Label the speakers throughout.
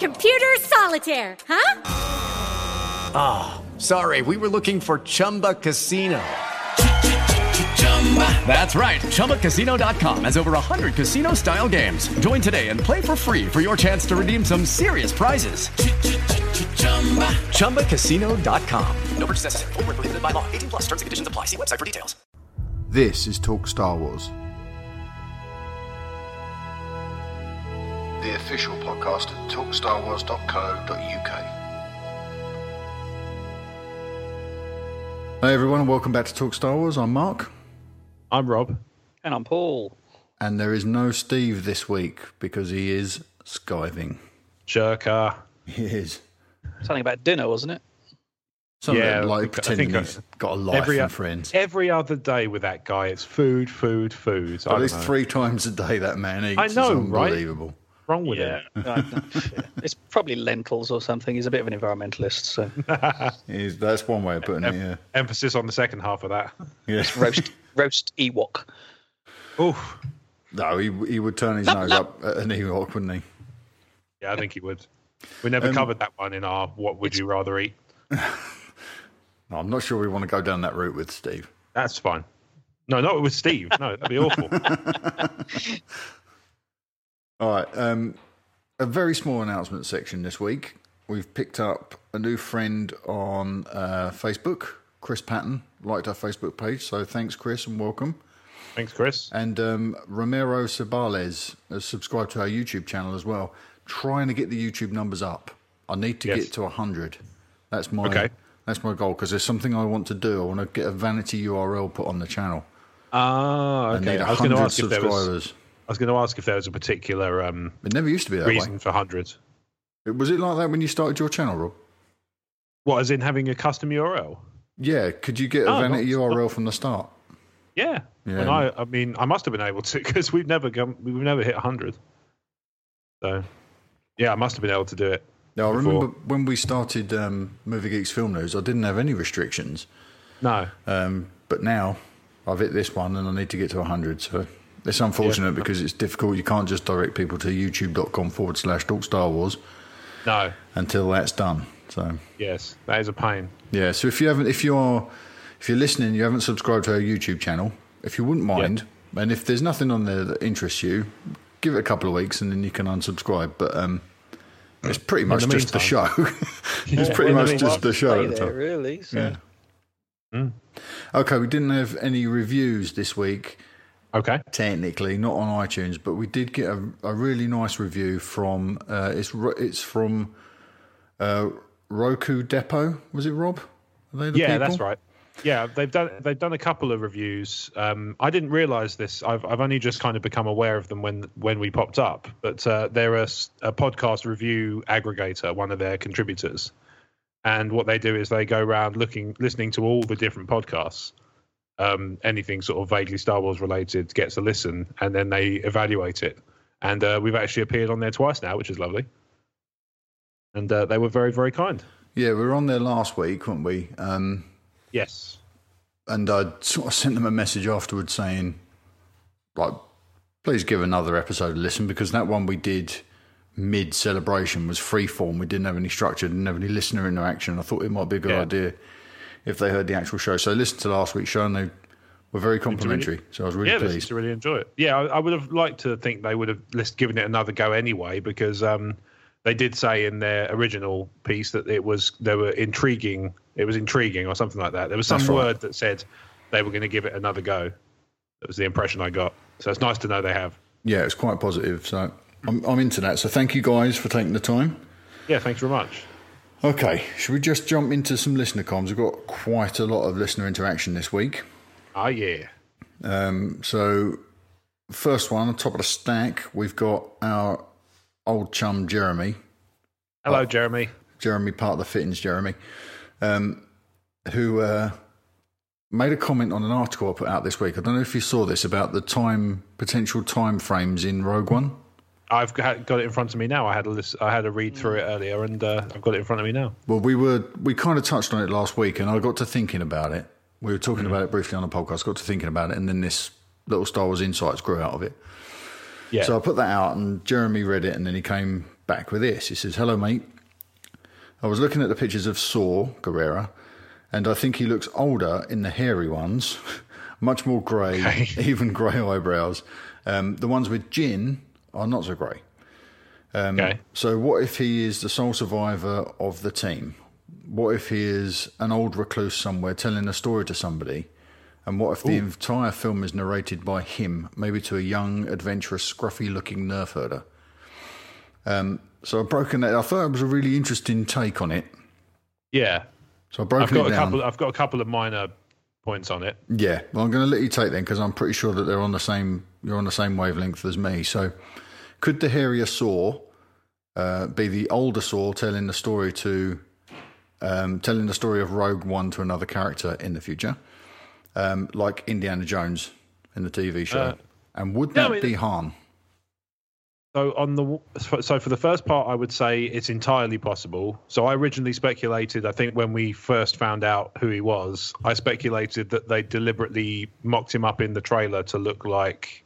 Speaker 1: Computer solitaire, huh?
Speaker 2: Sorry, we were looking for Chumba Casino. That's right. ChumbaCasino.com has over 100 casino style games. Join today and play for free for your chance to redeem some serious prizes. ChumbaCasino.com.
Speaker 3: No purchase necessary. Void were prohibited by law. 18 plus. Terms and conditions apply. See website for details.
Speaker 4: This is Talk Star Wars, the official podcast at talkstarwars.co.uk. Hey everyone, and welcome back to Talk Star Wars. I'm Mark,
Speaker 5: I'm Rob.
Speaker 6: And I'm Paul.
Speaker 4: and there is no Steve this week because he is skiving.
Speaker 5: Jerker.
Speaker 4: He is.
Speaker 6: Something about dinner, wasn't it?
Speaker 4: Some
Speaker 5: Yeah,
Speaker 4: of it,
Speaker 5: I
Speaker 4: like
Speaker 5: think- I
Speaker 4: pretending
Speaker 5: think
Speaker 4: he's got a life
Speaker 5: every-
Speaker 4: and friends.
Speaker 5: Every other day with that guy, it's food, food, food. I
Speaker 4: At
Speaker 5: don't
Speaker 4: least
Speaker 5: know.
Speaker 4: three times a day that man eats.
Speaker 5: I
Speaker 4: It's
Speaker 5: know, right?
Speaker 4: unbelievable.
Speaker 5: What's wrong with Uh, it?
Speaker 6: Right, no, yeah. It's probably lentils or something. He's a bit of an environmentalist, so
Speaker 4: He is- that's one way of putting it. Yeah.
Speaker 5: Emphasis on the second half of that.
Speaker 4: yeah.
Speaker 6: roast roast Ewok.
Speaker 5: Oof.
Speaker 4: No, he, he would turn his nose up at an Ewok, wouldn't he?
Speaker 5: Yeah, I think he would. We never covered that one in our "What would you rather eat."
Speaker 4: No, I'm not sure we want to go down that route with Steve.
Speaker 5: That's fine. No, not with Steve. No, that'd be awful.
Speaker 4: All right. Um, a very small announcement section this week. We've picked up a new friend on uh, Facebook, Chris Patton, liked our Facebook page. So thanks, Chris, and welcome.
Speaker 5: Thanks, Chris.
Speaker 4: And um, Romero Sabales has subscribed to our YouTube channel as well, trying to get the YouTube numbers up. I need to
Speaker 5: Yes.
Speaker 4: get to 100. That's my
Speaker 5: Okay.
Speaker 4: that's my goal because there's something I want to do. I want to get a vanity URL put on the channel.
Speaker 5: Ah,
Speaker 4: I
Speaker 5: okay.
Speaker 4: need
Speaker 5: I was going to
Speaker 4: 100
Speaker 5: ask if there was. I
Speaker 4: subscribers.
Speaker 5: was going to ask if there was a particular um,
Speaker 4: It never used to be that
Speaker 5: reason for hundreds.
Speaker 4: way. Was it like that when you started your channel, Rob?
Speaker 5: What, as in having a custom URL?
Speaker 4: Yeah, could you get a
Speaker 5: No,
Speaker 4: vanity
Speaker 5: Ah, not-
Speaker 4: URL from the start?
Speaker 5: Yeah.
Speaker 4: Yeah.
Speaker 5: And I, I mean, I must have been able to because we've never come, we've never hit hundred. So, yeah, I must have been able to do it.
Speaker 4: Now, I
Speaker 5: Before.
Speaker 4: remember when we started um, Movie Geeks Film News, I didn't have any restrictions.
Speaker 5: No.
Speaker 4: Um, but now I've hit this one and I need to get to 100. So it's unfortunate because it's difficult. You can't just direct people to youtube.com forward slash talk Star Wars
Speaker 5: No.
Speaker 4: until that's done. So,
Speaker 5: Yes, that is a pain.
Speaker 4: yeah. So if you haven't, if you're, if you're listening, you haven't subscribed to our YouTube channel, if you wouldn't mind, and if there's nothing on there that interests you, give it a couple of weeks and then you can unsubscribe. But, um, it's pretty much just the show. it's pretty
Speaker 5: Well, I
Speaker 4: much
Speaker 5: mean,
Speaker 4: just the show.
Speaker 6: Play
Speaker 4: at the
Speaker 6: there,
Speaker 4: top.
Speaker 6: really. So.
Speaker 4: Okay, we didn't have any reviews this week.
Speaker 5: Okay.
Speaker 4: technically not on iTunes, but we did get a, a really nice review from uh, it's Ro- it's from uh, Roku Depot. Was it Rob? Are they the
Speaker 5: Yeah,
Speaker 4: people?
Speaker 5: that's right. Yeah, they've done they've done a couple of reviews. Um, I didn't realise this. I've I've only just kind of become aware of them when when we popped up. But uh, they're a, s- a podcast review aggregator, one of their contributors, and what they do is they go around looking listening to all the different podcasts. Um, anything sort of vaguely Star Wars related gets a listen, and then they evaluate it. And uh, we've actually appeared on there twice now, which is lovely. And uh, they were very very kind.
Speaker 4: Yeah, we were on there last week, weren't we? Um,
Speaker 5: Yes.
Speaker 4: and I sort of sent them a message afterwards saying, like, please give another episode a listen because that one we did mid celebration was free form. We didn't have any structure, didn't have any listener interaction. I thought it might be a good
Speaker 5: Yeah.
Speaker 4: idea if they heard the actual show. So listen to last week's show and they were very complimentary. So I was really
Speaker 5: yeah, they seem
Speaker 4: pleased.
Speaker 5: to really enjoy it. Yeah, I, I would have liked to think they would have list, given it another go anyway, because um, they did say in their original piece that it was they were intriguing. It was intriguing or something like that. There was some
Speaker 4: That's right.
Speaker 5: word that said they were going to give it another go. That was the impression I got. So it's nice to know they have.
Speaker 4: yeah, it's quite positive. So I'm, I'm into that. So thank you guys for taking the time.
Speaker 5: Yeah, thanks very much.
Speaker 4: Okay, should we just jump into some listener comms? We've got quite a lot of listener interaction this week.
Speaker 5: Ah, yeah.
Speaker 4: Um, So, first one, top of the stack, we've got our old chum Jeremy.
Speaker 5: Hello, Jeremy.
Speaker 4: Jeremy, part of the fittings, Jeremy, um, who uh, made a comment on an article I put out this week. I don't know if you saw this about the time potential time frames in Rogue One.
Speaker 5: I've g- got it in front of me now. I had a list, I had a read through it earlier, and uh, I've got it in front of me now.
Speaker 4: Well, we were we kind of touched on it last week, and I got to thinking about it. We were talking about it briefly on the podcast. Got to thinking about it, and then this little Star Wars insights grew out of it.
Speaker 5: Yeah.
Speaker 4: So I put that out, and Jeremy read it, and then he came back with this. He says, "Hello, mate. I was looking at the pictures of Saw Guerrera, and I think he looks older in the hairy ones, much more grey, even grey eyebrows. Um, the ones with gin are not so grey. um,
Speaker 5: okay.
Speaker 4: So, what if he is the sole survivor of the team? What if he is an old recluse somewhere telling a story to somebody? And what if the entire film is narrated by him, maybe to a young, adventurous, scruffy looking nerf herder? Um, so, I've broken that. I thought it was a really interesting take on it.
Speaker 5: Yeah.
Speaker 4: So, I've
Speaker 5: I've
Speaker 4: broken
Speaker 5: got
Speaker 4: it
Speaker 5: a
Speaker 4: down.
Speaker 5: couple. I've got a couple of minor points on it.
Speaker 4: Yeah, well, I'm going to let you take them because I'm pretty sure that they're on the same. You're on the same wavelength as me. So, could the hairier saw uh, be the older saw telling the story to um, telling the story of Rogue One to another character in the future, um, like Indiana Jones in the TV show?
Speaker 5: Uh,
Speaker 4: and would
Speaker 5: no,
Speaker 4: that
Speaker 5: it-
Speaker 4: be Han?
Speaker 5: So on the so for the first part, I would say it's entirely possible. So I originally speculated. I think when we first found out who he was, I speculated that they deliberately mocked him up in the trailer to look like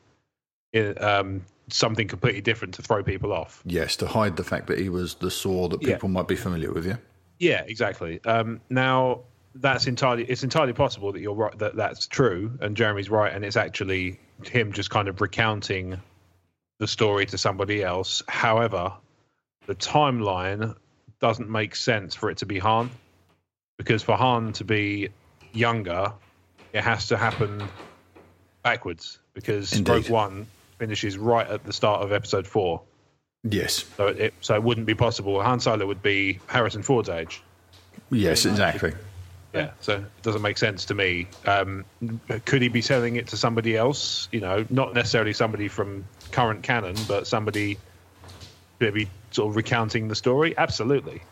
Speaker 5: eh, um, something completely different to throw people off.
Speaker 4: Yes, to hide the fact that he was the saw that
Speaker 5: Yeah.
Speaker 4: people might be familiar with. Yeah,
Speaker 5: Yeah, exactly. Um, now that's entirely it's entirely possible that you're right that that's true and Jeremy's right and it's actually him just kind of recounting the story to somebody else. However, the timeline doesn't make sense for it to be Han because for Han to be younger, it has to happen backwards because
Speaker 4: Indeed.
Speaker 5: Rogue One finishes right at the start of Episode Four.
Speaker 4: yes,
Speaker 5: So it, so it wouldn't be possible. Han Solo would be Harrison Ford's age.
Speaker 4: yes, exactly.
Speaker 5: Yeah, so it doesn't make sense to me. Um, could he be selling it to somebody else? You know, not necessarily somebody from current canon, but somebody maybe sort of recounting the story. Absolutely,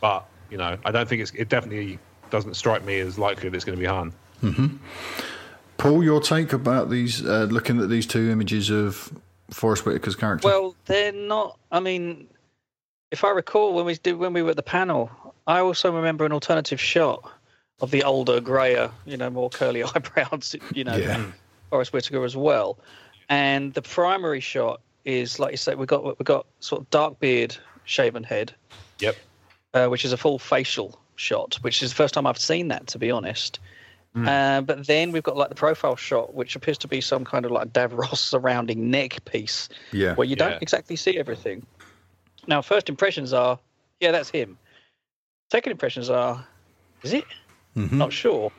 Speaker 5: but you know, I don't think it's. It definitely doesn't strike me as likely that it's going to be Han.
Speaker 4: Paul, your take about these? Uh, looking at these two images of Forrest Whitaker's character.
Speaker 6: Well, they're not. I mean, if I recall, when we did when we were at the panel, I also remember an alternative shot of the older, grayer, you know, more curly eyebrows, you know,
Speaker 4: Yeah.
Speaker 6: Horace Whitaker as well. And the primary shot is, like you say, we got we got sort of dark beard, shaven head,
Speaker 5: Yep.
Speaker 6: uh, which is a full facial shot, which is the first time I've seen that, to be honest. Uh, but then we've got like the profile shot, which appears to be some kind of like Davros surrounding neck piece,
Speaker 4: Yeah.
Speaker 6: where you
Speaker 5: Yeah.
Speaker 6: don't exactly see everything. Now, first impressions are, yeah, that's him. Second impressions are, is it? Not sure.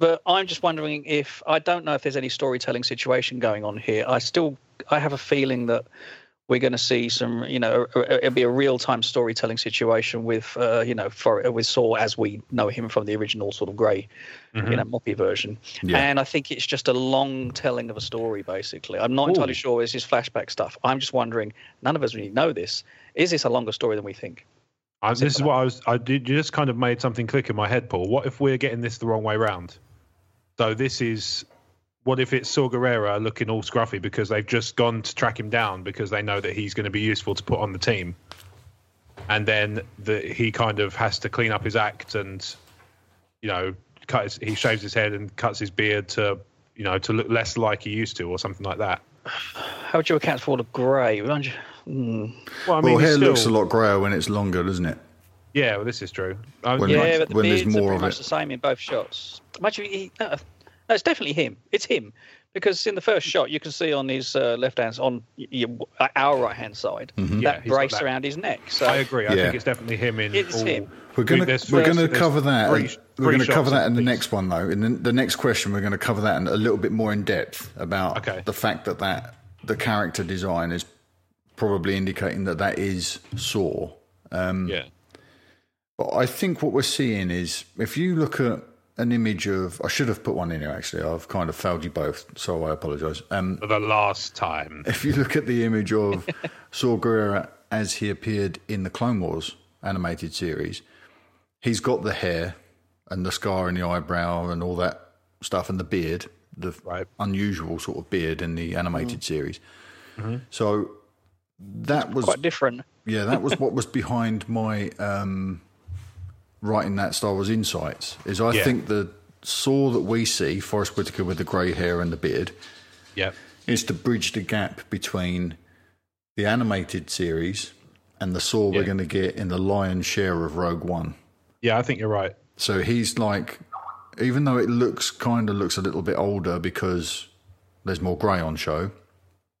Speaker 6: But I'm just wondering if I don't know if there's any storytelling situation going on here. I still I have a feeling that we're going to see some, you know, a- a- it'll be a real-time storytelling situation with, uh, you know, for, with Saw as we know him from the original sort of grey, you know, moppy version.
Speaker 4: Yeah.
Speaker 6: And I think it's just a long telling of a story, basically. I'm not entirely sure this is flashback stuff. I'm just wondering. None of us really know this. Is this a longer story than we think?
Speaker 5: I, this is what I was. I did you just kind of made something click in my head, Paul. What if we're getting this the wrong way round? So this is. What if it's Saw Gerrera looking all scruffy because they've just gone to track him down because they know that he's going to be useful to put on the team, and then the, he kind of has to clean up his act and, you know, cut his, he shaves his head and cuts his beard to, you know, to look less like he used to or something like that.
Speaker 6: How would you account for all the grey? Wouldn't you- Hmm.
Speaker 5: Well, I
Speaker 4: well,
Speaker 5: mean,
Speaker 4: hair
Speaker 5: it's still,
Speaker 4: looks a lot grayer when it's longer, doesn't it?
Speaker 5: Yeah, well, this is true. Um,
Speaker 4: Well,
Speaker 5: yeah,
Speaker 4: Right,
Speaker 6: Yeah, but the
Speaker 4: when there's
Speaker 6: beards are
Speaker 4: more
Speaker 6: pretty
Speaker 4: of
Speaker 6: much
Speaker 4: it.
Speaker 6: the same in both shots. Much of he, no, no, it's definitely him. It's him because in the first shot you can see on his uh, left hand, on y- y- our right hand side,
Speaker 4: Mm-hmm.
Speaker 5: Yeah,
Speaker 6: that
Speaker 5: he's got
Speaker 6: brace
Speaker 5: that.
Speaker 6: around his neck. So
Speaker 5: I agree. I
Speaker 4: Yeah.
Speaker 5: think it's definitely him in.
Speaker 6: It's
Speaker 5: all,
Speaker 6: him.
Speaker 4: We're gonna
Speaker 5: there's-
Speaker 4: we're gonna
Speaker 5: there's
Speaker 4: cover that.
Speaker 5: three-
Speaker 4: we're
Speaker 5: three
Speaker 4: gonna
Speaker 5: shots
Speaker 4: cover that in the
Speaker 5: piece.
Speaker 4: next one though. In the, the next question, we're gonna cover that in a little bit more in depth about
Speaker 5: Okay.
Speaker 4: the fact that that the character design is probably indicating that that is Saw.
Speaker 5: Yeah.
Speaker 4: But I think what we're seeing is if you look at an image of. I should have put one in here actually. I've kind of failed you both, so I apologise. Um,
Speaker 5: for the last time.
Speaker 4: if you look at the image of Saw Gerrera as he appeared in the Clone Wars animated series, he's got the hair and the scar and the eyebrow and all that stuff and the beard, the
Speaker 5: Right.
Speaker 4: unusual sort of beard in the animated series. So that was
Speaker 6: Quite different.
Speaker 4: yeah, that was what was behind my um, writing that Star Wars Insights. Is I
Speaker 5: Yeah.
Speaker 4: think the saw that we see, Forrest Whitaker with the grey hair and the beard,
Speaker 5: Yep.
Speaker 4: is to bridge the gap between the animated series and the saw we're
Speaker 5: Yeah.
Speaker 4: going to get in the lion's share of Rogue One.
Speaker 5: Yeah, I think you're right.
Speaker 4: So he's like, even though it looks kind of looks a little bit older because there's more grey on show,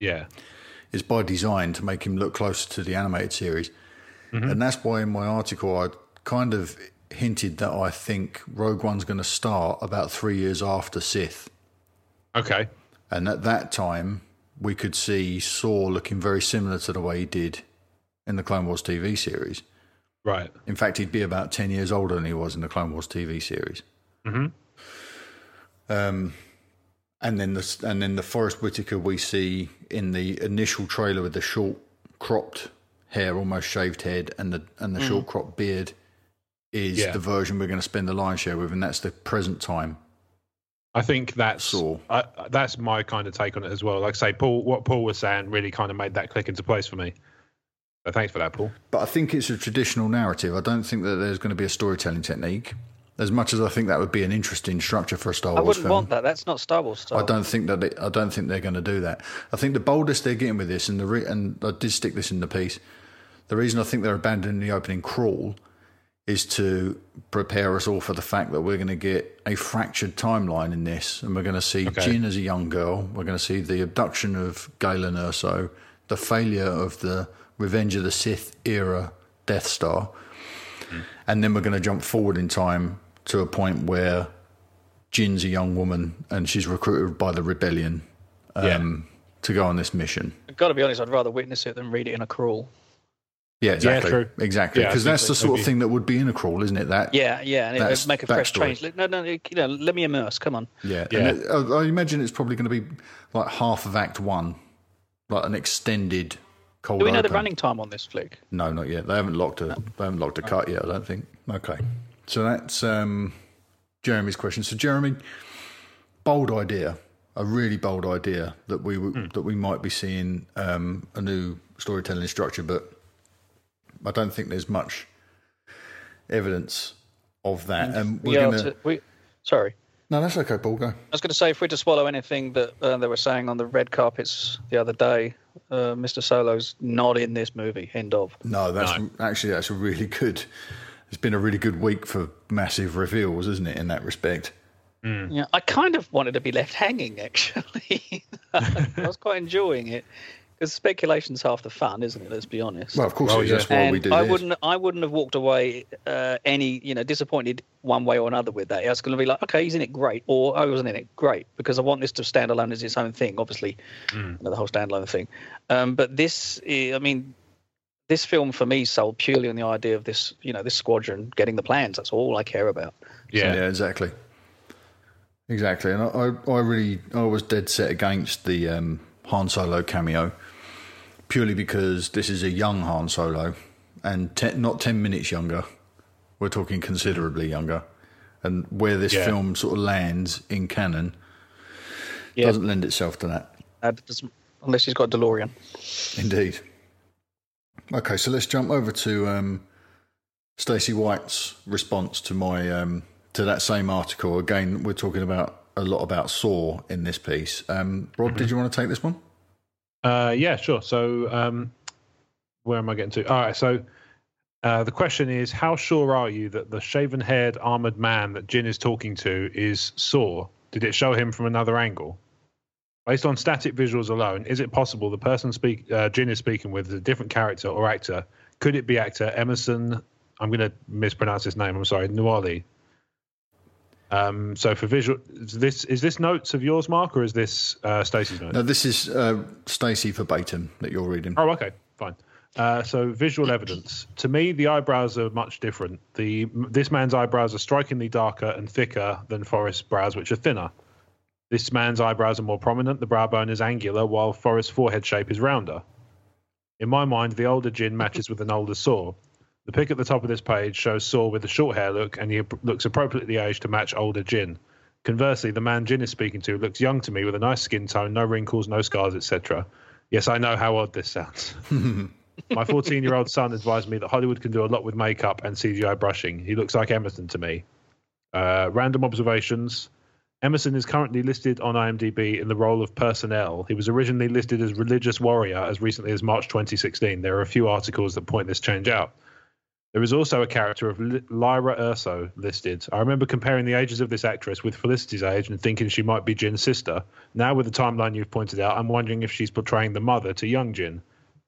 Speaker 5: Yeah.
Speaker 4: it's by design to make him look closer to the animated series. And that's why in my article I kind of hinted that I think Rogue One's going to start about three years after Sith.
Speaker 5: Okay.
Speaker 4: And at that time, we could see Saw looking very similar to the way he did in the Clone Wars TV series.
Speaker 5: Right.
Speaker 4: In fact, he'd be about 10 years older than he was in the Clone Wars TV series. Mm-hmm. Um, and then the and then the Forest Whitaker we see in the initial trailer with the short cropped hair, almost shaved head, and the and the short cropped beard is
Speaker 5: Yeah.
Speaker 4: the version we're going to spend the lion's share with, and that's the present time.
Speaker 5: I think that's
Speaker 4: Saw.
Speaker 5: I, that's my kind of take on it as well. Like I say, Paul, what Paul was saying really kind of made that click into place for me. So thanks for that, Paul.
Speaker 4: But I think it's a traditional narrative. I don't think that there's going to be a storytelling technique. As much as I think that would be an interesting structure for a Star
Speaker 6: I
Speaker 4: Wars
Speaker 6: wouldn't
Speaker 4: film,
Speaker 6: want that. That's not Star Wars style.
Speaker 4: I don't think that it, I don't think they're going to do that. I think the boldest they're getting with this, and the re, and I did stick this in the piece. The reason I think they're abandoning the opening crawl is to prepare us all for the fact that we're going to get a fractured timeline in this, and we're going to see
Speaker 5: Okay.
Speaker 4: Jin as a young girl. We're going to see the abduction of Galen Erso, the failure of the Revenge of the Sith era Death Star, and then we're going to jump forward in time to a point where Jin's a young woman and she's recruited by the rebellion
Speaker 5: yeah.
Speaker 4: um, to go on this mission.
Speaker 6: I've got to be honest. I'd rather witness it than read it in a crawl.
Speaker 4: Yeah, exactly.
Speaker 5: true.
Speaker 4: Exactly.
Speaker 5: Yeah, I
Speaker 4: Because
Speaker 5: think
Speaker 4: that's the
Speaker 5: so.
Speaker 4: sort
Speaker 5: Maybe.
Speaker 4: of thing that would be in a crawl, isn't it? That.
Speaker 6: Yeah, yeah, and it,
Speaker 4: That's
Speaker 6: it'd make a fresh
Speaker 4: backstory.
Speaker 6: change. No, no, you know, let me immerse. Come on.
Speaker 4: Yeah.
Speaker 5: Yeah.
Speaker 4: And it- I, I imagine it's probably going to be like half of Act One, like an extended cold
Speaker 6: Do we know the
Speaker 4: open.
Speaker 6: running time on this flick?
Speaker 4: No, not yet. They haven't locked a they haven't locked a cut yet. I don't think. Okay, so that's um, Jeremy's question. So Jeremy, bold idea, a really bold idea that we w- that we might be seeing um, a new storytelling structure, but I don't think there's much evidence of that. And
Speaker 6: We
Speaker 4: we're
Speaker 6: are
Speaker 4: gonna
Speaker 6: to- we, sorry.
Speaker 4: no, that's okay, Paul. Go.
Speaker 6: I was going to say, if we're to swallow anything that uh, they were saying on the red carpets the other day, uh, Mr. Solo's not in this movie. End of.
Speaker 4: No, that's actually that's a really good. It's been a really good week for massive reveals, isn't it? In that respect.
Speaker 6: Yeah, I kind of wanted to be left hanging. Actually, I was quite enjoying it because speculation's half the fun, isn't it? Let's be honest.
Speaker 4: Well, of course,
Speaker 5: Oh,
Speaker 4: it is.
Speaker 5: yeah.
Speaker 4: that's why
Speaker 6: and
Speaker 4: we do.
Speaker 6: I
Speaker 4: this.
Speaker 6: wouldn't, I wouldn't have walked away uh, any, you know, disappointed one way or another with that. I was going to be like, okay, he's in it, great, or I wasn't in it, great, because I want this to stand alone as its own thing. Obviously,
Speaker 4: Hmm.
Speaker 6: you know, the whole standalone thing. Um, but this, i- I mean, this film for me sold purely on the idea of this, you know, this squadron getting the plans. That's all I care about.
Speaker 5: Yeah.
Speaker 4: Yeah, exactly. Exactly. And I, I, I really, I was dead set against the um, Han Solo cameo purely because this is a young Han Solo and te- not 10 minutes younger. We're talking considerably younger. And where this
Speaker 5: Yeah.
Speaker 4: film sort of lands in canon
Speaker 6: Yeah.
Speaker 4: doesn't lend itself to that.
Speaker 6: Uh, because- unless he's got a DeLorean.
Speaker 4: Indeed. Okay, so let's jump over to um, Stacey White's response to my um, to that same article. Again, we're talking about a lot about Saw in this piece. Um, Rob, did you want to take this one?
Speaker 5: Uh, yeah, sure. So, um, where am I getting to? All right. So, uh, the question is How sure are you that the shaven haired, armored man that Jin is talking to is Saw? Did it show him from another angle? Based on static visuals alone, is it possible the person speak, uh, Jin is speaking with is a different character or actor? Could it be actor Emerson? I'm going to mispronounce his name. I'm sorry, Nuali. Um, so for visual, is this is this notes of yours, Mark, or is this uh, Stacey's notes?
Speaker 4: No, this is uh, Stacey verbatim that you're reading.
Speaker 5: Oh, okay, fine. Uh, so visual evidence. To me, the eyebrows are much different. The this man's eyebrows are strikingly darker and thicker than Forrest's brows, which are thinner. This man's eyebrows are more prominent. The brow bone is angular, while Forrest's forehead shape is rounder. In my mind, the older Jin matches with an older Saw. The pic at the top of this page shows Saw with a short hair look, and he ap- looks appropriately aged to match older Jin. Conversely, the man Jin is speaking to looks young to me with a nice skin tone, no wrinkles, no scars, etc. Yes, I know how odd this sounds. My 14 year old son advised me that Hollywood can do a lot with makeup and CGI brushing. He looks like Emerson to me. Uh, random observations. Emerson is currently listed on IMDb in the role of personnel. He was originally listed as religious warrior as recently as March 2016. There are a few articles that point this change out. There is also a character of Li- Lyra Urso listed. I remember comparing the ages of this actress with Felicity's age and thinking she might be Jin's sister. Now, with the timeline you've pointed out, I'm wondering if she's portraying the mother to young Jin.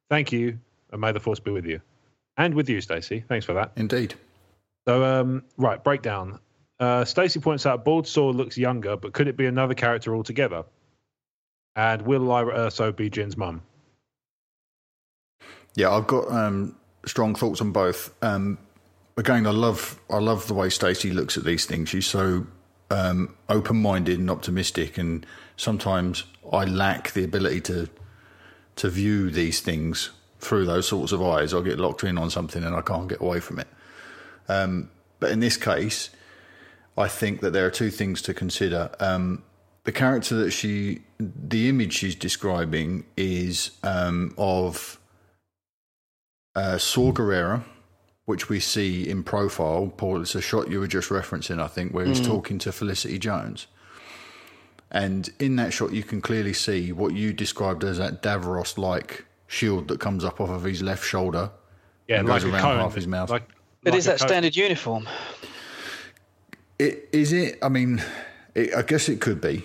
Speaker 5: Thank you, and may the force be with you. And with you, Stacey. Thanks for that.
Speaker 4: Indeed.
Speaker 5: So, um, right, breakdown. Uh, Stacey points out Bald Saw looks younger, but could it be another character altogether? And will Lyra Urso be Jin's mum?
Speaker 4: Yeah, I've got um, strong thoughts on both. Um, again, I love I love the way Stacey looks at these things. She's so um, open minded and optimistic, and sometimes I lack the ability to to view these things through those sorts of eyes. I get locked in on something and I can't get away from it. Um, but in this case, I think that there are two things to consider. Um, the character that she, the image she's describing is um, of uh, Saw Gerrera, which we see in profile. Paul, it's a shot you were just referencing, I think, where he's
Speaker 5: Mm.
Speaker 4: talking to Felicity Jones. And in that shot, you can clearly see what you described as that Davros like shield that comes up off of his left shoulder.
Speaker 5: Yeah,
Speaker 4: And
Speaker 5: like
Speaker 4: goes
Speaker 5: a
Speaker 4: around
Speaker 5: cone.
Speaker 4: half his mouth.
Speaker 5: Like,
Speaker 6: But
Speaker 5: like
Speaker 6: is
Speaker 5: a
Speaker 6: that
Speaker 5: cone.
Speaker 6: standard uniform?
Speaker 4: It, is it? I mean, it, I guess it could be.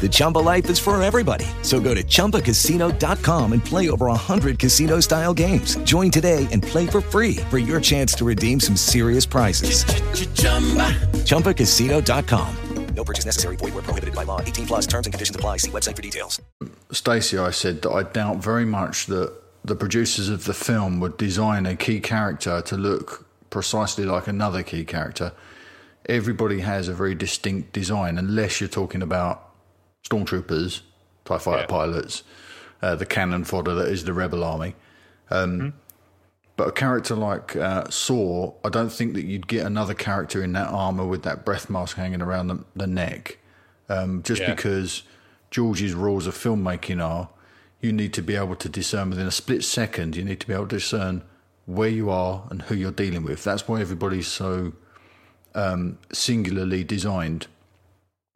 Speaker 7: The Chumba life is for everybody. So go to ChumbaCasino.com and play over 100 casino style games. Join today and play for free for your chance to redeem some serious prizes. ChumbaCasino.com.
Speaker 3: No purchase necessary. Void were prohibited by law. 18 plus terms and conditions apply. See website for details.
Speaker 4: Stacey, I said that I doubt very much that the producers of the film would design a key character to look precisely like another key character. Everybody has a very distinct design, unless you're talking about stormtroopers, TIE fighter pilots, uh, the cannon fodder that is the rebel army. Um, But a character like uh, Saw, I don't think that you'd get another character in that armor with that breath mask hanging around the, the neck um, just
Speaker 5: Yeah.
Speaker 4: because George's rules of filmmaking are you need to be able to discern within a split second, you need to be able to discern where you are and who you're dealing with. That's why everybody's so um, singularly designed.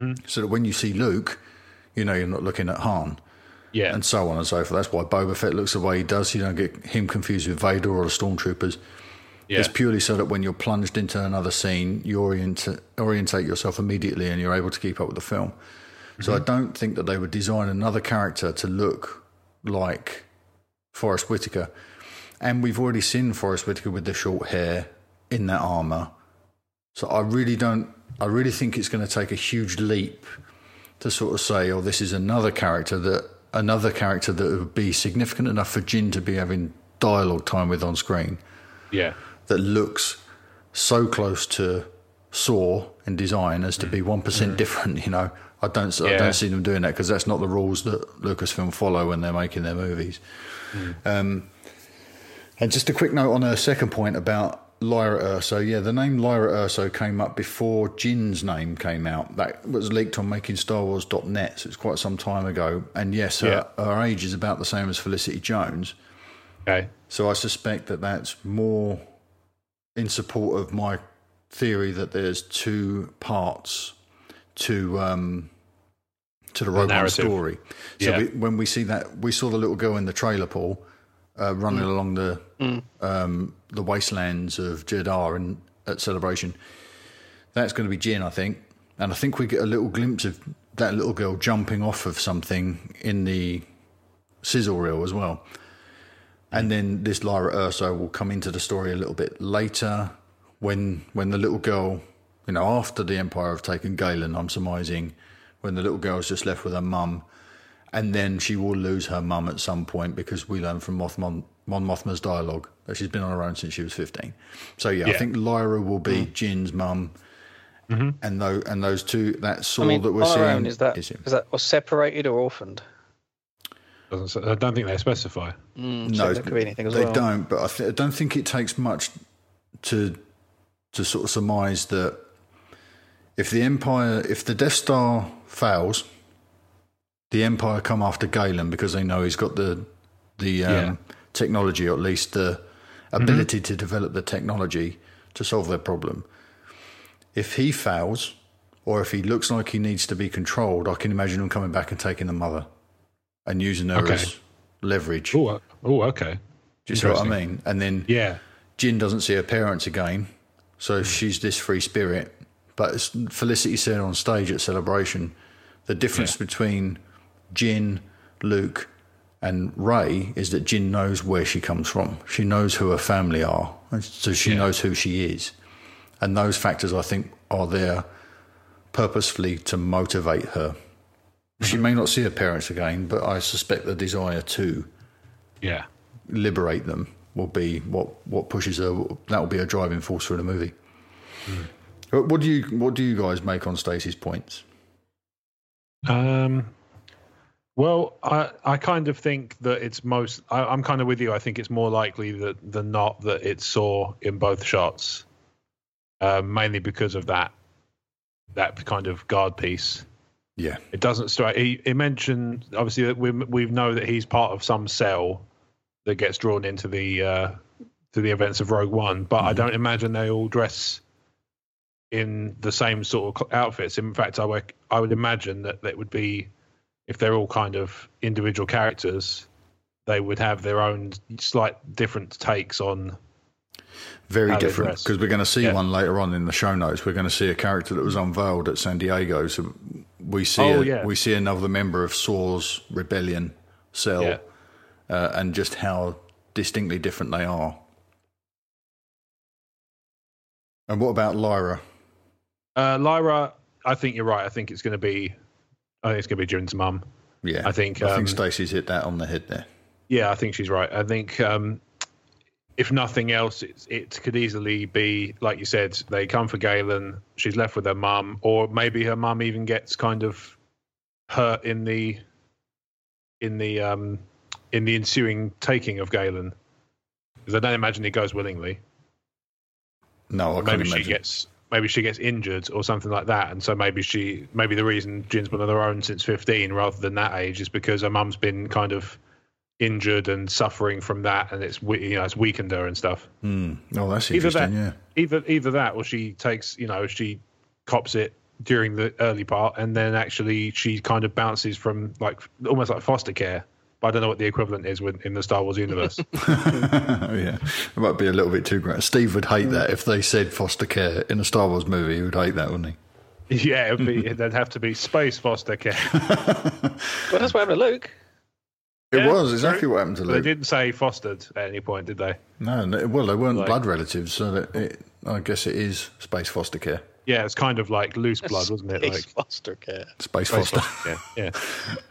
Speaker 5: Mm-hmm.
Speaker 4: So that when you see Luke, you know you're not looking at Han
Speaker 5: Yeah.
Speaker 4: and so on and so forth. That's why Boba Fett looks the way he does. You don't get him confused with Vader or the stormtroopers.
Speaker 5: yeah.
Speaker 4: It's purely so that when you're plunged into another scene, you orient, orientate yourself immediately and you're able to keep up with the film. So I don't think that they would design another character to look like Forrest Whitaker. And we've already seen Forrest Whitaker with the short hair in that armor. So I really don't, I really think it's going to take a huge leap to sort of say, oh, this is another character that, another character that would be significant enough for Jin to be having dialogue time with on screen
Speaker 5: yeah.
Speaker 4: that looks so close to Saw in design as to be one percent different. You know, I don't I
Speaker 5: Yeah.
Speaker 4: don't see them doing that because that's not the rules that Lucasfilm follow when they're making their movies. Um, and just a quick note on a second point about Lyra Urso. Yeah, the name Lyra Urso came up before Jin's name came out. That was leaked on makingstarwars.net, so it's quite some time ago. And yes, her, her age is about the same as Felicity Jones.
Speaker 5: Okay.
Speaker 4: So I suspect that that's more in support of my theory that there's two parts to um, to the robot
Speaker 5: narrative.
Speaker 4: story. So
Speaker 5: Yeah.
Speaker 4: we, when we see that, we saw the little girl in the trailer, Paul, uh, running
Speaker 5: Mm.
Speaker 4: along the um, the wastelands of Jeddah in, at Celebration. That's going to be Jin, I think, and I think we get a little glimpse of that little girl jumping off of something in the sizzle reel as well. And then this Lyra Urso will come into the story a little bit later when when the little girl, you know, after the Empire have taken Galen, I'm surmising, when the little girl's just left with her mum, and then she will lose her mum at some point because we learn from Moth Mon, Mon Mothma's dialogue that she's been on her own since she was 15. So yeah, I
Speaker 5: Yeah.
Speaker 4: think Lyra will be Jin's mum, and though and those two that saw
Speaker 6: I mean,
Speaker 4: that we're
Speaker 6: on
Speaker 4: seeing
Speaker 6: our own, is that is,
Speaker 4: him.
Speaker 6: that or separated or orphaned?
Speaker 5: Doesn't, s- I don't think they specify.
Speaker 6: Mm,
Speaker 4: No,
Speaker 6: so that could be anything as
Speaker 4: they
Speaker 6: well.
Speaker 4: don't. But I, th- I don't think it takes much to to sort of surmise that if the Empire, if the Death Star fails, the Empire come after Galen because they know he's got the the um,
Speaker 5: Yeah.
Speaker 4: technology, or at least the
Speaker 6: Mm-hmm.
Speaker 4: ability to develop the technology to solve their problem. If he fails, or if he looks like he needs to be controlled, I can imagine him coming back and taking the mother and using her
Speaker 5: Okay.
Speaker 4: as leverage.
Speaker 5: Oh, oh, okay.
Speaker 4: Do you see what I
Speaker 5: Interesting.
Speaker 4: mean? And then
Speaker 5: Yeah.
Speaker 4: Jin doesn't see her parents again, so she's this free spirit. But as Felicity said on stage at Celebration, the difference between Jin, Luke, and Ray is that Jin knows where she comes from. She knows who her family are, and so she knows who she is. And those factors, I think, are there purposefully to motivate her. She may not see her parents again, but I suspect the desire to
Speaker 5: Yeah.
Speaker 4: liberate them will be what what pushes her. That will be a driving force for the movie. What- Hmm. What do you What do you guys make on Stacey's points?
Speaker 5: Um, well, I I kind of think that it's most. I, I'm kind of with you. I think it's more likely that than not that it saw in both shots, uh, mainly because of that that kind of guard piece.
Speaker 4: Yeah,
Speaker 5: It doesn't strike. He, he mentioned obviously that we we know that he's part of some cell that gets drawn into the uh, to the events of Rogue One, but I don't imagine they all dress in the same sort of cl- outfits. In fact, I would I would imagine that that would be if they're all kind of individual characters, they would have their own slight different takes on.
Speaker 4: very
Speaker 5: How they
Speaker 4: different
Speaker 5: dress.
Speaker 4: because we're going to see
Speaker 5: Yeah.
Speaker 4: one later on in the show notes. We're going to see a character that was unveiled at San Diego. So we see
Speaker 5: Oh,
Speaker 4: a,
Speaker 5: yeah.
Speaker 4: we see another member of Saw's rebellion cell,
Speaker 5: Yeah.
Speaker 4: uh, and just how distinctly different they are. And what about Lyra?
Speaker 5: Uh, Lyra, I think you're right. I think it's going to be, I think it's going to be Jin's mum.
Speaker 4: Yeah,
Speaker 5: I think,
Speaker 4: I
Speaker 5: um,
Speaker 4: think Stacey's hit that on the head there.
Speaker 5: Yeah, I think she's right. I think um, if nothing else, it, it could easily be like you said. They come for Galen. She's left with her mum, or maybe her mum even gets kind of hurt in the in the um, in the ensuing taking of Galen. Because I don't imagine he goes willingly.
Speaker 4: No, I can't
Speaker 5: Maybe
Speaker 4: imagine.
Speaker 5: she gets maybe she gets injured or something like that, and so maybe she maybe the reason Jin's been on her own since fifteen rather than that age is because her mum's been kind of injured and suffering from that, and it's we- you know it's weakened her and stuff.
Speaker 4: Hmm. Oh, that's
Speaker 5: Either
Speaker 4: interesting.
Speaker 5: that,
Speaker 4: yeah.
Speaker 5: either either that, or she takes you know she cops it during the early part, and then actually she kind of bounces from like almost like foster care. But I don't know what the equivalent is with, in the Star Wars universe.
Speaker 4: Oh, yeah. It might be a little bit too great. Steve would hate that if they said foster care in a Star Wars movie. He would hate that, wouldn't he?
Speaker 5: yeah, it'd be, there'd have to be space foster care.
Speaker 6: Well, that's what happened to Luke.
Speaker 4: It
Speaker 5: Yeah,
Speaker 4: was exactly what happened to
Speaker 5: They
Speaker 4: Luke.
Speaker 5: didn't say fostered at any point, did they?
Speaker 4: No, no, well, they weren't
Speaker 5: Like-
Speaker 4: blood relatives, so that it, I guess it is space foster care.
Speaker 5: Yeah, it's kind of like loose blood, wasn't it? Like
Speaker 6: Space foster care.
Speaker 4: Space,
Speaker 5: space
Speaker 4: foster.
Speaker 5: foster care.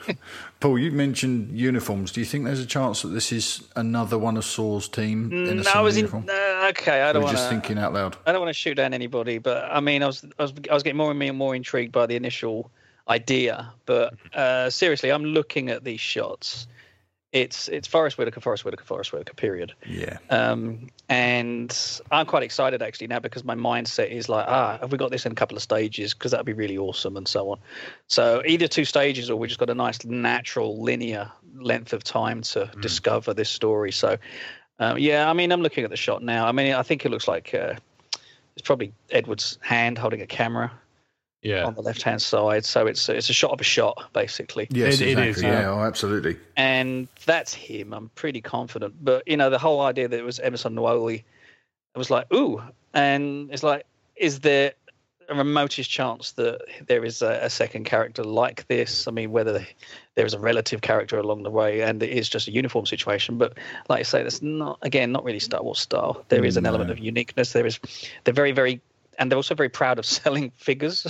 Speaker 5: Yeah.
Speaker 4: Paul, you mentioned uniforms. Do you think there's a chance that this is another one of Saw's team in
Speaker 6: Mm, no,
Speaker 4: a
Speaker 6: I
Speaker 4: single
Speaker 6: was in.
Speaker 4: uniform?
Speaker 6: no, okay, I don't
Speaker 4: We're
Speaker 6: want
Speaker 4: just
Speaker 6: to.
Speaker 4: thinking out loud.
Speaker 6: I don't want to shoot down anybody, but I mean, I was, I was, I was getting more and more- more intrigued by the
Speaker 4: Mm-hmm.
Speaker 6: initial idea. But uh, seriously, I'm looking at these shots, It's it's Forest Whitaker, Forest Whitaker, Forest Whitaker. Period.
Speaker 4: Yeah.
Speaker 6: Um, and I'm quite excited actually now because my mindset is like, ah, have we got this in a couple of stages? Because that'd be really awesome and so on. So either two stages or we just got a nice natural linear length of time to discover this story. So um, yeah, I mean, I'm looking at the shot now. I mean, I think it looks like uh, it's probably Edward's hand holding a camera
Speaker 5: Yeah.
Speaker 6: on the left hand side. So it's it's a shot of a shot basically
Speaker 4: Yes,
Speaker 5: It- it
Speaker 4: exactly.
Speaker 5: is, uh,
Speaker 4: yeah,
Speaker 5: yeah.
Speaker 4: oh, absolutely.
Speaker 6: and that's him. I'm pretty confident. But you know, the whole idea that it was Emerson Nwoli, I was like, ooh, and it's like, is there a remotest chance that there is a, a second character like this? I mean, whether there is a relative character along the way, and it is just a uniform situation. But like I say, that's not again not really Star Wars style. There is an element of uniqueness. There is, they're very very. And they're also very proud of selling figures.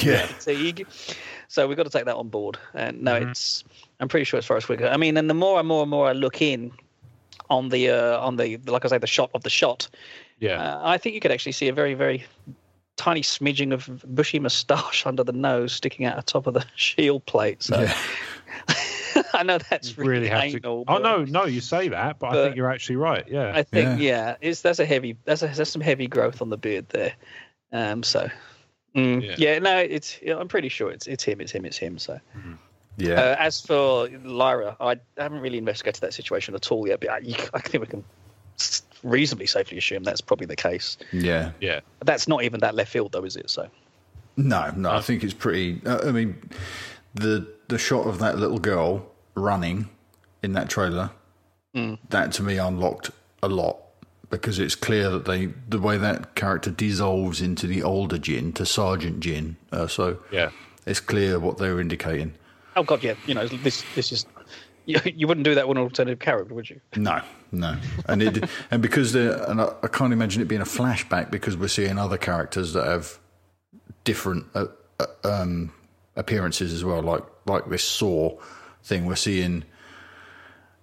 Speaker 4: Yeah.
Speaker 6: fatigue. So we've got to take that on board. And no,
Speaker 5: Mm-hmm.
Speaker 6: it's I'm pretty sure it's Forest Whitaker. I mean, and the more and more and more I look in on the uh, on the like I say the shot of the shot,
Speaker 5: Yeah.
Speaker 6: uh, I think you could actually see a very very tiny smidging of bushy moustache under the nose sticking out the top of the shield plate. So I know that's really,
Speaker 5: really have to.
Speaker 6: anal,
Speaker 5: Oh
Speaker 6: but
Speaker 5: no, no, you say that, but, I
Speaker 6: but-
Speaker 5: think you're actually right. Yeah.
Speaker 6: I think yeah, it's that's a heavy that's a, that's some heavy growth on the beard there. Um, so. mm,
Speaker 5: Yeah.
Speaker 6: yeah. no, it's. yeah, I'm pretty sure it's it's him. It's him. It's him. So,
Speaker 4: Yeah.
Speaker 6: Uh, as for Lyra, I haven't really investigated that situation at all yet, but I, I think we can reasonably safely assume that's probably the case.
Speaker 4: yeah.
Speaker 5: yeah.
Speaker 6: That's not even that left field, though, is it? So,
Speaker 4: No, no, I think it's pretty. Uh, I mean, the the shot of that little girl running in that trailer, that to me unlocked a lot because it's clear that they the way that character dissolves into the older Jin to Sergeant Jin. Uh, so
Speaker 5: Yeah.
Speaker 4: it's clear what they were indicating.
Speaker 6: oh god, yeah, you know, this this is you, you wouldn't do that with an alternative character, would you?
Speaker 4: No, no, and it and because the and I, I can't imagine it being a flashback because we're seeing other characters that have different uh, uh, um, appearances as well, like like this Saw thing. We're seeing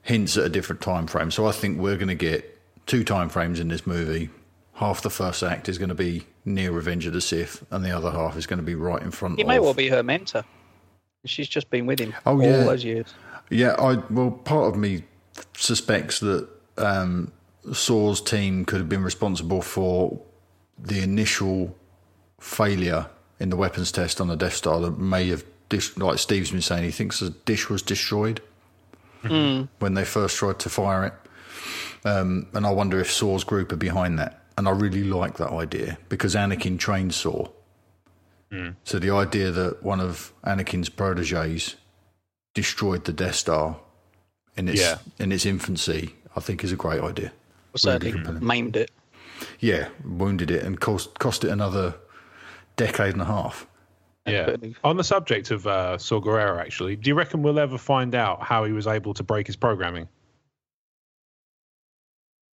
Speaker 4: hints at a different time frame, so I think we're going to get two time frames in this movie. Half the first act is going to be near Revenge of the Sith, and the other half is going to be right in front.
Speaker 6: He
Speaker 4: of
Speaker 6: may well be her mentor. She's just been with him
Speaker 4: Oh,
Speaker 6: all
Speaker 4: yeah.
Speaker 6: those years.
Speaker 4: Yeah, I well, part of me suspects that um, Saw's team could have been responsible for the initial failure in the weapons test on the Death Star that may have, dis- like Steve's been saying, he thinks the dish was destroyed when they first tried to fire it. Um, and I wonder if Saw's group are behind that. And I really like that idea because Anakin trained Saw. So the idea that one of Anakin's proteges destroyed the Death Star in its
Speaker 5: Yeah.
Speaker 4: in its infancy, I think is a great idea.
Speaker 6: Well, certainly maimed it.
Speaker 4: Yeah, wounded it and cost cost it another decade and a half.
Speaker 5: Yeah. On the subject of uh, Saw Gerrera, actually, do you reckon we'll ever find out how he was able to break his programming?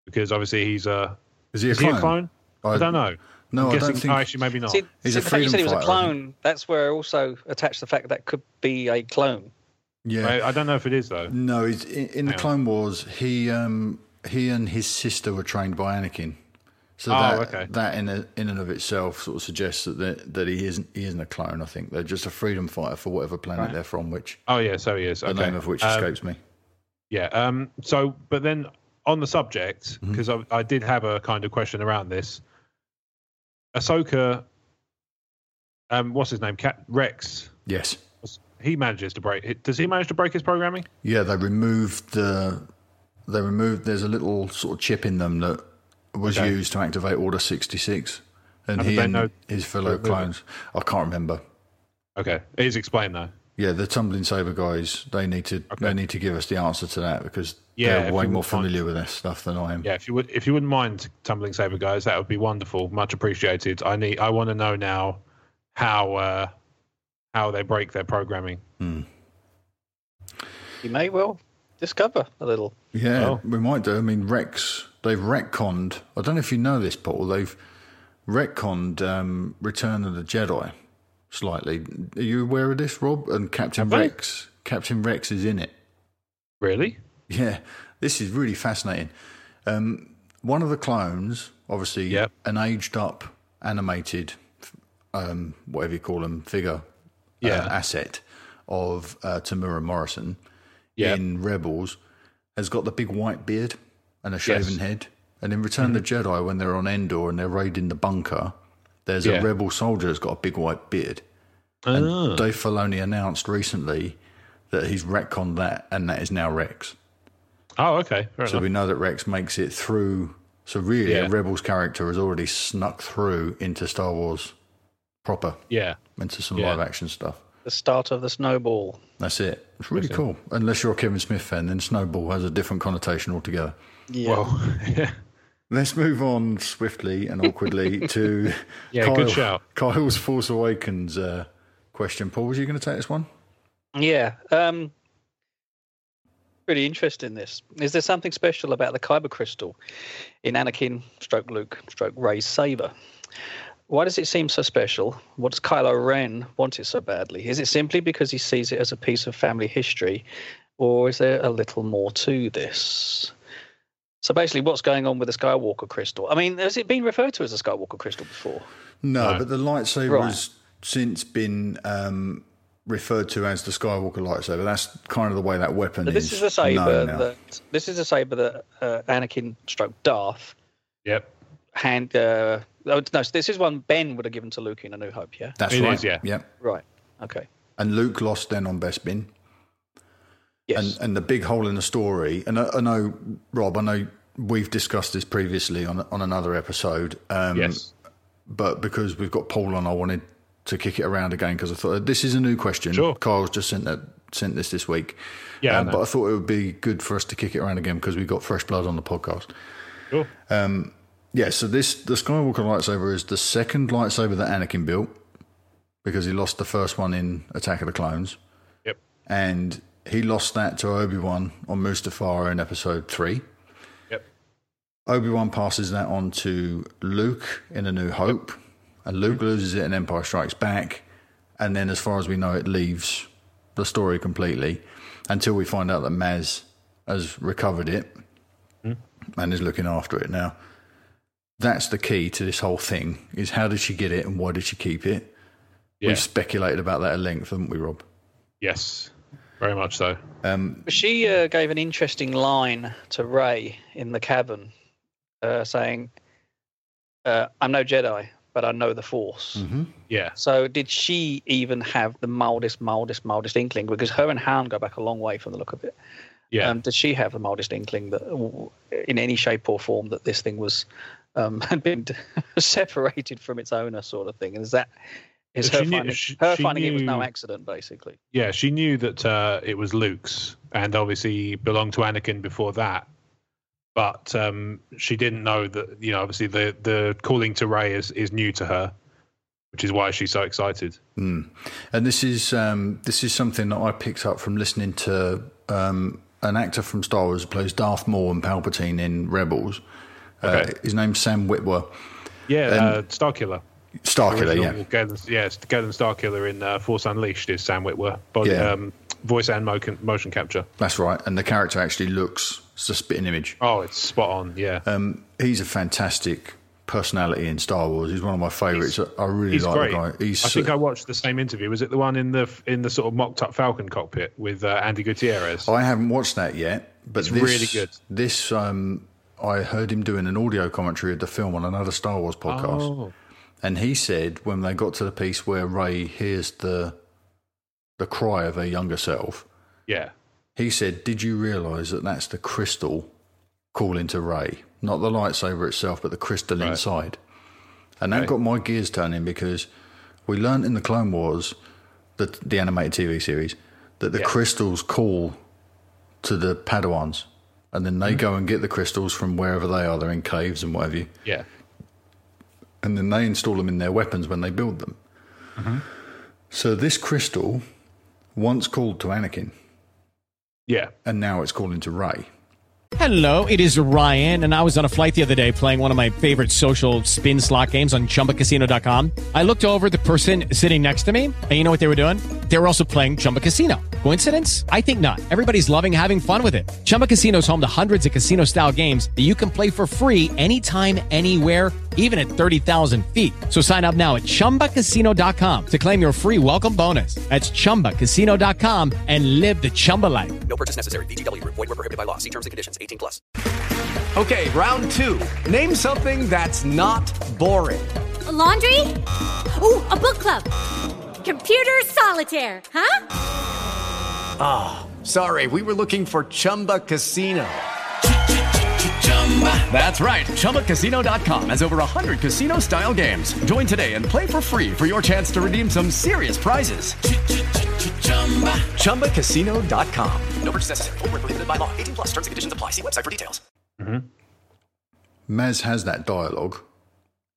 Speaker 5: Because obviously he's a
Speaker 4: Is he a
Speaker 5: is he
Speaker 4: clone?
Speaker 5: a clone? I, don't know.
Speaker 4: No,
Speaker 5: I'm
Speaker 4: I
Speaker 5: guessing-
Speaker 4: don't think.
Speaker 5: oh, actually, maybe not.
Speaker 6: See,
Speaker 4: He's
Speaker 6: see,
Speaker 4: a
Speaker 6: the fact you
Speaker 4: freedom
Speaker 6: said he was a
Speaker 4: fighter, isn't he?
Speaker 6: clone. That's where I also attached the fact that that could be a clone.
Speaker 4: yeah,
Speaker 5: I, I don't know if it is though.
Speaker 4: no. He's, in, in
Speaker 5: Hang
Speaker 4: the
Speaker 5: on.
Speaker 4: Clone Wars, he um, he and his sister were trained by Anakin. So
Speaker 5: Oh,
Speaker 4: that,
Speaker 5: okay.
Speaker 4: that in a, in and of itself sort of suggests that they're- that he isn't he isn't a clone. I think they're just a freedom fighter for whatever planet they're from, which
Speaker 5: Oh yeah, so he is.
Speaker 4: the
Speaker 5: Okay.
Speaker 4: name of which
Speaker 5: Um,
Speaker 4: escapes me.
Speaker 5: Yeah. Um. So, but then on the subject, because I, I did have a kind of question around this. Ahsoka, um, what's his name? Cat Rex.
Speaker 4: Yes,
Speaker 5: He manages to break. Does he manage to break his programming?
Speaker 4: Yeah, they removed the. They removed. There's a little sort of chip in them that was
Speaker 5: Okay.
Speaker 4: used to activate Order 66, and
Speaker 5: And
Speaker 4: he
Speaker 5: they
Speaker 4: and
Speaker 5: know-
Speaker 4: his fellow
Speaker 5: remove it.
Speaker 4: clones. I can't remember.
Speaker 5: Okay, it is explained though.
Speaker 4: Yeah, the tumbling saber guys. They need to. They need to give us the answer to that because
Speaker 5: Yeah,
Speaker 4: they're
Speaker 5: if
Speaker 4: way
Speaker 5: you
Speaker 4: more
Speaker 5: would find-
Speaker 4: familiar with this stuff than I am.
Speaker 5: Yeah, if you would, if you wouldn't mind tumbling saber guys, that would be wonderful. Much appreciated. I need. I want to know now how uh, how they break their programming.
Speaker 6: You may well discover a little.
Speaker 4: Yeah,
Speaker 5: Oh.
Speaker 4: we might do. I mean, Rex, they've retconned. I don't know if you know this, Paul. They've retconned um, Return of the Jedi slightly. Are you aware of this, Rob? And Captain
Speaker 5: they?
Speaker 4: Rex. Captain Rex is in it.
Speaker 5: Really?
Speaker 4: Yeah, this is really fascinating. Um, one of the clones, obviously,
Speaker 5: Yep.
Speaker 4: an aged up animated, um, whatever you call them, figure, uh,
Speaker 5: Yeah.
Speaker 4: asset of uh, Tamura Morrison
Speaker 5: Yeah.
Speaker 4: in Rebels has got the big white beard and a shaven
Speaker 5: Yes. Mm-hmm.
Speaker 4: head. And in Return of the Jedi, when they're on Endor and they're raiding the bunker, there's
Speaker 5: Yeah. Oh.
Speaker 4: a rebel soldier who's got a big white beard.
Speaker 5: Uh,
Speaker 4: And Dave Filoni announced recently that he's retconned that, and that is now Rex.
Speaker 5: Oh, okay. Fair
Speaker 4: So
Speaker 5: enough.
Speaker 4: we know that Rex makes it through. So really,
Speaker 5: Yeah.
Speaker 4: a Rebels character has already snuck through into Star Wars proper,
Speaker 5: yeah.
Speaker 4: into some
Speaker 5: Yeah.
Speaker 4: live action stuff.
Speaker 6: The start of the snowball.
Speaker 4: That's it. It's really cool. Unless you're a Kevin Smith fan, then Snowball has a different connotation altogether.
Speaker 6: Yeah.
Speaker 5: Well, yeah.
Speaker 4: Let's move on swiftly and awkwardly to
Speaker 5: Yeah, good shout.
Speaker 4: Kyle's Force Awakens uh, question. Paul, was you going to take this one?
Speaker 6: Yeah. Um, really interesting. This is there something special about the Kyber crystal in Anakin, stroke Luke, stroke Ray's saber? Why does it seem so special? What does Kylo Ren want it so badly? Is it simply because he sees it as a piece of family history, or is there a little more to this? So basically, what's going on with the Skywalker crystal? I mean, has it been referred to as the Skywalker crystal before?
Speaker 4: No, but the lightsaber
Speaker 6: Right.
Speaker 4: has since been um, referred to as the Skywalker lightsaber. That's kind of the way that weapon
Speaker 6: But
Speaker 4: is.
Speaker 6: this is a
Speaker 4: known
Speaker 6: saber
Speaker 4: now.
Speaker 6: that this is a saber that uh, Anakin stroke Darth
Speaker 5: Yep.
Speaker 6: hand. Uh, oh, no, this is one Ben would have given to Luke in A New Hope. Yeah.
Speaker 4: That's
Speaker 5: It
Speaker 4: right.
Speaker 5: is, yeah.
Speaker 6: Right. Okay.
Speaker 4: And Luke lost then on Best Bin.
Speaker 6: Yes.
Speaker 4: And, and the big hole in the story, and I, I know, Rob, I know we've discussed this previously on on another episode, um,
Speaker 5: Yes.
Speaker 4: but because we've got Paul on, I wanted to kick it around again because I thought this is a new question.
Speaker 5: Sure.
Speaker 4: Kyle's just sent that sent this this week.
Speaker 5: Yeah, I
Speaker 4: um,
Speaker 5: know.
Speaker 4: but I thought it would be good for us to kick it around again because we got fresh blood on the podcast.
Speaker 5: Sure.
Speaker 4: Yeah, so this the Skywalker lightsaber is the second lightsaber that Anakin built because he lost the first one in Attack of the Clones,
Speaker 5: Yep.
Speaker 4: and he lost that to Obi Wan on Mustafar in Episode Three.
Speaker 5: Yep.
Speaker 4: Obi Wan passes that on to Luke in A New Hope, and Luke loses it in Empire Strikes Back, and then, as far as we know, it leaves the story completely until we find out that Maz has recovered it and is looking after it now. That's the key to this whole thing: is how did she get it and why did she keep it?
Speaker 5: Yeah.
Speaker 4: We've speculated about that at length, haven't we, Rob? Um,
Speaker 5: Yes. Very much so.
Speaker 6: She uh, gave an interesting line to Ray in the cabin, uh, saying, uh, "I'm no Jedi, but I know the Force."
Speaker 5: Yeah.
Speaker 6: So, did she even have the mildest, mildest, mildest inkling? Because her and Han go back a long way from the look of it.
Speaker 5: Yeah.
Speaker 6: Um, does she have the mildest inkling that, w- in any shape or form, that this thing was um, had been separated from its owner, sort of thing? And is that is
Speaker 5: She
Speaker 6: her
Speaker 5: knew-
Speaker 6: finding,
Speaker 5: she-
Speaker 6: her
Speaker 5: she
Speaker 6: finding it was no
Speaker 5: knew-
Speaker 6: accident, basically?
Speaker 5: yeah, she knew that uh, it was Luke's and obviously belonged to Anakin before that. But um, she didn't know that, you know, obviously the, the calling to Ray is, is new to her, which is why she's so excited.
Speaker 4: And this is um, this is something that I picked up from listening to um, an actor from Star Wars who plays Darth Maul and Palpatine in Rebels.
Speaker 5: Okay.
Speaker 4: Uh, his name's Sam Witwer.
Speaker 5: Yeah, uh, Starkiller.
Speaker 4: Starkiller,
Speaker 5: Original
Speaker 4: yeah.
Speaker 5: Galen, yeah, it's Galen Starkiller in uh, Force Unleashed is Sam Witwer, body,
Speaker 4: Yeah.
Speaker 5: um, voice and motion, motion capture.
Speaker 4: That's right. And the character actually looks, it's a spitting image. Um,
Speaker 5: Oh, it's spot on. Yeah,
Speaker 4: He's a fantastic personality in Star Wars. He's one of my favourites. I really
Speaker 5: he's
Speaker 4: like
Speaker 5: great.
Speaker 4: the guy. He's
Speaker 5: I think
Speaker 4: so-
Speaker 5: I watched the same interview. Was it the one in the in the sort of mocked up Falcon cockpit with uh, Andy Gutierrez?
Speaker 4: I haven't watched that yet, but
Speaker 5: It's
Speaker 4: this,
Speaker 5: really good.
Speaker 4: This um, I heard him doing an audio commentary of the film on another Star Wars podcast,
Speaker 5: Oh.
Speaker 6: Oh.
Speaker 4: and he said when they got to the piece where Ray hears the the cry of her younger self,
Speaker 5: yeah,
Speaker 4: he said, "Did you realise that that's the crystal calling to Ray, not the lightsaber itself, but the crystal
Speaker 5: Right.
Speaker 4: inside?" And that got my gears turning because we learned in the Clone Wars, the the animated TV series, that the
Speaker 5: Yeah.
Speaker 4: crystals call to the Padawans, and then they
Speaker 5: Mm-hmm.
Speaker 4: go and get the crystals from wherever they are. They're in caves and what have you,
Speaker 5: yeah,
Speaker 4: and then they install them in their weapons when they build them. So this crystal once called to Anakin,
Speaker 5: yeah.
Speaker 4: and now it's calling to Ray.
Speaker 8: Hello, it is Ryan, and I was on a flight the other day playing one of my favorite social spin slot games on chumbacasino.com. I looked over at the person sitting next to me, and you know what they were doing? they were also playing Chumba Casino. Coincidence? I think not. Everybody's loving having fun with it. Chumba Casino is home to hundreds of casino style games that you can play for free anytime, anywhere, even at 30,000 feet. So sign up now at chumbacasino.com to claim your free welcome bonus. That's chumbacasino.com and live the Chumba life.
Speaker 3: No purchase necessary. VGW Group. Void were prohibited by law. See terms and conditions. 18 plus.
Speaker 2: Okay, round two. Name something that's not boring.
Speaker 1: A laundry? Ooh, a book club. Computer solitaire, huh?
Speaker 2: Sorry, we were looking for Chumba Casino. That's right. ChumbaCasino.com has over 100 casino style games. Join today and play for free for your chance to redeem some serious prizes. ChumbaCasino.com.
Speaker 3: No purchase necessary. Void were prohibited by law. 18 plus. Terms and conditions apply. See website for details.
Speaker 4: Maz has that dialogue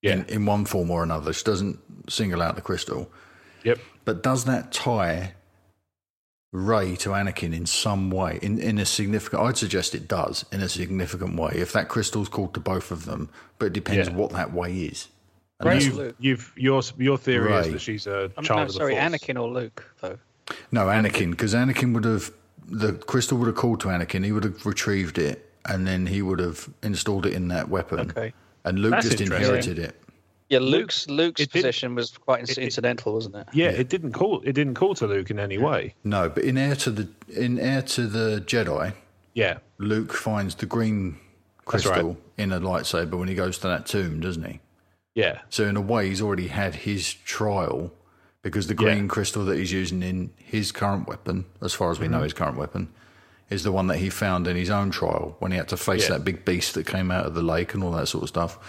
Speaker 5: Yeah.
Speaker 4: in, in one form or another. She doesn't single out the crystal.
Speaker 5: Yep.
Speaker 4: But does that tie Ray to Anakin in some way? In in a significant I'd suggest it does in a significant way. If that crystal's called to both of them, but it depends
Speaker 5: Yeah.
Speaker 4: what that way is. And
Speaker 6: Right.
Speaker 4: that's-
Speaker 6: Luke.
Speaker 5: You've, you've your your theory is
Speaker 4: Right.
Speaker 5: that she's a
Speaker 6: I'm
Speaker 5: child
Speaker 6: no,
Speaker 5: of the
Speaker 6: sorry,
Speaker 5: Force.
Speaker 6: Anakin or Luke though.
Speaker 4: No, Anakin, because Anakin would have the crystal would have called to Anakin. He would have retrieved it, and then he would have installed it in that weapon.
Speaker 6: Okay.
Speaker 4: And Luke
Speaker 5: That's
Speaker 4: just
Speaker 5: interesting.
Speaker 4: inherited it.
Speaker 6: Yeah, Luke's Luke's
Speaker 5: it did-
Speaker 6: position was quite incidental, wasn't it?
Speaker 5: Yeah, it didn't call it didn't call to Luke in any way.
Speaker 4: No, but in heir to the in heir to the Jedi,
Speaker 5: Yeah,
Speaker 4: Luke finds the green
Speaker 5: That's right.
Speaker 4: crystal in a lightsaber when he goes to that tomb, doesn't he?
Speaker 5: yeah,
Speaker 4: So in a way, he's already had his trial because the
Speaker 5: Yeah.
Speaker 4: green crystal that he's using in his current weapon, as far as we
Speaker 6: Mm-hmm.
Speaker 4: know, his current weapon, is the one that he found in his own trial when he had to face
Speaker 5: Yeah.
Speaker 4: that big beast that came out of the lake and all that sort of stuff.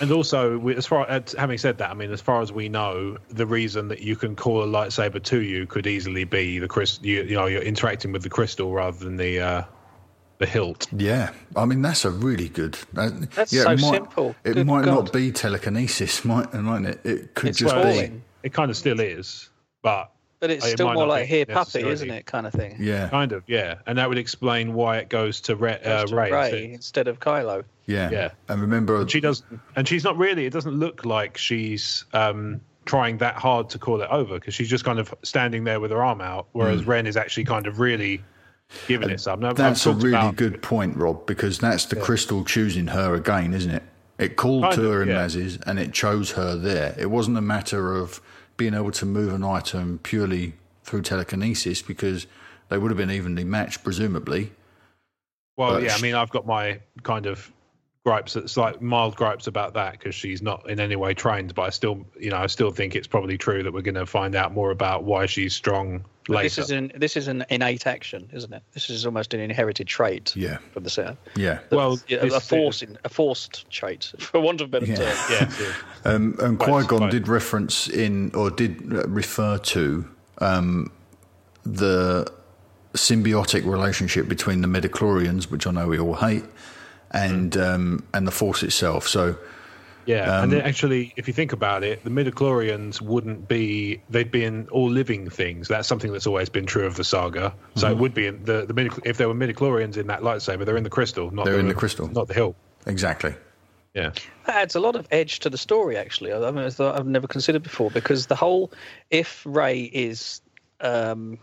Speaker 5: and also we, as far as having said that, I mean, as far as we know, the reason that you can call a lightsaber to you could easily be the crystal. You, you know, you're interacting with the crystal rather than the uh, the hilt.
Speaker 4: Yeah, I mean that's a really good. that-
Speaker 6: That's
Speaker 4: yeah,
Speaker 6: so
Speaker 4: it might,
Speaker 6: simple.
Speaker 4: It
Speaker 6: Good
Speaker 4: might
Speaker 6: God.
Speaker 4: not be telekinesis, might, mightn't it? It could
Speaker 6: It's
Speaker 4: just
Speaker 6: Well,
Speaker 4: be.
Speaker 6: falling.
Speaker 5: it kind of still is, but
Speaker 6: But it's
Speaker 5: Oh, It
Speaker 6: still
Speaker 5: might
Speaker 6: more
Speaker 5: not
Speaker 6: like
Speaker 5: be
Speaker 6: here puppy,
Speaker 5: necessarily-
Speaker 6: isn't it, kind of thing.
Speaker 4: Yeah,
Speaker 5: kind of yeah, and that would explain why it goes to Re- uh,
Speaker 6: Goes to
Speaker 5: Ray.
Speaker 6: Ray instead of Kylo.
Speaker 4: yeah,
Speaker 5: Yeah.
Speaker 4: And remember,
Speaker 5: She does, and she's not really. It doesn't look like she's um, trying that hard to call it over because she's just kind of standing there with her arm out, whereas Ren is actually kind of really giving it some. Now, I've
Speaker 4: Mm. that's a
Speaker 5: talked
Speaker 4: really
Speaker 5: about-
Speaker 4: good point, Rob, because that's the crystal choosing her again, isn't it? It called
Speaker 5: Kind
Speaker 4: to
Speaker 5: of,
Speaker 4: her in
Speaker 5: yeah.
Speaker 4: Maz's, and it chose her there. It wasn't a matter of being able to move an item purely through telekinesis because they would have been evenly matched, presumably.
Speaker 5: Well,
Speaker 4: but
Speaker 5: yeah, I
Speaker 4: sh-
Speaker 5: mean, I've got my kind of gripes. It's like mild gripes about that because she's not in any way trained. But I still, you know, I still think it's probably true that we're going to find out more about why she's strong later.
Speaker 6: This is an this is an innate action, isn't it? This is almost an inherited trait
Speaker 4: Yeah,
Speaker 6: from the South.
Speaker 4: yeah.
Speaker 5: well,
Speaker 6: Oh, Yeah,
Speaker 5: this-
Speaker 6: a forced in, a forced trait, for want of a better
Speaker 4: Yeah.
Speaker 6: term.
Speaker 5: Yeah, yeah.
Speaker 4: Um, and Qui Gon
Speaker 5: right.
Speaker 4: did reference in, or did uh, refer to, um, the symbiotic relationship between the midichlorians, which I know we all hate,
Speaker 5: Hmm.
Speaker 4: and um, and the Force itself. So
Speaker 5: Yeah,
Speaker 4: Um,
Speaker 5: and then actually, if you think about it, the midichlorians wouldn't be, they'd be in all living things. That's something that's always been true of the saga. So
Speaker 4: Mm-hmm.
Speaker 5: it would be in the, the midi- if there were midichlorians in that lightsaber, they're in the crystal, not
Speaker 4: They're
Speaker 5: the,
Speaker 4: in the crystal.
Speaker 5: not the hill.
Speaker 4: exactly,
Speaker 5: Yeah.
Speaker 6: That adds a lot of edge to the story, actually. I I mean, I thought I've never considered before because the whole if Ray is um,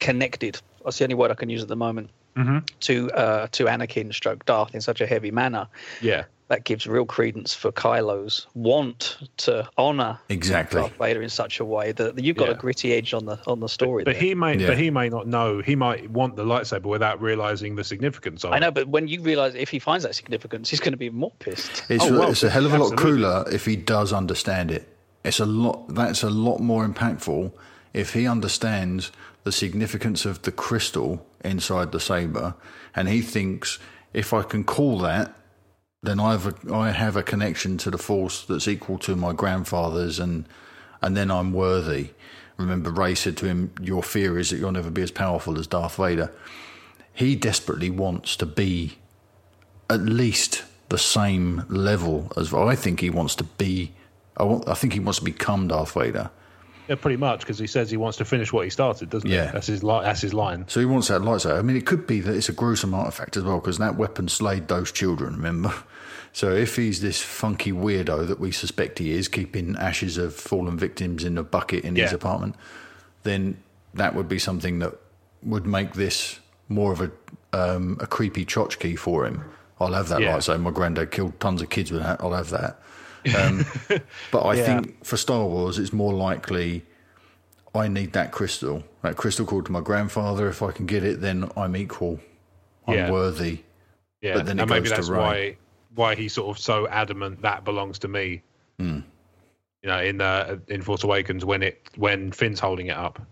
Speaker 6: connected, that's the only word I can use at the moment
Speaker 5: Mm-hmm.
Speaker 6: to uh, to Anakin stroke Darth in such a heavy manner.
Speaker 5: Yeah.
Speaker 6: That gives real credence for Kylo's want to honor
Speaker 4: exactly.
Speaker 6: Darth Vader in such a way that that you've got
Speaker 5: Yeah.
Speaker 6: a gritty edge on the on the story.
Speaker 5: But
Speaker 6: there.
Speaker 5: he may,
Speaker 4: Yeah.
Speaker 5: but he may not know. He might want the lightsaber without realizing the significance of it.
Speaker 6: I know, but when you realise if he finds that significance, he's going to be more pissed.
Speaker 4: It's,
Speaker 5: Oh, well,
Speaker 4: it's a hell of a lot
Speaker 5: absolutely.
Speaker 4: cooler if he does understand it. It's a lot. That's a lot more impactful if he understands the significance of the crystal inside the saber, and he thinks if I can call that, then I've a, I have a connection to the force that's equal to my grandfather's, and and then I'm worthy. Remember, Ray said to him, "Your fear is that you'll never be as powerful as Darth Vader." He desperately wants to be at least the same level as I think he wants to be. I, want, I think he wants to become Darth Vader.
Speaker 5: Yeah, pretty much because he says he wants to finish what he started, doesn't
Speaker 4: Yeah.
Speaker 5: he? That's his li- That's his line.
Speaker 4: So he wants that lightsaber. I mean, it could be that it's a gruesome artifact as well because that weapon slayed those children. Remember. So if he's this funky weirdo that we suspect he is, keeping ashes of fallen victims in a bucket in his
Speaker 5: Yeah.
Speaker 4: apartment, then that would be something that would make this more of a um, a creepy tchotchke for him. I'll have that
Speaker 5: Yeah.
Speaker 4: lightsaber. My granddad killed tons of kids with that. I'll have that. Um, but I think for Star Wars, it's more likely I need that crystal. That crystal called to my grandfather. If I can get it, then I'm equal. I'm
Speaker 5: Yeah.
Speaker 4: worthy.
Speaker 5: Yeah,
Speaker 4: But then it
Speaker 5: and maybe
Speaker 4: goes to
Speaker 5: that's
Speaker 4: Ray.
Speaker 5: why why he's sort of so adamant that belongs to me.
Speaker 4: Hmm.
Speaker 5: You know, in uh, in Force Awakens when it when Finn's holding it up,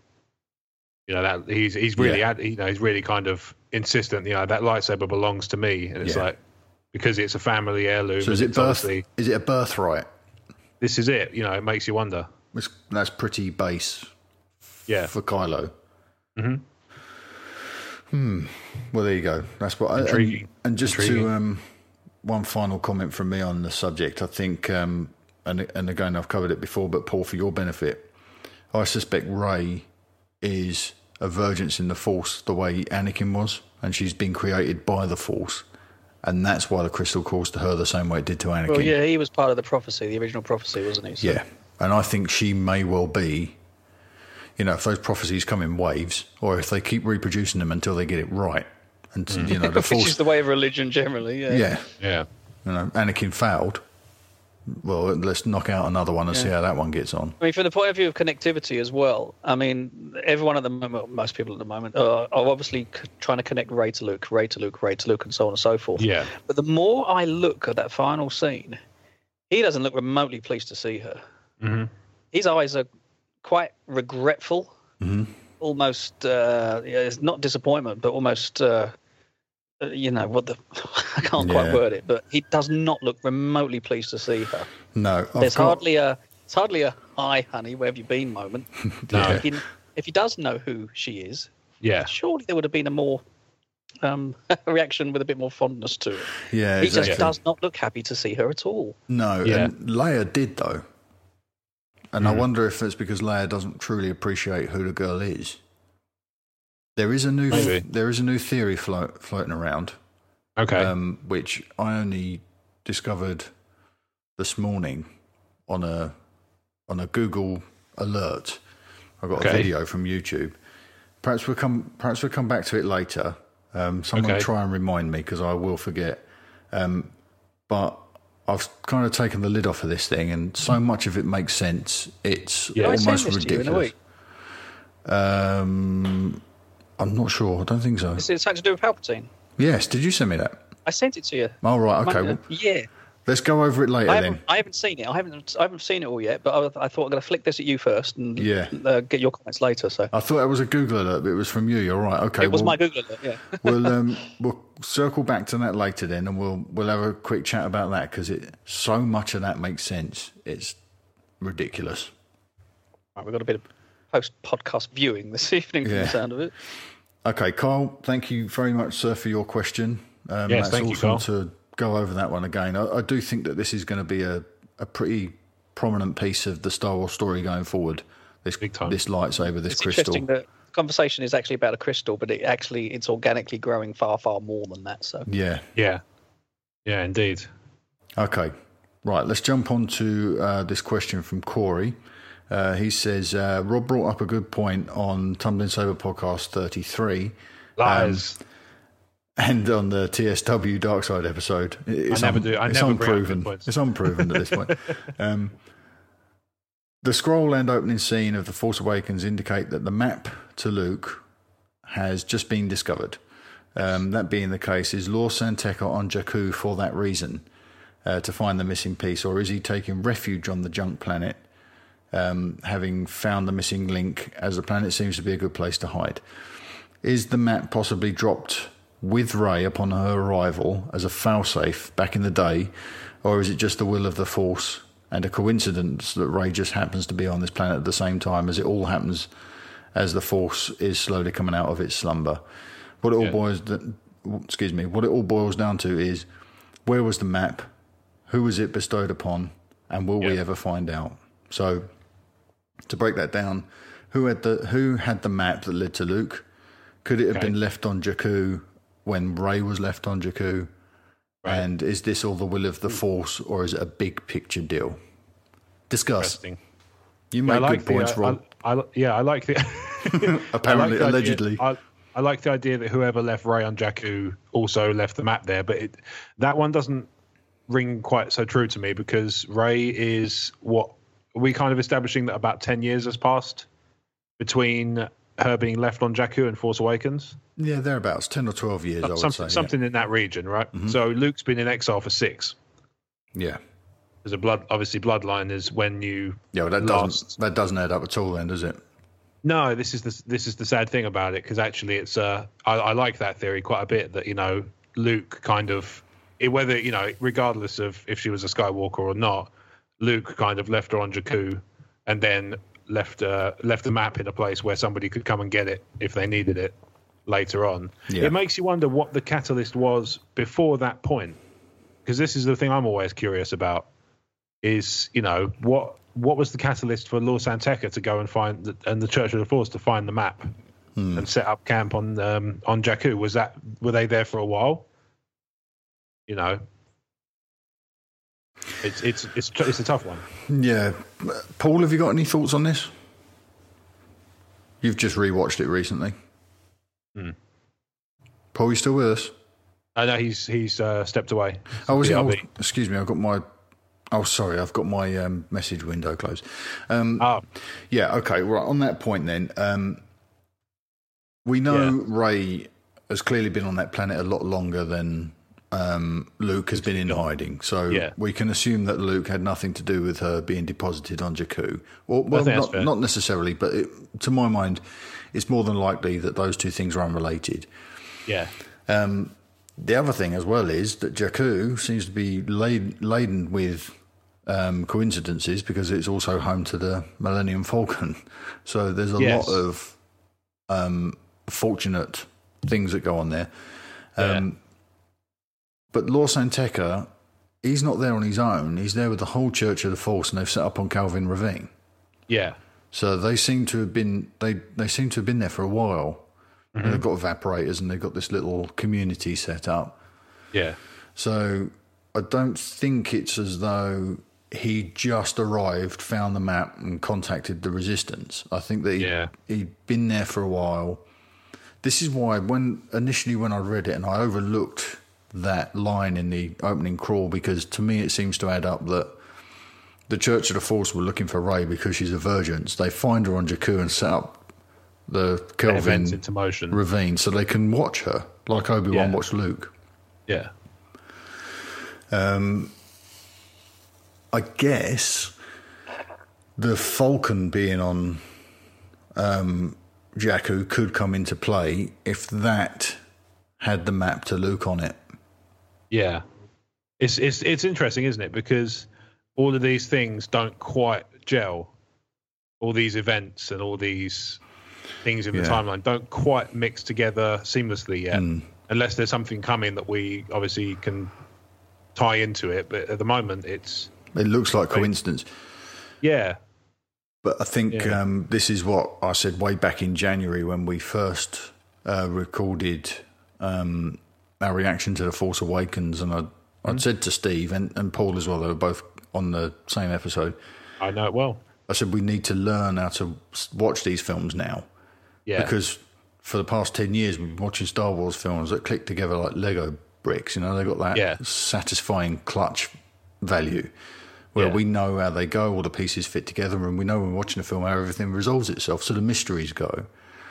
Speaker 5: you know that he's he's really
Speaker 4: Yeah.
Speaker 5: ad, you know he's really kind of insistent. You know that lightsaber belongs to me, and it's
Speaker 4: Yeah.
Speaker 5: like because it's a family heirloom.
Speaker 4: So is
Speaker 5: and
Speaker 4: it
Speaker 5: it's
Speaker 4: birth?
Speaker 5: obviously-
Speaker 4: Is it a birthright?
Speaker 5: This is it. You know, it makes you wonder.
Speaker 4: It's, that's pretty base
Speaker 5: Yeah,
Speaker 4: for Kylo.
Speaker 5: Mhm.
Speaker 4: Hmm. Well, there you go. That's what. I, and,
Speaker 5: Intriguing.
Speaker 4: and just
Speaker 5: Intriguing.
Speaker 4: to um, one final comment from me on the subject, I think, um, and and again, I've covered it before, but Paul, for your benefit, I suspect Ray is a vergence in the Force, the way Anakin was, and she's been created by the Force, and that's why the crystal calls to her the same way it did to Anakin.
Speaker 6: Well, yeah, he was part of the prophecy, the original prophecy, wasn't he? So-
Speaker 4: Yeah. And I think she may well be, you know, if those prophecies come in waves or if they keep reproducing them until they get it right. And, you know, the
Speaker 6: Mm. Which is
Speaker 4: force.
Speaker 6: the way of religion generally. Yeah.
Speaker 4: yeah.
Speaker 5: yeah,
Speaker 4: You know, Anakin failed. Well, let's knock out another one and see how that one gets on.
Speaker 6: I mean, from the point of view of connectivity as well, I mean, everyone at the moment, most people at the moment, are, are obviously c- trying to connect Ray to Luke, Ray to Luke, Ray to Luke, and so on and so forth.
Speaker 5: yeah,
Speaker 6: But the more I look at that final scene, he doesn't look remotely pleased to see her.
Speaker 4: Mm-hmm.
Speaker 5: Mhm.
Speaker 6: His eyes are quite regretful,
Speaker 4: Mm-hmm.
Speaker 6: almost uh, yeah, it's not disappointment, but almost uh, uh, you know what the I can't
Speaker 4: Yeah.
Speaker 6: quite word it, but he does not look remotely pleased to see her.
Speaker 4: No. I've
Speaker 6: There's
Speaker 4: got-
Speaker 6: hardly a it's hardly a hi honey where have you been moment.
Speaker 5: No.
Speaker 6: He- if he does know who she is,
Speaker 5: yeah.
Speaker 6: surely there would have been a more um, reaction with a bit more fondness to it.
Speaker 4: Yeah.
Speaker 6: He
Speaker 4: exactly.
Speaker 6: just does not look happy to see her at all.
Speaker 4: No.
Speaker 5: Yeah.
Speaker 4: And Leia did, though. And
Speaker 6: Mm.
Speaker 4: I wonder if it's because Leia doesn't truly appreciate who the girl is. There is a new,
Speaker 5: Maybe.
Speaker 4: there is a new theory float, floating around
Speaker 5: Okay.
Speaker 4: um, which I only discovered this morning on a on a Google alert. I got a
Speaker 5: Okay.
Speaker 4: video from YouTube. Perhaps we'll come. Perhaps we'll come back to it later. Um, someone
Speaker 5: Okay.
Speaker 4: try and remind me because I will forget. Um, but I've kind of taken the lid off of this thing, and so much of it makes sense. It's
Speaker 5: Yeah.
Speaker 6: Mm. I
Speaker 4: almost
Speaker 6: send this to you in a
Speaker 4: ridiculous.
Speaker 6: week.
Speaker 4: Um, I'm not sure. I don't think so.
Speaker 6: It's, it's something to do with Palpatine.
Speaker 4: Yes, did you send me that?
Speaker 6: I sent it to you.
Speaker 4: Oh right, okay. Well,
Speaker 6: Monday- yeah.
Speaker 4: let's go over it later
Speaker 6: I
Speaker 4: then.
Speaker 6: haven't, I haven't seen it. I haven't. I haven't seen it all yet. But I, I thought I'm going to flick this at you first and
Speaker 4: Yeah.
Speaker 6: uh, get your comments later. So
Speaker 4: I thought it was a Google alert, but it was from you. You're right. Okay.
Speaker 6: it was
Speaker 4: we'll,
Speaker 6: my Google alert. Yeah.
Speaker 4: we'll um, we'll circle back to that later then, and we'll we'll have a quick chat about that because it so much of that makes sense. It's ridiculous.
Speaker 6: right, we've got a bit of post podcast viewing this evening. From
Speaker 4: Yeah.
Speaker 6: the sound of it.
Speaker 4: Okay, Kyle. Thank you very much, sir, for your question. Um,
Speaker 5: Yes,
Speaker 4: that's
Speaker 5: thank you,
Speaker 4: awesome
Speaker 5: Kyle.
Speaker 4: to go over that one again. I, I do think that this is going to be a, a pretty prominent piece of the Star Wars story going forward. This
Speaker 5: Big time.
Speaker 4: this lightsaber, this
Speaker 6: It's
Speaker 4: crystal.
Speaker 6: interesting that the conversation is actually about a crystal, but it actually it's organically growing far far more than that. So
Speaker 4: Yeah.
Speaker 5: yeah. Yeah. Indeed.
Speaker 4: Okay. Right. Let's jump on to uh, this question from Corey. Uh, he says, uh, Rob brought up a good point on Tumbling Sober Podcast 33 um,
Speaker 5: Lies.
Speaker 4: and on the TSW Dark Side episode. It- It's
Speaker 5: never do- I
Speaker 4: it's
Speaker 5: never bring up
Speaker 4: unproven.
Speaker 5: good points.
Speaker 4: It's unproven at this point. Um, the scroll and opening scene of The Force Awakens indicate that the map to Luke has just been discovered. Um, that being the case, is Law Santeca on Jakku for that reason, uh, to find the missing piece, or is he taking refuge on the junk planet, um, having found the missing link, as the planet seems to be a good place to hide? Is the map possibly dropped with Ray upon her arrival as a failsafe back in the day, or is it just the will of the Force and a coincidence that Ray just happens to be on this planet at the same time as it all happens as the Force is slowly coming out of its slumber? What it all
Speaker 5: Yeah.
Speaker 4: boils, excuse me, what it all boils down to is where was the map, who was it bestowed upon, and will we
Speaker 5: Yeah.
Speaker 4: ever find out? So to break that down, who had the who had the map that led to Luke? Could it have
Speaker 5: Okay.
Speaker 4: been left on Jakku when Ray was left on Jakku?
Speaker 5: Right. Hmm.
Speaker 4: And is this all the will of the Force, or is it a big picture deal? Discuss.
Speaker 5: Interesting.
Speaker 4: You
Speaker 5: I
Speaker 4: make
Speaker 5: like
Speaker 4: good
Speaker 5: the,
Speaker 4: points,
Speaker 5: uh,
Speaker 4: Rob.
Speaker 5: I, I, yeah, I like the.
Speaker 4: Apparently,
Speaker 5: I like the idea-
Speaker 4: allegedly.
Speaker 5: I, I like the idea that whoever left Ray on Jakku also left the map there, but it, that one doesn't ring quite so true to me because Ray is what are we kind of establishing that about ten years has passed between her being left on Jakku and Force Awakens.
Speaker 4: yeah, thereabouts, ten or twelve years. I would
Speaker 5: something
Speaker 4: say yeah. Mm-hmm.
Speaker 5: something in that region, right? So Luke's been in exile for six.
Speaker 4: Yeah, yeah.
Speaker 5: There's a blood, obviously, bloodline is when you
Speaker 4: well, that
Speaker 5: Last.
Speaker 4: doesn't that doesn't add up at all, then, does it?
Speaker 5: No, this is the this is the sad thing about it because actually, it's uh, I, I like that theory quite a bit. That you know, Luke kind of it- whether you know, regardless of if she was a Skywalker or not, Luke kind of left her on Jakku, and then left uh, left the map in a place where somebody could come and get it if they needed it later on.
Speaker 4: Yeah.
Speaker 5: It makes you wonder what the catalyst was before that point, because this is the thing I'm always curious about is you know what what was the catalyst for Law Santeca to go and find the, and the Church of the Force to find the map
Speaker 4: Hmm.
Speaker 5: and set up camp on um, on Jakku? Was that were they there for a while? You know, it's it's it's t- it's a tough one.
Speaker 4: Yeah, Paul, have you got any thoughts on this? You've just rewatched it recently. Paul, you still with us?
Speaker 5: I know he's he's uh, stepped away.
Speaker 4: Oh, was it? I was-
Speaker 5: BRB.
Speaker 4: excuse me, I've got my. Oh, sorry, I've got my um, message window closed. Um,
Speaker 5: Ah,
Speaker 4: Yeah, okay. Right on that point, then um, we know Ray has clearly been on that planet a lot longer than um, Luke has been in hiding. So
Speaker 5: Yeah.
Speaker 4: we can assume that Luke had nothing to do with her being deposited on Jakku. Well, well
Speaker 5: think that's
Speaker 4: not,
Speaker 5: fair.
Speaker 4: not necessarily, but it, to my mind, it's more than likely that those two things are unrelated.
Speaker 5: yeah,
Speaker 4: Um, The other thing as well is that Jakku seems to be laden, laden with um, coincidences because it's also home to the Millennium Falcon. So there's a
Speaker 5: Yes.
Speaker 4: lot of um, fortunate things that go on there.
Speaker 5: um,
Speaker 4: But Law Santeca, he's not there on his own. He's there with the whole Church of the Force, and they've set up on Calvin Ravine.
Speaker 5: yeah,
Speaker 4: So they seem to have been they, they seem to have been there for a while. And they've got evaporators, and they've got this little community set up.
Speaker 5: yeah,
Speaker 4: So I don't think it's as though he just arrived, found the map, and contacted the resistance. I think that he,
Speaker 5: Yeah.
Speaker 4: he'd been there for a while. This is why when initially when I read it and I overlooked that line in the opening crawl because to me it seems to add up that the Church of the Force were looking for Ray because she's a virgin. So they find her on Jakku and set up the
Speaker 5: events
Speaker 4: Kelvin
Speaker 5: into motion.
Speaker 4: ravine so they can watch her like Obi Wan
Speaker 5: Yeah.
Speaker 4: watched Luke.
Speaker 5: yeah,
Speaker 4: Um, I guess the Falcon being on um, Jakku could come into play if that had the map to Luke on it.
Speaker 5: Yeah, it's it's it's interesting, isn't it? Because all of these things don't quite gel. All these events and all these things in the
Speaker 4: Yeah. Mm.
Speaker 5: timeline don't quite mix together seamlessly yet, unless there's something coming that we obviously can tie into it. But at the moment, it's
Speaker 4: It looks like coincidence,
Speaker 5: yeah,
Speaker 4: but I think
Speaker 5: Yeah.
Speaker 4: um, this is what I said way back in January when we first uh, recorded um, our reaction to The Force Awakens, and I, I'd said to Steve and, and Paul as well, they were both on the same episode.
Speaker 5: I know it well.
Speaker 4: I said we need to learn how to s- watch these films now.
Speaker 5: Yeah,
Speaker 4: because for the past 10 years we've been watching star wars films that click together like lego bricks you know they've got that
Speaker 5: Yeah.
Speaker 4: satisfying clutch value where
Speaker 5: Yeah.
Speaker 4: we know how they go all the pieces fit together and we know when we're watching a film how everything resolves itself so the mysteries go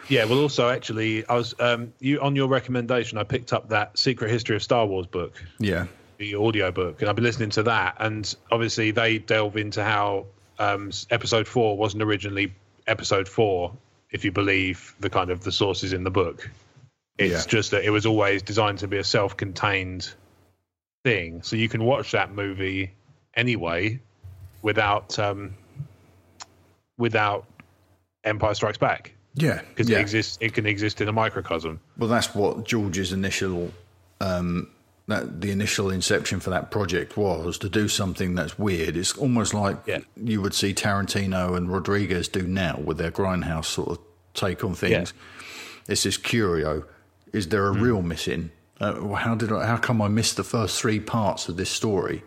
Speaker 5: Yeah, well, also actually, I was um, you on your recommendation. I picked up that Secret History of Star Wars book.
Speaker 4: yeah
Speaker 5: the audio book and I've been listening to that and obviously they delve into how um, s- episode 4 wasn't originally episode 4 if you believe the kind of the sources in the book it's
Speaker 4: Yeah.
Speaker 5: just that it was always designed to be a self-contained thing so you can watch that movie anyway without um, without Empire Strikes Back
Speaker 4: yeah
Speaker 5: because
Speaker 4: yeah.
Speaker 5: it exists it can exist in a microcosm
Speaker 4: well that's what george's initial um that the initial inception for that project was to do something that's weird it's almost like
Speaker 5: Yeah.
Speaker 4: you would see tarantino and rodriguez do now with their grindhouse sort of take on things it's this curio. Is there a
Speaker 5: Hmm.
Speaker 4: real missing? Uh, well, how did I, how come I missed the first three parts of this story?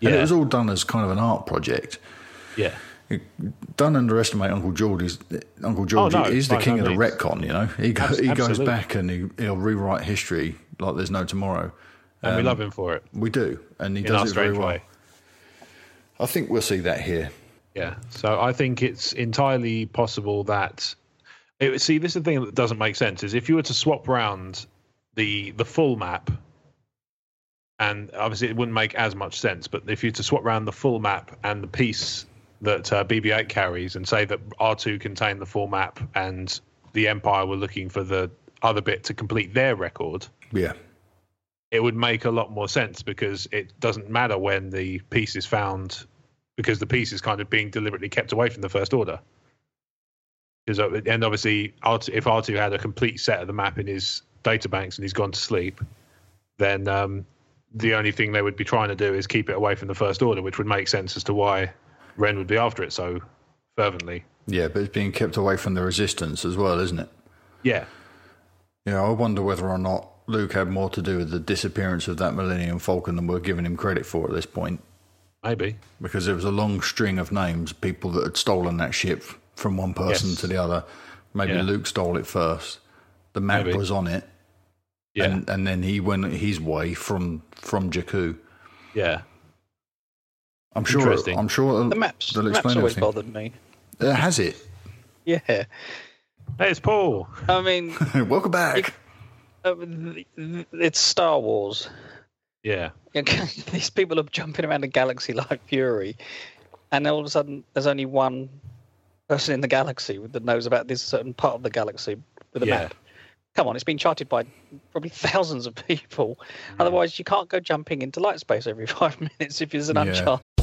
Speaker 4: And it
Speaker 5: Yeah.
Speaker 4: was all done as kind of an art project.
Speaker 5: yeah
Speaker 4: Don't underestimate Uncle George. He's, Uncle George
Speaker 5: Oh, no,
Speaker 4: is the
Speaker 5: by
Speaker 4: king
Speaker 5: no
Speaker 4: of the
Speaker 5: means.
Speaker 4: retcon. You know, he go,
Speaker 5: Abs-
Speaker 4: he goes
Speaker 5: absolutely.
Speaker 4: back and he, he'll rewrite history like there's no tomorrow.
Speaker 5: and we love him for it
Speaker 4: We do, and Um, he
Speaker 5: in our
Speaker 4: does it very
Speaker 5: strange
Speaker 4: well.
Speaker 5: way.
Speaker 4: I think we'll see that here.
Speaker 5: Yeah. So I think it's entirely possible that it, see this is the thing that doesn't make sense is if you were to swap round the the full map and obviously it wouldn't make as much sense but if you were to swap round the full map and the piece that uh, BB8 carries and say that R2 contained the full map and the empire were looking for the other bit to complete their record
Speaker 4: Yeah,
Speaker 5: it would make a lot more sense because it doesn't matter when the piece is found because the piece is kind of being deliberately kept away from the first order. 'Cause, uh, And obviously, R2, if R2 had a complete set of the map in his databanks and he's gone to sleep, then um, the only thing they would be trying to do is keep it away from the first order, which would make sense as to why Ren would be after it so fervently.
Speaker 4: yeah, but it's being kept away from the resistance as well, isn't it?
Speaker 5: Yeah.
Speaker 4: Yeah, I wonder whether or not Luke had more to do with the disappearance of that Millennium Falcon than we're giving him credit for at this point,
Speaker 5: Maybe.
Speaker 4: because there was a long string of names, people that had stolen that ship from one person
Speaker 5: Yes.
Speaker 4: to the other. Maybe
Speaker 5: Yeah.
Speaker 4: Luke stole it first. The map
Speaker 5: Maybe.
Speaker 4: was on it,
Speaker 5: Yeah.
Speaker 4: and and then he went his way from from Jakku.
Speaker 5: yeah.
Speaker 4: I'm sure.
Speaker 5: Interesting.
Speaker 4: I'm sure
Speaker 6: The maps,
Speaker 4: they'll
Speaker 6: the maps
Speaker 4: explain
Speaker 6: always
Speaker 4: everything.
Speaker 6: bothered me.
Speaker 4: Uh, has it?
Speaker 6: Yeah.
Speaker 5: Hey, it's Paul.
Speaker 6: I mean,
Speaker 4: Welcome back.
Speaker 6: uh, th- th- it's Star Wars.
Speaker 5: Yeah.
Speaker 6: Okay, These people are jumping around the galaxy like fury, and all of a sudden, there's only one person in the galaxy that knows about this certain part of the galaxy with a
Speaker 5: Yeah.
Speaker 6: map. Come on, it's been charted by probably thousands of people.
Speaker 4: Mm.
Speaker 6: Otherwise, you can't go jumping into light space every five minutes if it's an
Speaker 4: Yeah.
Speaker 6: uncharted.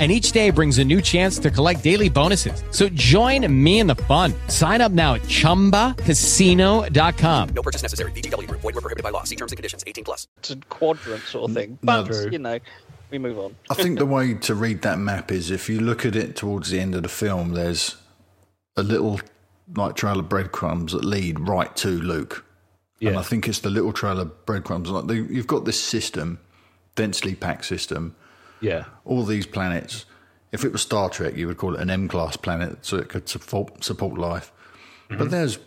Speaker 8: and each day brings a new chance to collect daily bonuses. So join me in the fun. Sign up now at ChumbaCasino.com.
Speaker 3: No purchase necessary. VGW Group. Void were prohibited by law. See terms and conditions. 18 plus.
Speaker 6: quadrant sort of thing.
Speaker 4: No.
Speaker 6: But
Speaker 4: True.
Speaker 6: you know, we move on.
Speaker 4: I think the way to read that map is if you look at it towards the end of the film, there's a little like trail of breadcrumbs that lead right to Luke. And I think it's the little trail of breadcrumbs. Like the, you've got this system, densely packed system,
Speaker 5: Yeah.
Speaker 4: all these planets. If it was Star Trek, you would call it an M class planet so it could support, support life. But there's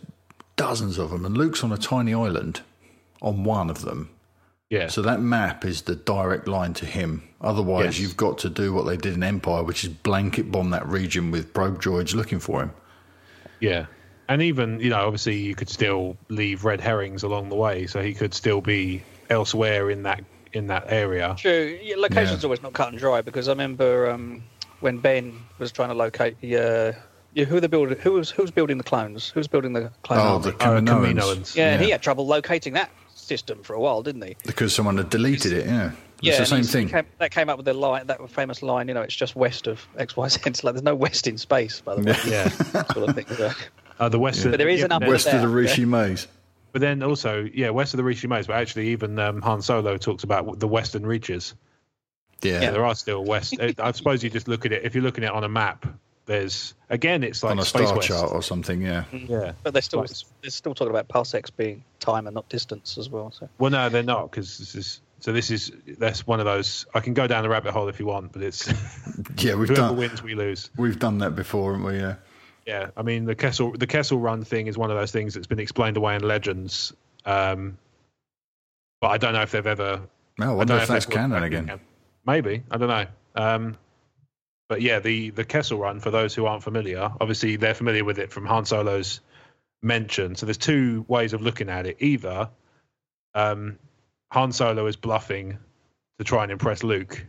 Speaker 4: dozens of them, and Luke's on a tiny island on one of them.
Speaker 5: Yeah.
Speaker 4: So that map is the direct line to him. Otherwise,
Speaker 5: Yes.
Speaker 4: you've got to do what they did in Empire, which is blanket bomb that region with probe droids looking for him.
Speaker 5: Yeah. And even, you know, obviously you could still leave red herrings along the way, so he could still be elsewhere in that in that area.
Speaker 6: True. Yeah, location's always not cut and dry because I remember um, when Ben was trying to locate the uh, yeah, who the builder who was who's building the clones? Who's building the clone
Speaker 4: Oh,
Speaker 6: army?
Speaker 4: the
Speaker 5: Oh,
Speaker 4: Kaminoans.
Speaker 5: Kaminoans.
Speaker 6: yeah, and he had trouble locating that system for a while, didn't he?
Speaker 4: Because someone had deleted it, yeah. It's
Speaker 6: yeah,
Speaker 4: the
Speaker 6: and
Speaker 4: same
Speaker 6: he's- he
Speaker 4: thing.
Speaker 6: Came, that came up with the line, that famous line. You know, it's just west of X Y Z. It's like there's no west in space, by the way.
Speaker 5: Yeah.
Speaker 6: sort of thing. So,
Speaker 5: Uh, the western.
Speaker 6: But there is
Speaker 5: yeah,
Speaker 6: an up-
Speaker 4: West of the
Speaker 6: there,
Speaker 4: Rishi Maze.
Speaker 5: But then also, yeah, west of the Rishi Maze. But actually, even um, Han Solo talks about the western reaches.
Speaker 4: Yeah.
Speaker 5: Yeah, there are still west. I I suppose you just look at it. If you're looking at it on a map, there's again, it's like
Speaker 4: On a
Speaker 5: space
Speaker 4: star
Speaker 5: west.
Speaker 4: chart or something, yeah.
Speaker 6: Mm.
Speaker 5: Yeah.
Speaker 6: but they're still
Speaker 5: Right.
Speaker 6: they're still talking about parsecs being time and not distance as well. So
Speaker 5: Well, no, they're not because this is. So this is that's one of those. I can go down the rabbit hole if you want, but it's
Speaker 4: Yeah, we've
Speaker 5: whoever
Speaker 4: done
Speaker 5: wins, we lose.
Speaker 4: we've done that before, haven't we? Yeah.
Speaker 5: Yeah, I mean the Kessel the Kessel Run thing is one of those things that's been explained away in legends, um, but I don't know if they've ever.
Speaker 4: Now, I
Speaker 5: I
Speaker 4: wonder
Speaker 5: don't know
Speaker 4: if that's
Speaker 5: they've brought it
Speaker 4: canon
Speaker 5: back
Speaker 4: again.
Speaker 5: Maybe I don't know. Um, but yeah, the the Kessel Run for those who aren't familiar, obviously they're familiar with it from Han Solo's mention. So there's two ways of looking at it. Either um, Han Solo is bluffing to try and impress Luke.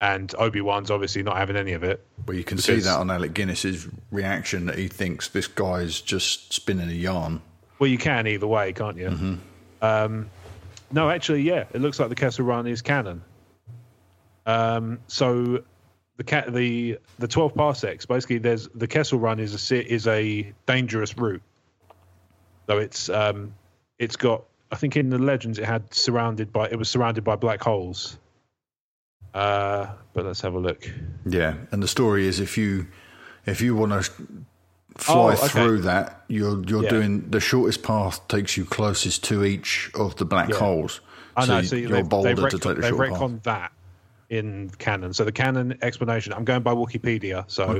Speaker 5: And Obi Wan's obviously not having any of it.
Speaker 4: Well, you can see that on Alec Guinness's reaction that he thinks this guy's just spinning a yarn.
Speaker 5: Well, you can either way, can't you? Um, no, actually, yeah, it looks like the Kessel Run is canon. Um, so the cat the the twelve parsecs basically there's the Kessel Run is a se- is a dangerous route. So it's um, it's got I think in the legends it had surrounded by it was surrounded by black holes. Uh, but let's have a look.
Speaker 4: Yeah, and the story is if you if you want to
Speaker 5: Oh,
Speaker 4: fly
Speaker 5: okay.
Speaker 4: through that, you're you're
Speaker 5: Yeah.
Speaker 4: doing the shortest path takes you closest to each of the black
Speaker 5: Yeah.
Speaker 4: holes.
Speaker 5: I know.
Speaker 4: you-
Speaker 5: So,
Speaker 4: you're
Speaker 5: they've,
Speaker 4: bolder
Speaker 5: they've,
Speaker 4: to
Speaker 5: rec-
Speaker 4: take the
Speaker 5: they've
Speaker 4: short path.
Speaker 5: reckoned that in canon. So the canon explanation. I'm going by Wikipedia. So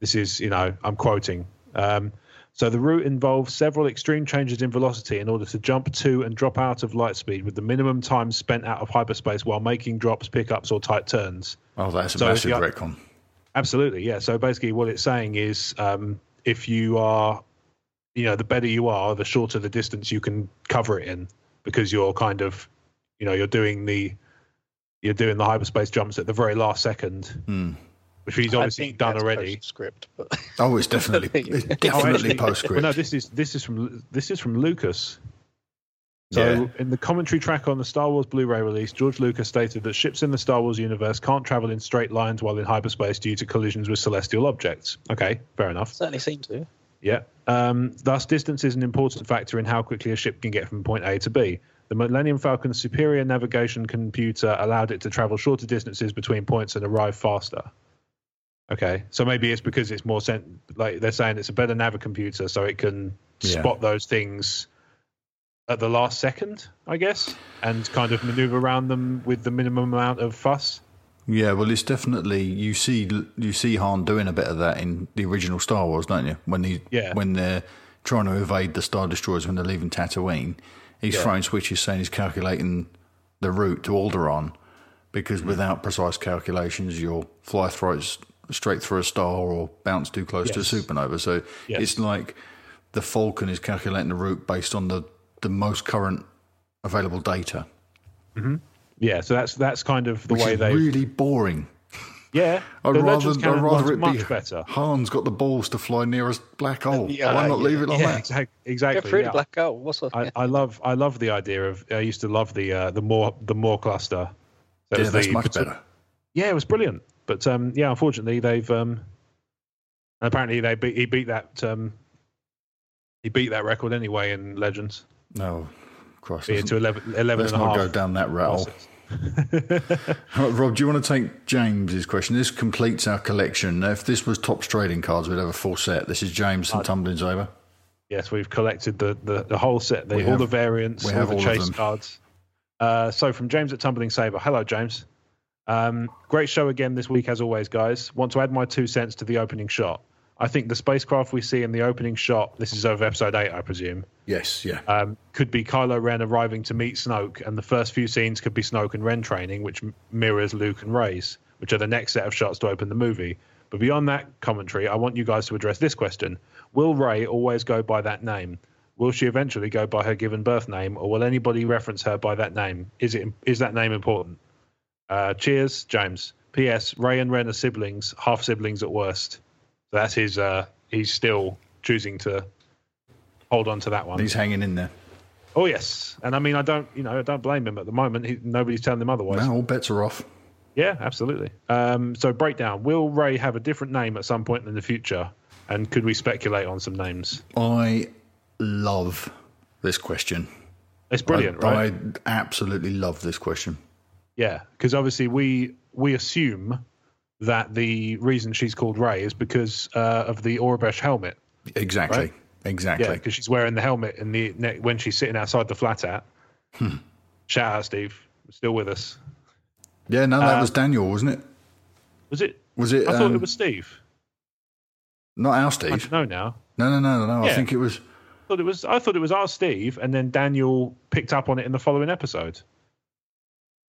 Speaker 5: this is you know I'm quoting. Um, so the route involves several extreme changes in velocity in order to jump to and drop out of light speed with the minimum time spent out of hyperspace while making drops, pickups, or tight turns.
Speaker 4: Oh, that's a
Speaker 5: So if
Speaker 4: massive
Speaker 5: you-
Speaker 4: retcon.
Speaker 5: Absolutely, yeah. So basically, what it's saying is, um, if you are, you know, the better you are, the shorter the distance you can cover it in, because you're kind of, you know, you're doing the, you're doing the hyperspace jumps at the very last second,
Speaker 4: Hmm.
Speaker 5: which he's obviously done already.
Speaker 6: Script, but
Speaker 4: Oh, it's definitely it's
Speaker 5: Oh,
Speaker 4: definitely
Speaker 5: actually- well,
Speaker 4: postscript.
Speaker 5: no, this is this is from this is from Lucas. So,
Speaker 4: Yeah.
Speaker 5: in the commentary track on the Star Wars Blu-ray release, George Lucas stated that ships in the Star Wars universe can't travel in straight lines while in hyperspace due to collisions with celestial objects. Okay, fair enough.
Speaker 6: certainly seem to.
Speaker 5: Yeah. Um, thus, distance is an important factor in how quickly a ship can get from point A to B. The Millennium Falcon's superior navigation computer allowed it to travel shorter distances between points and arrive faster. Okay, so maybe it's because it's more sent. Like they're saying, it's a better nav computer, so it can
Speaker 4: Yeah.
Speaker 5: spot those things at the last second, I guess, and kind of maneuver around them with the minimum amount of fuss.
Speaker 4: Yeah, well, it's definitely you see you see Han doing a bit of that in the original Star Wars, don't you? When he
Speaker 5: Yeah.
Speaker 4: when they're trying to evade the Star Destroyers when they're leaving Tatooine, he's
Speaker 5: Yeah.
Speaker 4: throwing switches saying he's calculating the route to Alderaan
Speaker 5: Mm.
Speaker 4: because without precise calculations, you'll fly through s- straight through a star or bounce too close
Speaker 5: Yes.
Speaker 4: to a supernova. So
Speaker 5: Yes.
Speaker 4: it's like the Falcon is calculating the route based on the the most current available data,
Speaker 5: Yeah, so that's that's kind of the
Speaker 4: which
Speaker 5: way
Speaker 4: is
Speaker 5: they.
Speaker 4: really boring.
Speaker 5: yeah,
Speaker 4: I'd
Speaker 5: the
Speaker 4: rather,
Speaker 5: Legends
Speaker 4: I'd
Speaker 5: canon one's
Speaker 4: rather it
Speaker 5: much
Speaker 4: be
Speaker 5: better.
Speaker 4: Han's got the balls to fly near a black hole.
Speaker 5: Yeah,
Speaker 4: Why not
Speaker 5: yeah,
Speaker 4: leave it like
Speaker 5: yeah,
Speaker 4: that?
Speaker 5: exac- Exactly.
Speaker 6: through the
Speaker 5: yeah.
Speaker 6: black hole. What's the-
Speaker 5: I, I love I love the idea of I used to love the uh, the more the more cluster. That
Speaker 4: yeah,
Speaker 5: was
Speaker 4: that's
Speaker 5: the-
Speaker 4: much better.
Speaker 5: Yeah, it was brilliant. But um, yeah, unfortunately they've um, apparently they beat, he beat that um, he beat that record anyway in Legends.
Speaker 4: No, Oh, Christ.
Speaker 5: Beat it to 11, 11
Speaker 4: let's
Speaker 5: and a
Speaker 4: not
Speaker 5: half.
Speaker 4: go down that route. Right, Rob, do you want to take James's question? This completes our collection. Now, if this was Topps trading cards, we'd have a full set. This is James
Speaker 5: Uh,
Speaker 4: and Tumbling's over.
Speaker 5: Yes, we've collected the, the, the whole set, the,
Speaker 4: We
Speaker 5: all
Speaker 4: have-
Speaker 5: the variants,
Speaker 4: we
Speaker 5: all
Speaker 4: have
Speaker 5: the
Speaker 4: all of
Speaker 5: chase
Speaker 4: them.
Speaker 5: cards. Uh, so from James at Tumbling Saber. Hello, James. Um, great show again this week, as always, guys. Want to add my two cents to the opening shot. I think the spacecraft we see in the opening shot, this is over episode eight, I presume,
Speaker 4: Yes, yeah.
Speaker 5: um, could be Kylo Ren arriving to meet Snoke, and the first few scenes could be Snoke and Ren training, which m- mirrors Luke and Ray's, which are the next set of shots to open the movie. But beyond that commentary, I want you guys to address this question Will Ray always go by that name? Will she eventually go by her given birth name, or will anybody reference her by that name? Is it is that name important? Uh, cheers, James. P.S. Ray and Ren are siblings, half siblings at worst. So that's his. Uh, he's still choosing to hold on to that one.
Speaker 4: He's hanging in there.
Speaker 5: Oh yes, and I mean I don't, you know, I don't blame him at the moment. He, nobody's telling him otherwise.
Speaker 4: Now all bets are off.
Speaker 5: Yeah, absolutely. Um, so breakdown: Will Ray have a different name at some point in the future? And could we speculate on some names?
Speaker 4: I love this question.
Speaker 5: It's brilliant,
Speaker 4: I,
Speaker 5: right?
Speaker 4: I absolutely love this question.
Speaker 5: Yeah, because obviously we we assume that the reason she's called Ray is because uh, of the Orabesh helmet.
Speaker 4: Exactly.
Speaker 5: Right?
Speaker 4: Exactly.
Speaker 5: Yeah, because she's wearing the helmet and the ne- when she's sitting outside the flat at.
Speaker 4: Hmm.
Speaker 5: Shout out, Steve. Still with us?
Speaker 4: Yeah, no, that
Speaker 5: Um,
Speaker 4: was Daniel, wasn't it?
Speaker 5: Was it?
Speaker 4: Was it?
Speaker 5: I thought
Speaker 4: um,
Speaker 5: it was Steve.
Speaker 4: not our
Speaker 5: I
Speaker 4: Steve.
Speaker 5: don't know now.
Speaker 4: No, no, no, no. no. I
Speaker 5: Yeah.
Speaker 4: think it was.
Speaker 5: thought it was I thought it was our Steve, and then Daniel picked up on it in the following episode.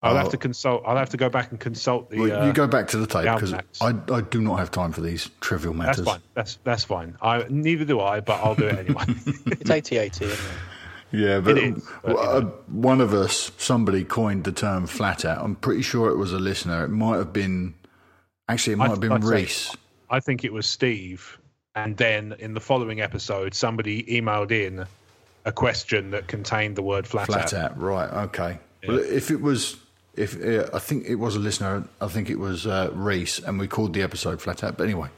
Speaker 5: I'll
Speaker 4: Oh.
Speaker 5: have to consult. I'll have to go back and consult the.
Speaker 4: Well,
Speaker 5: uh,
Speaker 4: you go back to the tape
Speaker 5: the
Speaker 4: because
Speaker 5: almanacs.
Speaker 4: I, I do not have time for these trivial
Speaker 5: That's
Speaker 4: matters.
Speaker 5: fine. That's that's fine. I neither do I, but I'll do it anyway.
Speaker 6: It's eighty eighty.
Speaker 4: Yeah, but
Speaker 5: It is,
Speaker 4: uh, one of us, somebody coined the term flat out. I'm pretty sure it was a listener. It might have been, actually, it might
Speaker 5: I-
Speaker 4: have been
Speaker 5: I'd say-
Speaker 4: Reese.
Speaker 5: I think it was Steve. And then in the following episode, somebody emailed in a question that contained the word flat,
Speaker 4: Flat
Speaker 5: out.
Speaker 4: out, right? Okay. Well, if it was, if uh, I think it was a listener, I think it was uh, Reese, and we called the episode flat out. But anyway,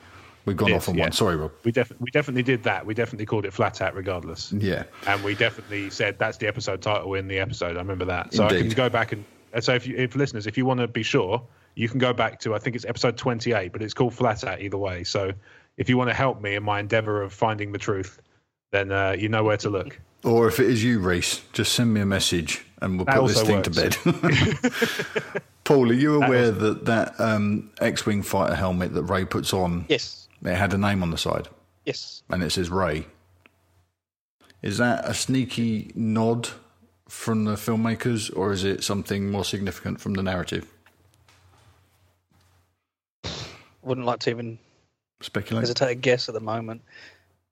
Speaker 4: we've gone
Speaker 5: Yes,
Speaker 4: off on
Speaker 5: yeah.
Speaker 4: one. Sorry, Rob.
Speaker 5: We, def- we definitely did that. We definitely called it flat out, regardless.
Speaker 4: Yeah.
Speaker 5: And we definitely said that's the episode title in the episode. I remember that. So I can
Speaker 4: Indeed.
Speaker 5: go back and and so if you, if listeners, if you want to be sure, you can go back to I think it's episode twenty eight, but it's called flat out either way. So if you want to help me in my endeavor of finding the truth, then uh, you know where to look.
Speaker 4: Or if it is you, Reese, just send me a message and we'll
Speaker 5: That
Speaker 4: put this
Speaker 5: also
Speaker 4: thing
Speaker 5: works.
Speaker 4: to bed. Paul, are you aware that that um, X-wing fighter helmet that Ray puts on?
Speaker 6: Yes.
Speaker 4: It had a name on the side,
Speaker 6: Yes.
Speaker 4: and it says Ray. Is that a sneaky nod from the filmmakers, or is it something more significant from the narrative?
Speaker 6: Wouldn't like to even
Speaker 4: Speculate.
Speaker 6: hesitate a guess at the moment.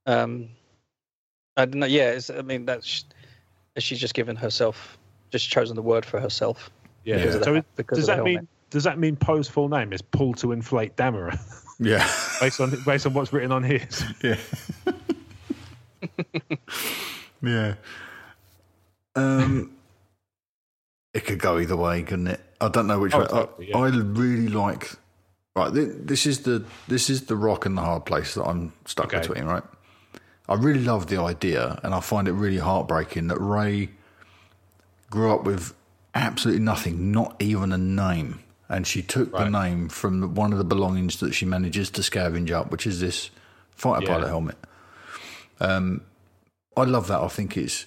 Speaker 6: Um, I don't know. Yeah, it's, I mean that's she's just given herself, just chosen the word for herself.
Speaker 5: Yeah.
Speaker 6: Because of
Speaker 5: So
Speaker 6: the-
Speaker 5: it-
Speaker 6: because
Speaker 5: does
Speaker 6: of the
Speaker 5: that mean
Speaker 6: helmet.
Speaker 5: does that mean Poe's full name is Paul to Inflate Damara?
Speaker 4: Yeah.
Speaker 5: based on based on what's written on his.
Speaker 4: Yeah. Yeah. Um, it could go either way, couldn't it? I don't know which
Speaker 5: Oh,
Speaker 4: way.
Speaker 5: totally,
Speaker 4: I, I really like. Right, thi- this is the this is the rock and the hard place that I'm stuck between. Right, I really love the idea, and I find it really heartbreaking that Ray grew up with absolutely nothing, not even a name, and she took the name from one of the belongings that she manages to scavenge up, which is this fighter
Speaker 5: Yeah.
Speaker 4: pilot helmet. Um, I love that. I think it's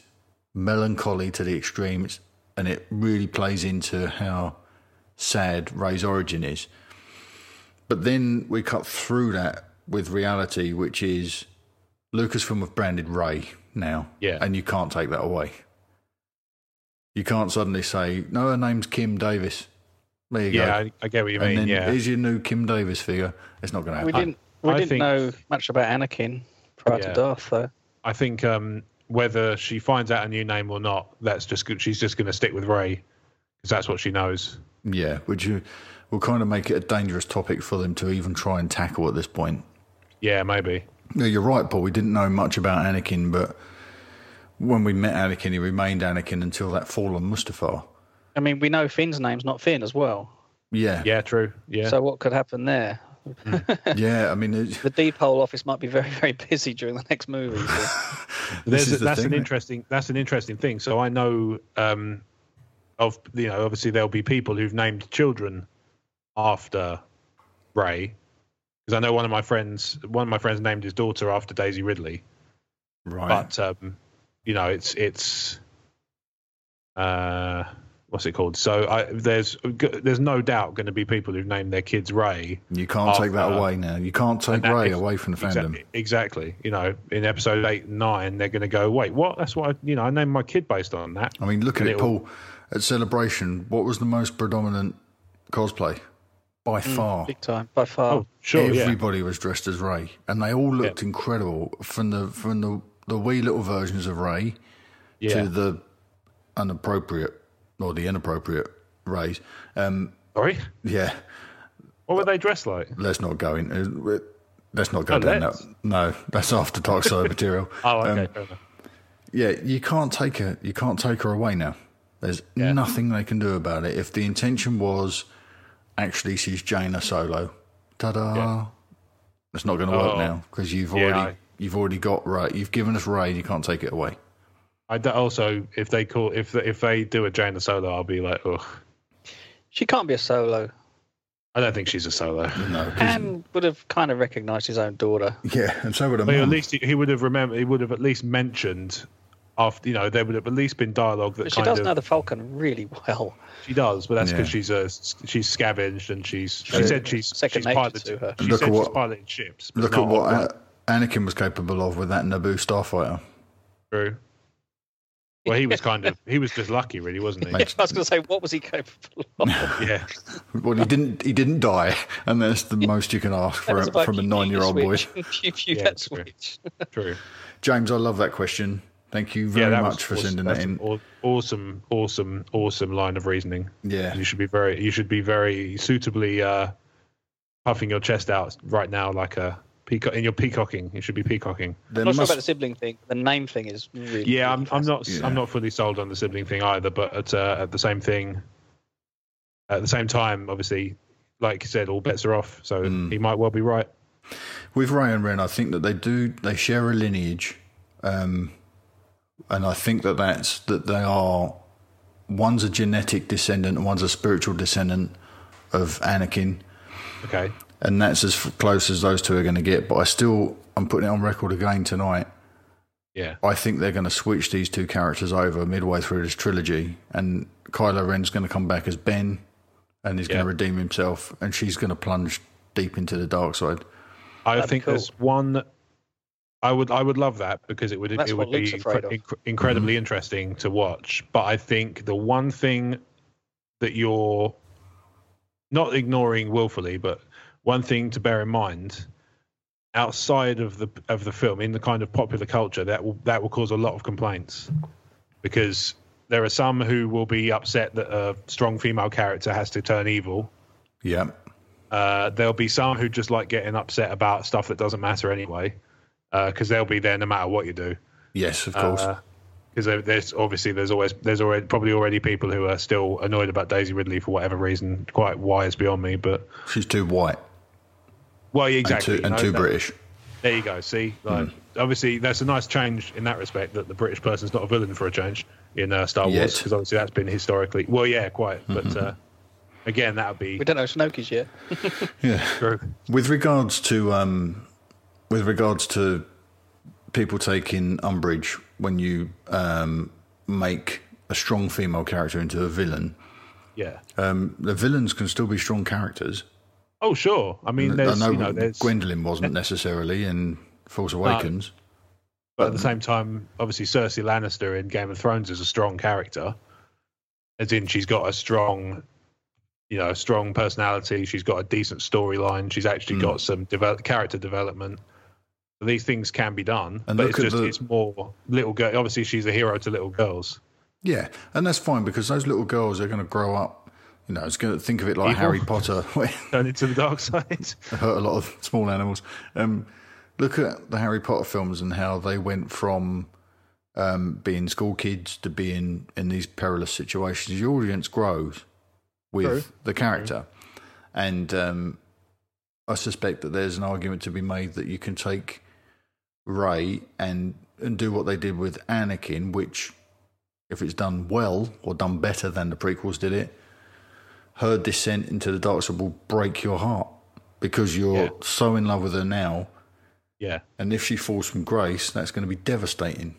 Speaker 4: melancholy to the extreme, it's, and it really plays into how sad Ray's origin is. But then we cut through that with reality, which is Lucasfilm have branded Ray now,
Speaker 5: Yeah.
Speaker 4: and you can't take that away. You can't suddenly say, "No, her name's Kim Davis." There you
Speaker 5: Yeah,
Speaker 4: go.
Speaker 5: I, I get what you
Speaker 4: and
Speaker 5: mean.
Speaker 4: then
Speaker 5: Yeah.
Speaker 4: here's your new Kim Davis figure. It's not going to happen.
Speaker 6: We didn't we didn't know much about Anakin prior
Speaker 5: Yeah.
Speaker 6: to Darth though.
Speaker 5: I think um, whether she finds out a new name or not, that's just good. She's just going to stick with Ray because that's what she knows.
Speaker 4: Yeah, which you will kind of make it a dangerous topic for them to even try and tackle at this point.
Speaker 5: Yeah, maybe.
Speaker 4: No, you're right, Paul. We didn't know much about Anakin, but when we met Anakin, he remained Anakin until that fall on Mustafar.
Speaker 6: I mean, we know Finn's name's not Finn as well.
Speaker 4: Yeah,
Speaker 5: yeah, true. Yeah.
Speaker 6: So what could happen there?
Speaker 4: yeah, I mean, it,
Speaker 6: The Depole office might be very, very busy during the next movie. so-
Speaker 4: This
Speaker 5: There's
Speaker 4: is the
Speaker 5: that's
Speaker 4: thing,
Speaker 5: an
Speaker 4: mate.
Speaker 5: interesting that's an interesting thing. So I know um, of you know obviously there'll be people who've named children after Ray because I know one of my friends one of my friends named his daughter after Daisy Ridley.
Speaker 4: Right.
Speaker 5: But um, you know it's it's uh, what's it called? So I, there's there's no doubt going to be people who've named their kids Ray.
Speaker 4: you can't take that
Speaker 5: after-
Speaker 4: away now. You can't take
Speaker 5: and that
Speaker 4: Ray
Speaker 5: is-
Speaker 4: away from the fandom.
Speaker 5: uh, Exactly, exactly. You know, in episode eight and nine, they're going to go, wait, what? That's what I, you know, I named my kid based on that.
Speaker 4: I mean, look at
Speaker 5: And
Speaker 4: it,
Speaker 5: it'll-
Speaker 4: Paul. At Celebration, what was the most predominant cosplay? By
Speaker 6: Mm,
Speaker 4: far.
Speaker 6: Big time, by far.
Speaker 5: Oh.
Speaker 4: Everybody was dressed as Ray, and they all looked incredible from the from the the wee little versions of Ray
Speaker 5: Yeah.
Speaker 4: to the inappropriate or the inappropriate Rays. Um,
Speaker 5: Sorry.
Speaker 4: Yeah,
Speaker 5: What were they dressed like?
Speaker 4: let's not go in. uh, Let's not go
Speaker 5: Oh,
Speaker 4: down
Speaker 5: let's.
Speaker 4: that. No, that's after dark side material.
Speaker 5: Oh, okay.
Speaker 4: Um,
Speaker 5: fair enough.
Speaker 4: yeah, you can't take her. You can't take her away now. There's nothing they can do about it. If the intention was actually she's Jaina Solo, ta-da!
Speaker 5: Yeah.
Speaker 4: It's not going to work
Speaker 5: Oh.
Speaker 4: now because you've
Speaker 5: Yeah,
Speaker 4: already
Speaker 5: I-
Speaker 4: you've already got right. You've given us Ray, and you can't take it away.
Speaker 5: I d- also, if they call, if if they do a Jaina solo, I'll be like, ugh.
Speaker 6: She can't be a solo.
Speaker 5: I don't think she's a solo.
Speaker 4: No.
Speaker 6: Han would have kind of recognised his own daughter.
Speaker 4: Yeah, and so would a
Speaker 5: But at
Speaker 4: mum.
Speaker 5: least he, he would have remembered. He would have at least mentioned after you know there would have at least been dialogue that
Speaker 6: But she
Speaker 5: kind
Speaker 6: does
Speaker 5: of
Speaker 6: know the Falcon really well.
Speaker 5: she does, but that's
Speaker 4: Yeah.
Speaker 5: because she's a she's scavenged and she's she
Speaker 4: Sure.
Speaker 5: said she's
Speaker 6: Second
Speaker 5: she's
Speaker 6: nature
Speaker 5: piloted
Speaker 6: to her.
Speaker 5: She
Speaker 4: Look
Speaker 5: said
Speaker 4: at
Speaker 5: she's
Speaker 4: what-
Speaker 5: piloted ships. but
Speaker 4: Look at
Speaker 5: not
Speaker 4: what
Speaker 5: upright.
Speaker 4: A- Anakin was capable of with that Naboo starfighter.
Speaker 5: True. Well, he was kind of he was just lucky, really, wasn't he?
Speaker 6: Yeah, I was going to say, what was he capable of?
Speaker 5: yeah.
Speaker 4: Well, he didn't. He didn't die, and that's the most you can ask
Speaker 6: That
Speaker 4: for
Speaker 6: was
Speaker 4: a,
Speaker 6: about
Speaker 4: from a
Speaker 6: you, you
Speaker 4: nine-year-old boy.
Speaker 6: switch. You- you- that switch.
Speaker 5: True.
Speaker 4: James, I love that question. Thank you very
Speaker 5: that was
Speaker 4: much for
Speaker 5: awesome.
Speaker 4: sending
Speaker 5: That's
Speaker 4: that in.
Speaker 5: an aw- Awesome, awesome, awesome line of reasoning.
Speaker 4: Yeah,
Speaker 5: you should be very, you should be very suitably uh, puffing your chest out right now, like a peacock. In your peacocking, you should be peacocking.
Speaker 6: I'm not sure about the sibling thing. but The name thing is really.
Speaker 5: yeah, I'm, I'm not, I'm not fully sold on the sibling thing either. But at uh, at the same thing, at the same time, obviously, like you said, all bets are off. So he might well be right.
Speaker 4: With Ray and Ren, I think that they do they share a lineage, um, and I think that that's that they are one's a genetic descendant and one's a spiritual descendant of Anakin.
Speaker 5: Okay.
Speaker 4: And that's as f- close as those two are going to get. But I still, I'm putting it on record again tonight.
Speaker 5: Yeah.
Speaker 4: I think they're going to switch these two characters over midway through this trilogy, and Kylo Ren's going to come back as Ben, and he's going to redeem himself, and she's going to plunge deep into the dark side.
Speaker 5: I think there's one. I would I would love that because it would
Speaker 6: That's
Speaker 5: it
Speaker 6: what
Speaker 5: would be
Speaker 6: Luke's
Speaker 5: incre-
Speaker 6: afraid of.
Speaker 5: incre- incredibly interesting to watch. But I think the one thing that you're not ignoring willfully, but one thing to bear in mind outside of the of the film in the kind of popular culture that will that will cause a lot of complaints because there are some who will be upset that a strong female character has to turn evil
Speaker 4: Yeah.
Speaker 5: uh, there'll be some who just like getting upset about stuff that doesn't matter anyway, because they'll be there no matter what you do.
Speaker 4: Yes, of course.
Speaker 5: Uh, Because there's obviously there's always there's already probably already people who are still annoyed about Daisy Ridley for whatever reason. Quite why is beyond me, but
Speaker 4: She's too white.
Speaker 5: well, yeah, exactly,
Speaker 4: And too, and
Speaker 5: no,
Speaker 4: too
Speaker 5: that-
Speaker 4: British. Hmm.
Speaker 5: There you go. See, like, obviously that's a nice change in that respect that the British person's not a villain for a change in uh, Star Wars
Speaker 4: Yet.
Speaker 5: because obviously that's been historically well, yeah, quite. But
Speaker 4: Mm-hmm.
Speaker 5: uh, again, that would be
Speaker 6: We don't know Snoke is yet.
Speaker 4: Yeah. With regards to um, with regards to people taking umbrage when you um, make a strong female character into a villain,
Speaker 5: yeah.
Speaker 4: um, the villains can still be strong characters.
Speaker 5: Oh sure. I mean,
Speaker 4: I
Speaker 5: there's
Speaker 4: know,
Speaker 5: you know there's
Speaker 4: Gwendolyn wasn't necessarily in Force Awakens.
Speaker 5: But
Speaker 4: Um,
Speaker 5: at the same time, obviously Cersei Lannister in Game of Thrones is a strong character. As in she's got a strong you know, a strong personality, she's got a decent storyline, she's actually
Speaker 4: Mm.
Speaker 5: got some develop, character development. These things can be done,
Speaker 4: And
Speaker 5: but
Speaker 4: look
Speaker 5: it's
Speaker 4: at
Speaker 5: just
Speaker 4: the-
Speaker 5: it's more little girl. Obviously, she's a hero to little girls.
Speaker 4: Yeah, and that's fine because those little girls are going to grow up. You know, it's going to think of it like
Speaker 5: Evil.
Speaker 4: Harry Potter.
Speaker 5: Turn into the dark side.
Speaker 4: hurt a lot of small animals. Um, look at the Harry Potter films and how they went from um, being school kids to being in these perilous situations. The audience grows with
Speaker 5: True.
Speaker 4: the character, and um, I suspect that there's an argument to be made that you can take Ray and and do what they did with Anakin, which if it's done well or done better than the prequels did it, her descent into the dark side will break your heart because you're so in love with her now.
Speaker 5: Yeah.
Speaker 4: And if she falls from grace, that's going to be devastating.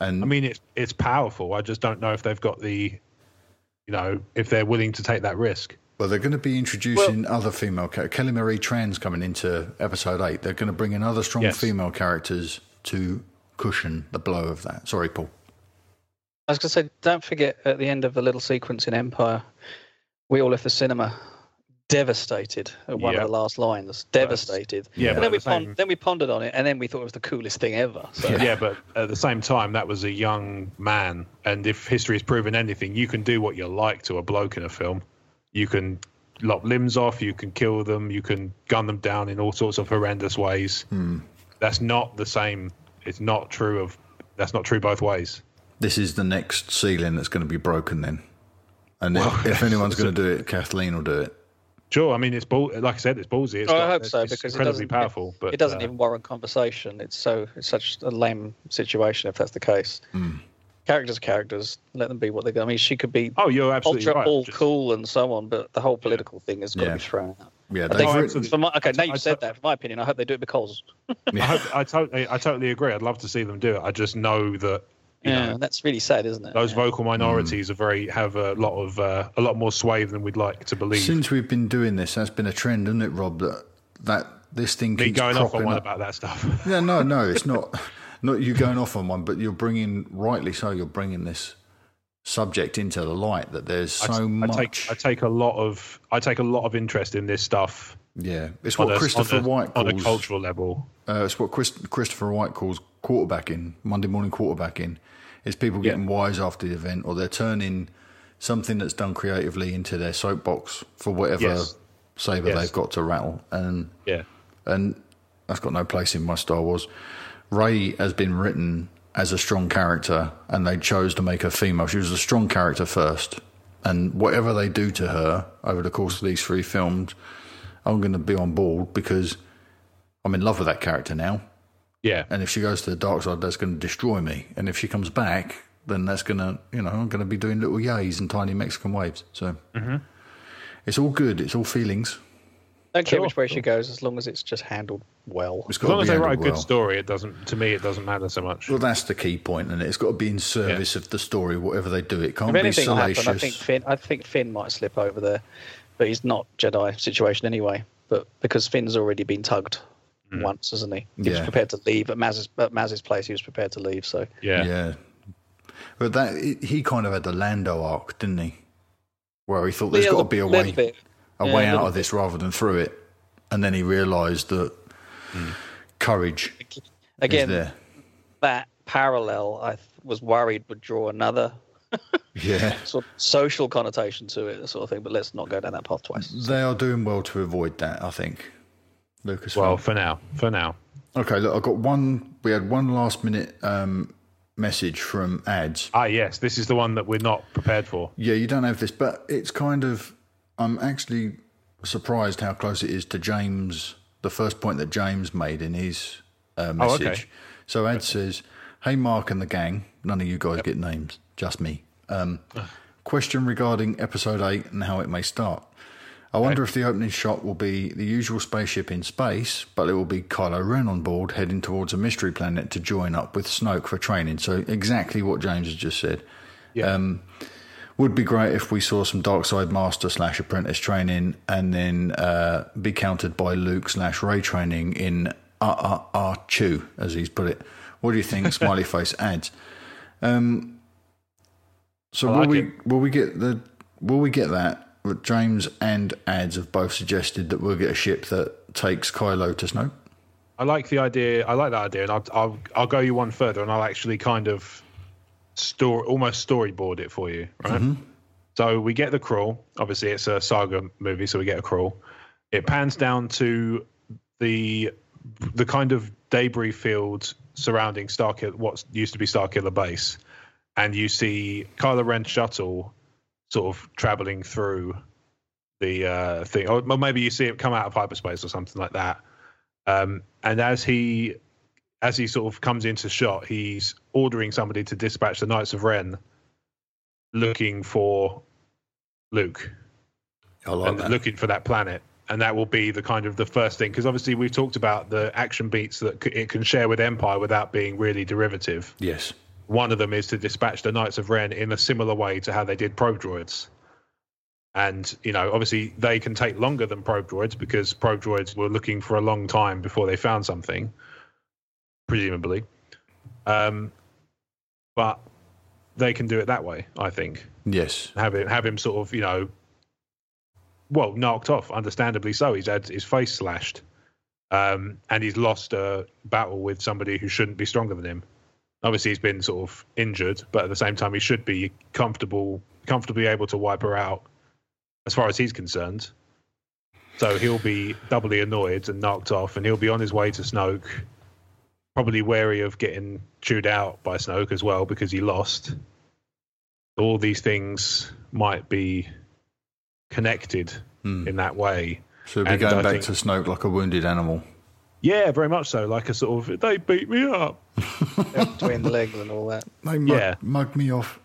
Speaker 4: And
Speaker 5: I mean, it's it's powerful. I just don't know if they've got the, you know, if they're willing to take that risk.
Speaker 4: Well, they're going to be introducing other female characters. Kelly Marie Tran's coming into episode eight. They're going to bring in other strong
Speaker 5: Yes.
Speaker 4: female characters to cushion the blow of that. Sorry, Paul.
Speaker 6: I was going to say, don't forget at the end of the little sequence in Empire, we all left the cinema devastated at one
Speaker 5: Yeah.
Speaker 6: of the last lines. Devastated.
Speaker 5: Yeah, but
Speaker 6: And then
Speaker 5: at
Speaker 6: we,
Speaker 5: the same-
Speaker 6: pon- then we pondered on it, and then we thought it was the coolest thing ever. So
Speaker 5: yeah. but at the same time, that was a young man, and if history has proven anything, you can do what you like to a bloke in a film. You can lop limbs off, you can kill them, you can gun them down in all sorts of horrendous ways. That's not the same. It's not true of. That's not true both ways.
Speaker 4: This is the next ceiling that's going to be broken then. And if- if, anyone's going to do it, Kathleen will do it.
Speaker 5: Sure, I mean it's ball. Like I said, it's ballsy. It's
Speaker 6: Oh,
Speaker 5: got-
Speaker 6: I hope so
Speaker 5: it's
Speaker 6: because it
Speaker 5: incredibly
Speaker 6: doesn't,
Speaker 5: powerful. But
Speaker 6: it doesn't
Speaker 5: uh,
Speaker 6: even warrant conversation. It's so it's such a lame situation if that's the case.
Speaker 4: Hmm.
Speaker 6: Characters, are characters, let them be what they are I mean, she could be
Speaker 5: oh, you're absolutely
Speaker 6: ultra
Speaker 5: right.
Speaker 6: all cool and so on, but the whole political thing has got
Speaker 4: Yeah.
Speaker 6: to be thrown out.
Speaker 4: Yeah,
Speaker 6: I
Speaker 4: they've
Speaker 6: think-
Speaker 4: written-
Speaker 6: for my, okay, now you have said that. For my opinion, I hope they do it because
Speaker 5: I, hope, I totally, I totally agree. I'd love to see them do it. I just know that you
Speaker 6: yeah,
Speaker 5: know,
Speaker 6: that's really sad, isn't it?
Speaker 5: those vocal minorities
Speaker 4: Mm.
Speaker 5: are very have a lot of uh, a lot more sway than we'd like to believe.
Speaker 4: Since we've been doing this, that's been a trend, isn't it, Rob? That that this thing
Speaker 5: Me
Speaker 4: keeps
Speaker 5: going off
Speaker 4: cropping
Speaker 5: on one
Speaker 4: up.
Speaker 5: about that stuff.
Speaker 4: Yeah, no, no, it's not. Not you going off on one, but you're bringing, rightly so, you're bringing this subject into the light that there's
Speaker 5: I-
Speaker 4: so
Speaker 5: I,
Speaker 4: much.
Speaker 5: take I take a lot of I take a lot of interest in this stuff.
Speaker 4: yeah, it's
Speaker 5: on
Speaker 4: what
Speaker 5: a-
Speaker 4: Christopher
Speaker 5: on a,
Speaker 4: White
Speaker 5: on a
Speaker 4: calls-
Speaker 5: cultural level.
Speaker 4: Uh, it's what Chris, Christopher White calls quarterbacking, Monday morning quarterbacking. It's people getting wise after the event, or they're turning something that's done creatively into their soapbox for whatever
Speaker 5: Yes.
Speaker 4: saber
Speaker 5: Yes.
Speaker 4: they've got to rattle. And
Speaker 5: Yeah.
Speaker 4: and that's got no place in my Star Wars. Ray has been written as a strong character, and they chose to make her female. She was a strong character first, and whatever they do to her over the course of these three films, I'm going to be on board because I'm in love with that character now.
Speaker 5: Yeah,
Speaker 4: and if she goes to the dark side, that's going to destroy me. And if she comes back, then that's going to, you know, I'm going to be doing little yays and tiny Mexican waves. So
Speaker 5: Mm-hmm.
Speaker 6: Mhm.
Speaker 4: it's all good. It's all feelings.
Speaker 6: Don't care which way she goes, as long as it's just handled well.
Speaker 4: It's
Speaker 5: As long
Speaker 4: gotta
Speaker 5: as
Speaker 4: be
Speaker 5: they write a
Speaker 4: handled
Speaker 5: good
Speaker 4: well.
Speaker 5: story, it doesn't. To me, it doesn't matter so much.
Speaker 4: Well, that's the key point, and it? it's got to be in service of the story, whatever they do. It can't
Speaker 6: If
Speaker 4: be
Speaker 6: anything
Speaker 4: salacious.
Speaker 6: happened, I think Finn. I think Finn might slip over there, but he's not Jedi situation anyway. But because Finn's already been tugged
Speaker 5: Hmm.
Speaker 6: once, hasn't he? He was
Speaker 4: Yeah.
Speaker 6: prepared to leave at Maz's at Maz's place. He was prepared to leave. So
Speaker 4: yeah, yeah. But that it- he kind of had the Lando arc, didn't he? Where he thought there's
Speaker 6: Yeah,
Speaker 4: got to
Speaker 6: the-
Speaker 4: be a
Speaker 6: little
Speaker 4: way,
Speaker 6: bit.
Speaker 4: a
Speaker 6: Yeah,
Speaker 4: way
Speaker 6: a
Speaker 4: out
Speaker 6: little
Speaker 4: of this rather than through it, and then he realised that courage
Speaker 6: again,
Speaker 4: is there.
Speaker 6: that parallel I th- was worried would draw another
Speaker 4: Yeah.
Speaker 6: sort of social connotation to it, that sort of thing. But let's not go down that path twice.
Speaker 4: They are doing well to avoid that, I think. Lucas.
Speaker 5: Well, for now, for now.
Speaker 4: Okay, look, I got one. We had one last minute um, message from ads.
Speaker 5: Ah, yes, this is the one that we're not prepared for.
Speaker 4: Yeah, you don't have this, but it's kind of. I'm actually surprised how close it is to James, the first point that James made in his uh,
Speaker 5: Oh, okay.
Speaker 4: message. So Ad says, Hey, Mark and the gang, none of you guys get names, just me. Um, question regarding episode 8 and how it may start. I wonder if the opening shot will be the usual spaceship in space, but it will be Kylo Ren on board heading towards a mystery planet to join up with Snoke for training. So, exactly what James has just said. Um, would be great if we saw some dark side master slash apprentice training and then uh, be countered by Luke slash Ray training in RRR Chew, as he's put it. What do you think? Smiley face ads. Um, so
Speaker 5: I
Speaker 4: will
Speaker 5: like
Speaker 4: we will we get the will we get that? But James and ads have both suggested that we'll get a ship that takes Kylo to Snoke.
Speaker 5: I like the idea. I like that idea, and I'll, I'll I'll go you one further, and I'll actually kind of store almost storyboard it for you, right? So we get the crawl. Obviously, it's a saga movie, so we get a crawl. It pans down to the the kind of debris field surrounding Starkiller, what used to be Starkiller Base, and you see Kylo Ren's shuttle sort of traveling through the uh, thing, or well, maybe you see it come out of hyperspace or something like that. Um, and as he as he sort of comes into shot, he's ordering somebody to dispatch the Knights of Ren, looking for Luke
Speaker 4: I like
Speaker 5: and
Speaker 4: that.
Speaker 5: looking for that planet. And that will be the kind of the first thing, because obviously we've talked about the action beats that c- it can share with Empire without being really derivative.
Speaker 4: Yes.
Speaker 5: One of them is to dispatch the Knights of Ren in a similar way to how they did probe droids. And, you know, obviously they can take longer than probe droids because probe droids were looking for a long time before they found something, presumably. Um, but they can do it that way, I think.
Speaker 4: Yes.
Speaker 5: Have him, have him sort of, you know, well, knocked off, understandably so. He's had his face slashed um, and he's lost a battle with somebody who shouldn't be stronger than him. Obviously, he's been sort of injured, but at the same time, he should be comfortable, comfortably able to wipe her out, as far as he's concerned. So he'll be doubly annoyed and knocked off, and he'll be on his way to Snoke, probably wary of getting chewed out by Snoke as well because he lost. All these things might be connected
Speaker 4: Hmm.
Speaker 5: in that way.
Speaker 4: So we'll be
Speaker 5: And
Speaker 4: going
Speaker 5: I
Speaker 4: back
Speaker 5: think-
Speaker 4: to Snoke like a wounded animal.
Speaker 5: yeah, very much so. Like a sort of they beat me up.
Speaker 6: Between the legs and all that.
Speaker 4: They mug,
Speaker 5: Yeah.
Speaker 4: mug me off.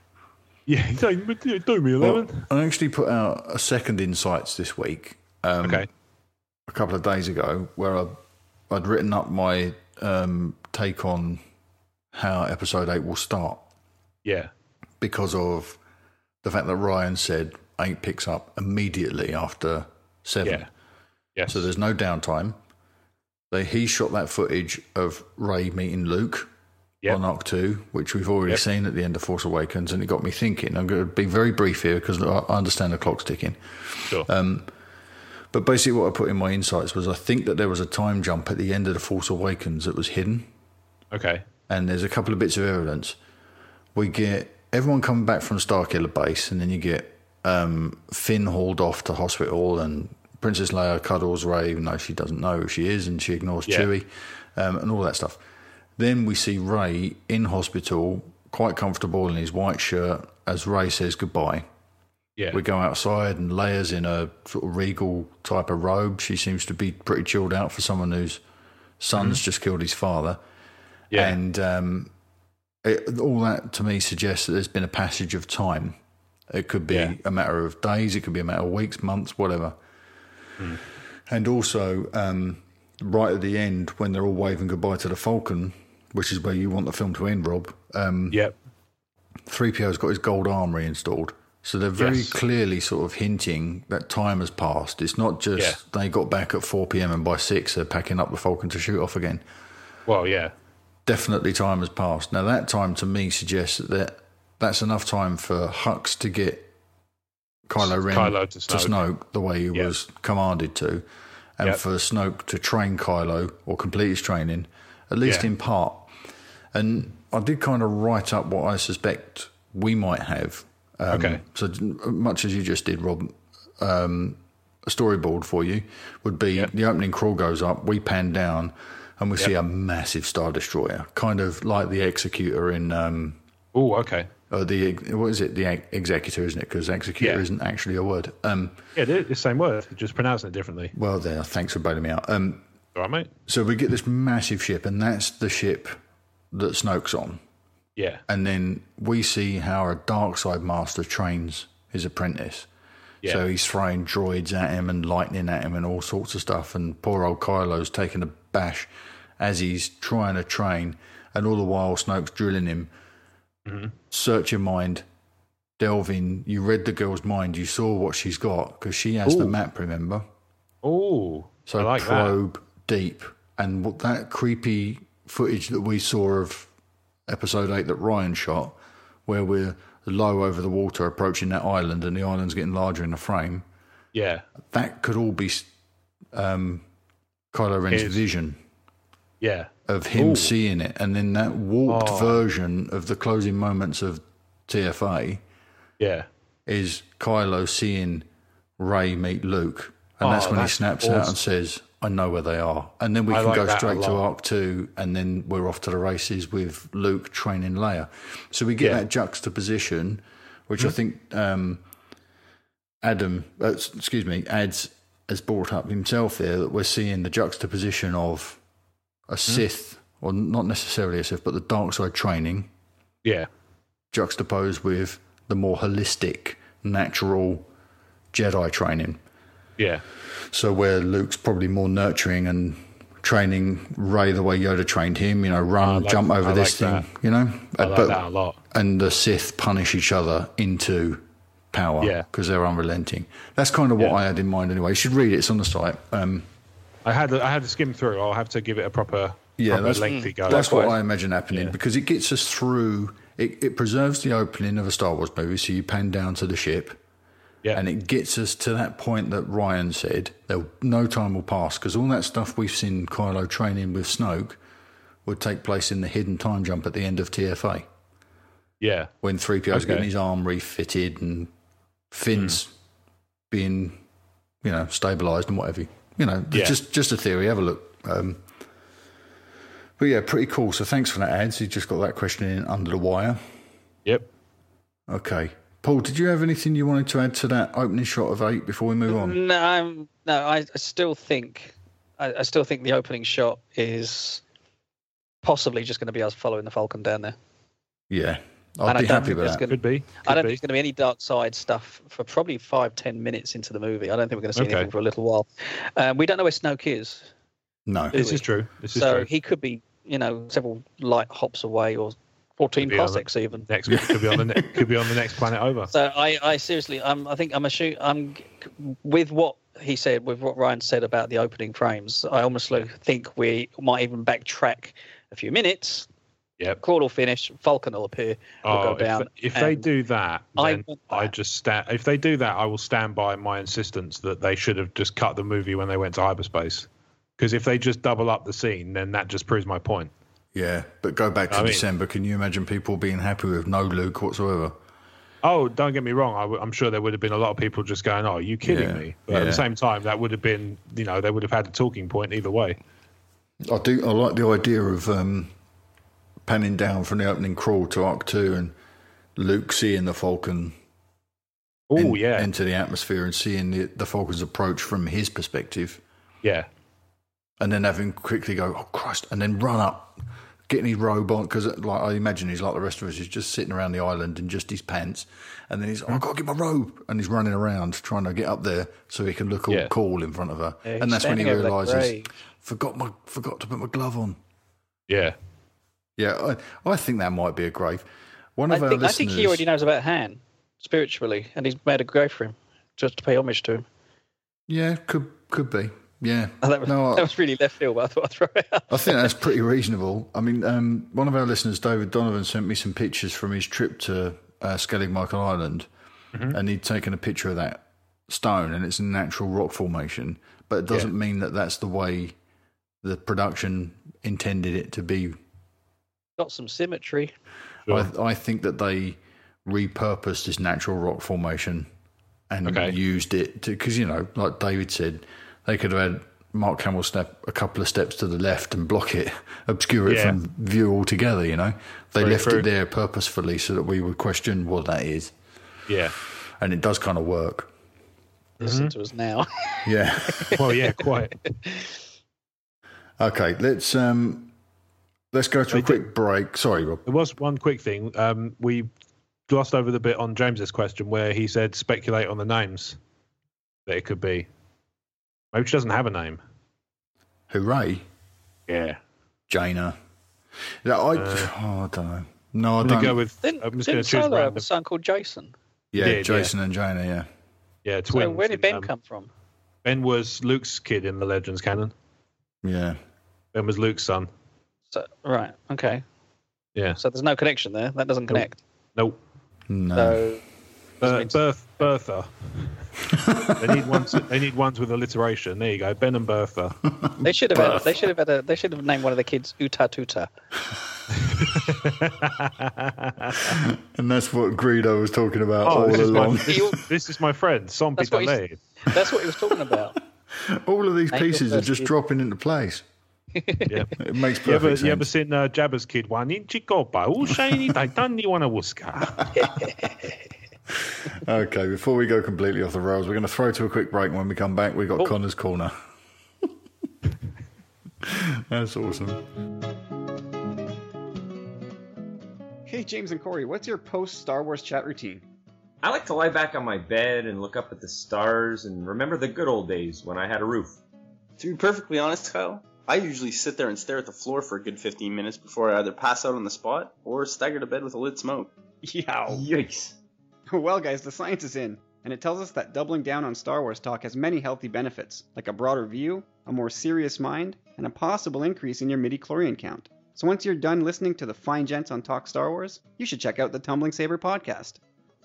Speaker 5: Yeah, they do me
Speaker 4: Well, I actually put out a second insights this week. Um,
Speaker 5: okay.
Speaker 4: A couple of days ago, where I, I'd written up my um, take on how episode eight will start
Speaker 5: Yeah.
Speaker 4: because of the fact that Ryan said eight picks up immediately after seven.
Speaker 5: Yeah. Yes.
Speaker 4: So there's no downtime. They he shot that footage of Ray meeting Luke on Arc Two, which we've already
Speaker 5: Yep.
Speaker 4: seen at the end of Force Awakens, and it got me thinking. I'm going to be very brief here because I I understand the clock's ticking.
Speaker 5: Sure.
Speaker 4: Um, But basically, what I put in my insights was I think that there was a time jump at the end of The Force Awakens that was hidden.
Speaker 5: Okay.
Speaker 4: And there's a couple of bits of evidence. We get everyone coming back from Starkiller Base, and then you get um, Finn hauled off to hospital, and Princess Leia cuddles Ray, even though she doesn't know who she is, and she ignores
Speaker 5: Yeah.
Speaker 4: Chewie, um, and all that stuff. Then we see Ray in hospital, quite comfortable in his white shirt, as Ray says goodbye.
Speaker 5: Yeah.
Speaker 4: We go outside and Leia's in a sort of regal type of robe. She seems to be pretty chilled out for someone whose son's
Speaker 5: Mm-hmm.
Speaker 4: just killed his father.
Speaker 5: Yeah.
Speaker 4: And um, it, all that to me suggests that there's been a passage of time. It could be a matter of days, it could be a matter of weeks, months, whatever.
Speaker 5: Hmm.
Speaker 4: And also, um, right at the end, when they're all waving goodbye to the Falcon, which is where you want the film to end, Rob. Um,
Speaker 5: yep.
Speaker 4: 3PO's got his gold armory installed. So they're very
Speaker 5: Yes.
Speaker 4: clearly sort of hinting that time has passed. It's not just
Speaker 5: Yeah.
Speaker 4: they got back at 4 p.m. and by 6 they're packing up the Falcon to shoot off again.
Speaker 5: Well, yeah.
Speaker 4: Definitely time has passed. Now, that time to me suggests that that's enough time for Hux to get Kylo Ren
Speaker 5: Kylo to Snoke.
Speaker 4: Snoke the way he was commanded to, and
Speaker 5: Yep.
Speaker 4: for Snoke to train Kylo or complete his training, at least
Speaker 5: Yeah.
Speaker 4: in part. And I did kind of write up what I suspect we might have. Um,
Speaker 5: Okay.
Speaker 4: So much as you just did, Rob, um, a storyboard for you would be the opening crawl goes up, we pan down, and we see a massive star destroyer, kind of like the Executor in. Um,
Speaker 5: oh, okay.
Speaker 4: Uh, the what is it? The ex- Executor, isn't it? Because Executor
Speaker 5: Yeah.
Speaker 4: isn't actually a word. Um,
Speaker 5: Yeah, it is the same word, just pronouncing it differently.
Speaker 4: well, there. Thanks for bailing me out. Um,
Speaker 5: All right, mate.
Speaker 4: so we get this massive ship, and that's the ship that Snoke's on.
Speaker 5: Yeah.
Speaker 4: And then we see how a dark side master trains his apprentice.
Speaker 5: Yeah.
Speaker 4: So he's throwing droids at him and lightning at him and all sorts of stuff. And poor old Kylo's taking a bash as he's trying to train. And all the while, Snoke's drilling him.
Speaker 5: Mm-hmm.
Speaker 4: Search your mind, delving. You read the girl's mind. You saw what she's got because she has the
Speaker 5: Ooh.
Speaker 4: map, remember?
Speaker 5: Oh,
Speaker 4: So
Speaker 5: I like that.
Speaker 4: probe deep, and what that creepy footage that we saw of episode eight that Ryan shot, where we're low over the water approaching that island, and the island's getting larger in the frame.
Speaker 5: Yeah.
Speaker 4: That could all be um, Kylo Ren's
Speaker 5: His.
Speaker 4: vision
Speaker 5: Yeah.
Speaker 4: of him
Speaker 5: Ooh.
Speaker 4: seeing it, and then that warped
Speaker 5: Oh.
Speaker 4: version of the closing moments of TFA
Speaker 5: Yeah.
Speaker 4: is Kylo seeing Ray meet Luke, and
Speaker 5: Oh,
Speaker 4: that's when
Speaker 5: that's
Speaker 4: he snaps out
Speaker 5: awesome.
Speaker 4: and says, "I know where they are." And then we
Speaker 5: I
Speaker 4: can
Speaker 5: like
Speaker 4: go
Speaker 5: that a
Speaker 4: straight to
Speaker 5: lot.
Speaker 4: Arc Two, and then we're off to the races with Luke training Leia. So we get
Speaker 5: Yeah. Hmm.
Speaker 4: that juxtaposition, which I think um, Adam, uh, s- excuse me, adds has brought up himself there that we're seeing the juxtaposition of
Speaker 5: Hmm.
Speaker 4: a Sith, or not necessarily a Sith, but the dark side training
Speaker 5: Yeah.
Speaker 4: juxtaposed with the more holistic, natural Jedi training.
Speaker 5: Yeah.
Speaker 4: So where Luke's probably more nurturing and training Ray the way Yoda trained him, you know, run,
Speaker 5: like-
Speaker 4: jump over
Speaker 5: I
Speaker 4: this
Speaker 5: like
Speaker 4: thing,
Speaker 5: that.
Speaker 4: you know.
Speaker 5: I
Speaker 4: Uh,
Speaker 5: like that a lot.
Speaker 4: And the Sith punish each other into power
Speaker 5: Yeah.
Speaker 4: because they're unrelenting. That's kind of what I had in mind anyway. You should read it; it's on the site. Um,
Speaker 5: I had I had to skim through. I'll have to give it a proper,
Speaker 4: yeah,
Speaker 5: proper
Speaker 4: that's, Hmm.
Speaker 5: lengthy go.
Speaker 4: that's what I imagine happening because it gets us through. It, it preserves the opening of a Star Wars movie, so you pan down to the ship,
Speaker 5: Yeah.
Speaker 4: and it gets us to that point that Ryan said. There, no time will pass because all that stuff we've seen Kylo training with Snoke would take place in the hidden time jump at the end of TFA
Speaker 5: Yeah.
Speaker 4: when three
Speaker 5: Okay.
Speaker 4: PO's
Speaker 5: Hmm.
Speaker 4: getting his arm refitted and Finn's being, you know, stabilised and whatever. You know,
Speaker 5: Yeah.
Speaker 4: just just a theory. Have a look. Um, but yeah, pretty cool. So thanks for that, ads. You just got that question in under the wire.
Speaker 5: Yep.
Speaker 4: Okay, Paul, did you have anything you wanted to add to that opening shot of eight before we move on?
Speaker 6: No, I'm, no, I, I still think, I, I still think the opening shot is possibly just going to be us following the Falcon down there.
Speaker 4: Yeah, I'd
Speaker 6: I
Speaker 4: be
Speaker 6: don't
Speaker 4: happy
Speaker 6: think
Speaker 4: with
Speaker 6: there's
Speaker 4: that.
Speaker 6: gonna- I
Speaker 5: Could
Speaker 6: don't
Speaker 5: be.
Speaker 6: think there's going to be any dark side stuff for probably five, ten minutes into the movie. I don't think we're going to see
Speaker 5: Okay.
Speaker 6: anything for a little while. Um, we don't know where Snoke is.
Speaker 4: No,
Speaker 6: do
Speaker 5: This
Speaker 6: we?
Speaker 5: is true. This is
Speaker 6: so
Speaker 5: true.
Speaker 6: he could be, you know, several light hops away or 14
Speaker 5: Could be on the
Speaker 6: parsecs even.
Speaker 5: Next could be on the ne- could be on the next planet over.
Speaker 6: So I, I seriously, I'm, I think I'm assu- I'm with what he said, with what Ryan said about the opening frames. I almost lo- think we might even backtrack a few minutes
Speaker 5: Yep.
Speaker 6: Crawl will finish. Falcon will appear. will
Speaker 5: Oh,
Speaker 6: go down.
Speaker 5: if, if they
Speaker 6: and-
Speaker 5: do that,
Speaker 6: I
Speaker 5: then I, just stand. If they do that, I will stand by my insistence that they should have just cut the movie when they went to hyperspace. Because if they just double up the scene, then that just proves my point.
Speaker 4: Yeah, but go back to
Speaker 5: I mean-
Speaker 4: December. Can you imagine people being happy with no Luke whatsoever?
Speaker 5: Oh, don't get me wrong. I w- I'm sure there would have been a lot of people just going, "Oh, are you kidding
Speaker 4: Yeah,
Speaker 5: me?" But at
Speaker 4: yeah.
Speaker 5: the same time, that would have been, you know, they would have had a talking point either way.
Speaker 4: I do. I like the idea of um, panning down from the opening crawl to Arc Two and Luke seeing the Falcon.
Speaker 5: Oh yeah,
Speaker 4: into the atmosphere and seeing the, the Falcon's approach from his perspective,
Speaker 5: yeah.
Speaker 4: and then having quickly go, "Oh Christ!" and then run up, getting his robe on because, like, I imagine he's like the rest of us. He's just sitting around the island in just his pants, and then he's, "Oh, I gotta get my robe," and he's running around trying to get up there so he can look all
Speaker 5: Yeah.
Speaker 4: cool in front of her,
Speaker 5: Yeah, he's
Speaker 4: and that's when he
Speaker 5: standing over that
Speaker 4: realizes,
Speaker 5: grave.
Speaker 4: "Forgot my forgot to put my glove on."
Speaker 5: Yeah.
Speaker 4: Yeah, I, I think that might be a grave. One
Speaker 6: I
Speaker 4: of our
Speaker 6: think, I
Speaker 4: listeners,
Speaker 6: think he already knows about Han spiritually, and he's made a grave for him just to pay homage to him.
Speaker 4: yeah, could could be, yeah.
Speaker 6: Oh, that, was,
Speaker 4: No, I-
Speaker 6: that was really left field, but I thought I'd throw it out.
Speaker 4: I think that's pretty reasonable. I mean, um, one of our listeners, David Donovan, sent me some pictures from his trip to uh, Skellig Michael Island, and he'd taken a picture of that stone, and it's a natural rock formation, but it doesn't mean that that's the way the production intended it to be.
Speaker 6: Got some symmetry.
Speaker 4: I, I think that they repurposed this natural rock formation and used it to because you know, like David said, they could have had Mark Hamill step a couple of steps to the left and block it, obscure it
Speaker 5: Yeah.
Speaker 4: from view altogether. You know, they
Speaker 5: Very
Speaker 4: left
Speaker 5: true.
Speaker 4: it there purposefully so that we would question what that is,
Speaker 5: Yeah.
Speaker 4: and it does kind of work.
Speaker 5: Mm-hmm.
Speaker 6: Listen to us now.
Speaker 4: Yeah.
Speaker 5: well, yeah, quite.
Speaker 4: Okay, let's um, let's go to a quick break. Sorry, Rob.
Speaker 5: There was one quick thing. Um, we glossed over the bit on James's question where he said speculate on the names that it could be. Maybe she doesn't have a name.
Speaker 4: Hooray!
Speaker 5: Yeah.
Speaker 4: Jaina. Yeah, I, oh, I don't know. No, I
Speaker 5: I'm
Speaker 4: don't.
Speaker 5: gonna Uh, go with.
Speaker 6: Didn't,
Speaker 5: I'm just going
Speaker 6: didn't
Speaker 5: to choose
Speaker 6: Solo have
Speaker 5: random.
Speaker 6: a son called Jason?
Speaker 4: yeah,
Speaker 5: did, yeah.
Speaker 4: Jason and Jaina. Yeah.
Speaker 5: Yeah,
Speaker 6: So
Speaker 5: twins.
Speaker 6: where did
Speaker 5: and,
Speaker 6: Ben
Speaker 5: um,
Speaker 6: come from?
Speaker 5: Ben was Luke's kid in the Legends canon.
Speaker 4: Yeah.
Speaker 5: Ben was Luke's son.
Speaker 6: So, right. Okay.
Speaker 5: Yeah.
Speaker 6: So there's no connection there. That doesn't connect.
Speaker 5: Nope.
Speaker 4: No.
Speaker 6: So
Speaker 5: Ber- Berth, Bertha. they need ones. They need ones with alliteration. There you go. Ben and Bertha.
Speaker 6: they should have had, they should have had a, they should have named one of the kids Uta Tuta.
Speaker 4: And that's what Greedo was talking about all
Speaker 5: this, is
Speaker 4: along.
Speaker 5: my, this, this is my friend, Sompi
Speaker 6: That's what he's-
Speaker 5: Daley.
Speaker 6: That's what he was talking about.
Speaker 4: all of these
Speaker 6: Ain't your
Speaker 4: pieces are
Speaker 6: first
Speaker 4: just
Speaker 6: kid.
Speaker 4: dropping into place.
Speaker 5: Yeah.
Speaker 4: It makes
Speaker 5: You
Speaker 4: perfect
Speaker 5: ever, you ever
Speaker 4: sense.
Speaker 5: seen uh, Jabba's kid one in Chikopa? All shiny, they done you want a whisker.
Speaker 4: okay, before we go completely off the rails, we're going to throw to a quick break. and When we come back, we've got Connor's Corner. that's awesome.
Speaker 9: Hey, James and Corey, what's your post Star Wars chat routine?
Speaker 10: I like to lie back on my bed and look up at the stars and remember the good old days when I had a roof.
Speaker 11: To be perfectly honest, Kyle, I usually sit there and stare at the floor for a good 15 minutes before I either pass out on the spot or stagger to bed with a lit smoke.
Speaker 9: Yeah.
Speaker 11: Yikes.
Speaker 9: Well, guys, the science is in, and it tells us that doubling down on Star Wars talk has many healthy benefits, like a broader view, a more serious mind, and a possible increase in your midi-chlorian count. So once you're done listening to the fine gents on Talk Star Wars, you should check out the Tumbling Saber podcast.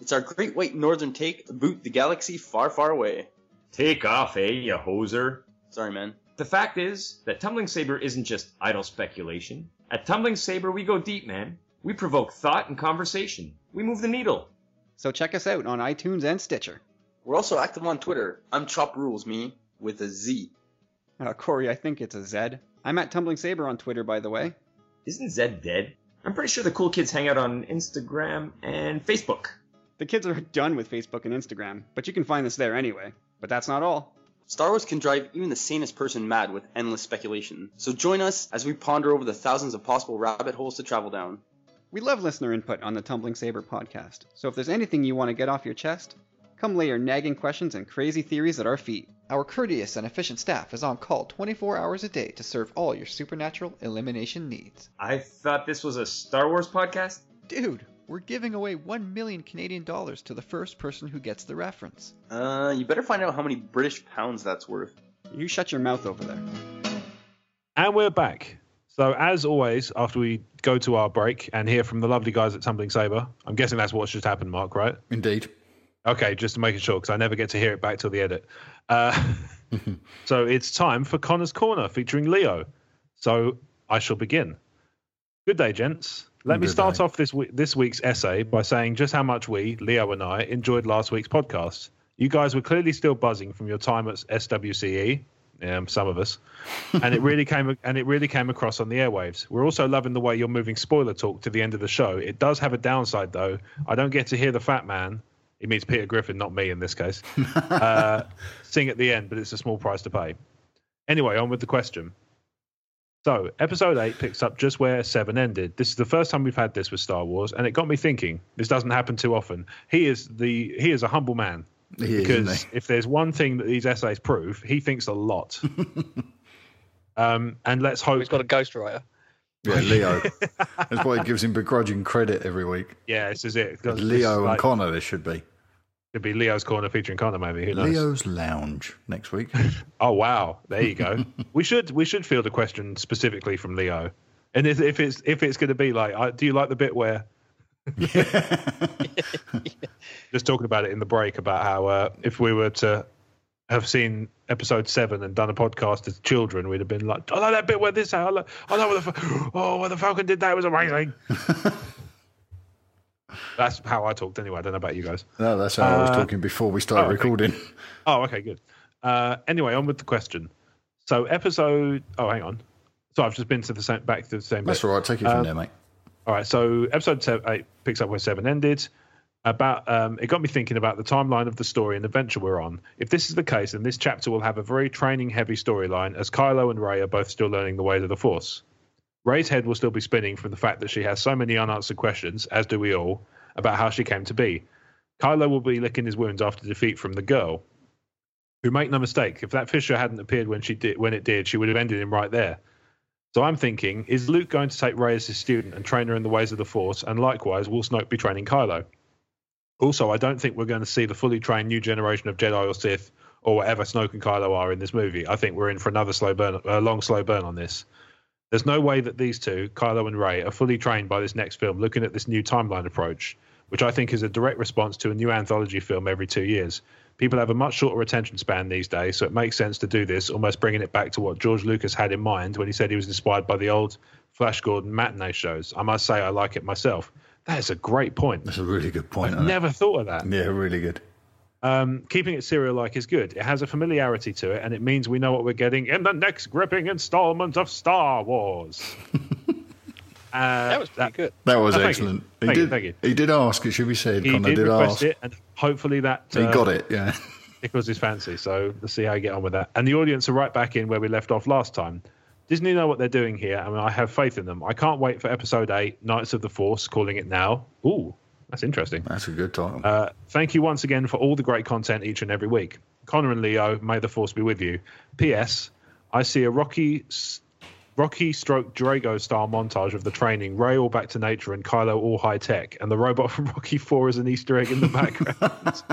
Speaker 11: It's our great white northern take about the galaxy far, far away.
Speaker 10: Take off, eh, you hoser?
Speaker 11: Sorry, man.
Speaker 10: The fact is that Tumbling Saber isn't just idle speculation. At Tumbling Saber, we go deep, man. We provoke thought and conversation. We move the needle.
Speaker 9: So check us out on iTunes and Stitcher.
Speaker 11: We're also active on Twitter. I'm Chop Rules Me with a Z.
Speaker 9: Uh, Corey, I think it's a Zed. I'm at Tumbling Saber on Twitter, by the way.
Speaker 10: Isn't Zed dead? I'm pretty sure the cool kids hang out on Instagram and Facebook.
Speaker 9: The kids are done with Facebook and Instagram, but you can find us there anyway. But that's not all.
Speaker 11: Star Wars can drive even the sanest person mad with endless speculation. So join us as we ponder over the thousands of possible rabbit holes to travel down.
Speaker 9: We love listener input on the Tumbling Saber podcast, so if there's anything you want to get off your chest, come lay your nagging questions and crazy theories at our feet.
Speaker 12: Our courteous and efficient staff is on call 24 hours a day to serve all your supernatural elimination needs.
Speaker 10: I thought this was a Star Wars podcast.
Speaker 12: Dude, we're giving away 1 million Canadian dollars to the first person who gets the reference.
Speaker 11: Uh, you better find out how many British pounds that's worth.
Speaker 9: You shut your mouth over there.
Speaker 5: and we're back. So, as always, after we go to our break and hear from the lovely guys at Tumbling Saber, I'm guessing that's what's just happened, Mark, right?
Speaker 4: Indeed.
Speaker 5: Okay, just making sure because I never get to hear it back till the edit. Uh, so, it's time for Connor's Corner featuring Leo. So, I shall begin. Good day, gents. Let me
Speaker 13: Good
Speaker 5: start off this we- this week's essay by saying just how much we, Leo and I, enjoyed last week's podcast. You guys were clearly still buzzing from your time at SWCE, um, some of us, and it really came and it really came across on the airwaves. We're also loving the way you're moving spoiler talk to the end of the show. It does have a downside though. I don't get to hear the fat man. It means Peter Griffin, not me in this case. Uh, sing at the end, but it's a small price to pay. Anyway, on with the question. So, episode 8 picks up just where 7 ended. This is the first time we've had this with Star Wars, and it got me thinking. This doesn't happen too often. He is the he is a humble man.
Speaker 4: He is,
Speaker 5: because
Speaker 4: isn't
Speaker 5: if there's one thing that these essays prove, he thinks a lot. um, and let's hope he's got a ghostwriter.
Speaker 4: Yeah, Leo. That's why he gives him begrudging credit every week.
Speaker 5: Yeah, this is it. This is
Speaker 4: Leo and
Speaker 5: like-
Speaker 4: Connor, this should be.
Speaker 5: It'd be Leo's corner featuring Connor, maybe. Who knows?
Speaker 4: Leo's Lounge next week.
Speaker 5: Oh wow, there you go. we should we should field a question specifically from Leo, and if, if it's if it's going to be like, I, do you like the bit where? Just talking about it in the break about how uh, if we were to have seen episode seven and done a podcast as children, we'd have been like, I like that bit where this, I like, I know where the, Fal- oh, where the Falcon did that it was amazing. That's how I talked anyway. I don't know about you guys.
Speaker 4: No, that's how I was
Speaker 5: Uh,
Speaker 4: talking before we started
Speaker 5: oh, okay.
Speaker 4: recording.
Speaker 5: Oh, okay, good. Uh, anyway, on with the question. So episode. Oh, hang on. So I've just been to the same back to the same.
Speaker 4: That's
Speaker 5: bit.
Speaker 4: all right. Take it from
Speaker 5: Um,
Speaker 4: there, mate.
Speaker 5: All right. So episode seven, eight picks up where seven ended. About um, it got me thinking about the timeline of the story and adventure we're on. If this is the case, then this chapter will have a very training-heavy storyline, as Kylo and Rey are both still learning the ways of the Force. Ray's head will still be spinning from the fact that she has so many unanswered questions, as do we all, about how she came to be. Kylo will be licking his wounds after defeat from the girl. Who make no mistake, if that fissure hadn't appeared when she did when it did, she would have ended him right there. So I'm thinking, is Luke going to take Rey as his student and train her in the ways of the Force, and likewise will Snoke be training Kylo? Also, I don't think we're going to see the fully trained new generation of Jedi or Sith or whatever Snoke and Kylo are in this movie. I think we're in for another slow burn, a long slow burn on this. There's no way that these two, Kylo and Ray, are fully trained by this next film, looking at this new timeline approach, which I think is a direct response to a new anthology film every two years. People have a much shorter attention span these days, so it makes sense to do this, almost bringing it back to what George Lucas had in mind when he said he was inspired by the old Flash Gordon matinee shows. I must say, I like it myself. That is a great point.
Speaker 4: That's a really good point.
Speaker 5: I've
Speaker 4: isn't it?
Speaker 5: never thought of that.
Speaker 4: Yeah, really good.
Speaker 5: Um, keeping it serial like is good. It has a familiarity to it, and it means we know what we're getting in the next gripping installment of Star Wars. that was pretty good.
Speaker 4: That was excellent.
Speaker 5: You.
Speaker 4: He
Speaker 5: Oh, Thank
Speaker 4: did.
Speaker 5: you. Thank you.
Speaker 4: He did ask. It should be said.
Speaker 5: He
Speaker 4: Connor
Speaker 5: did
Speaker 4: did,
Speaker 5: request
Speaker 4: ask.
Speaker 5: it, uh, and hopefully that
Speaker 4: He got it. Yeah.
Speaker 5: tickles his fancy. So let's see how you get on with that. And the audience are right back in where we left off last time. Disney know what they're doing here, and I have faith in them. I can't wait for episode eight, Knights of the Force, calling it now. Ooh, that's interesting.
Speaker 4: That's a good title.
Speaker 5: Uh, thank you once again for all the great content each and every week. Connor and Leo, may the force be with you. P.S. I see a Rocky, s- Rocky stroke Drago style montage of the training, Ray all back to nature and Kylo all high tech, and the robot from Rocky Four is an Easter egg in the background.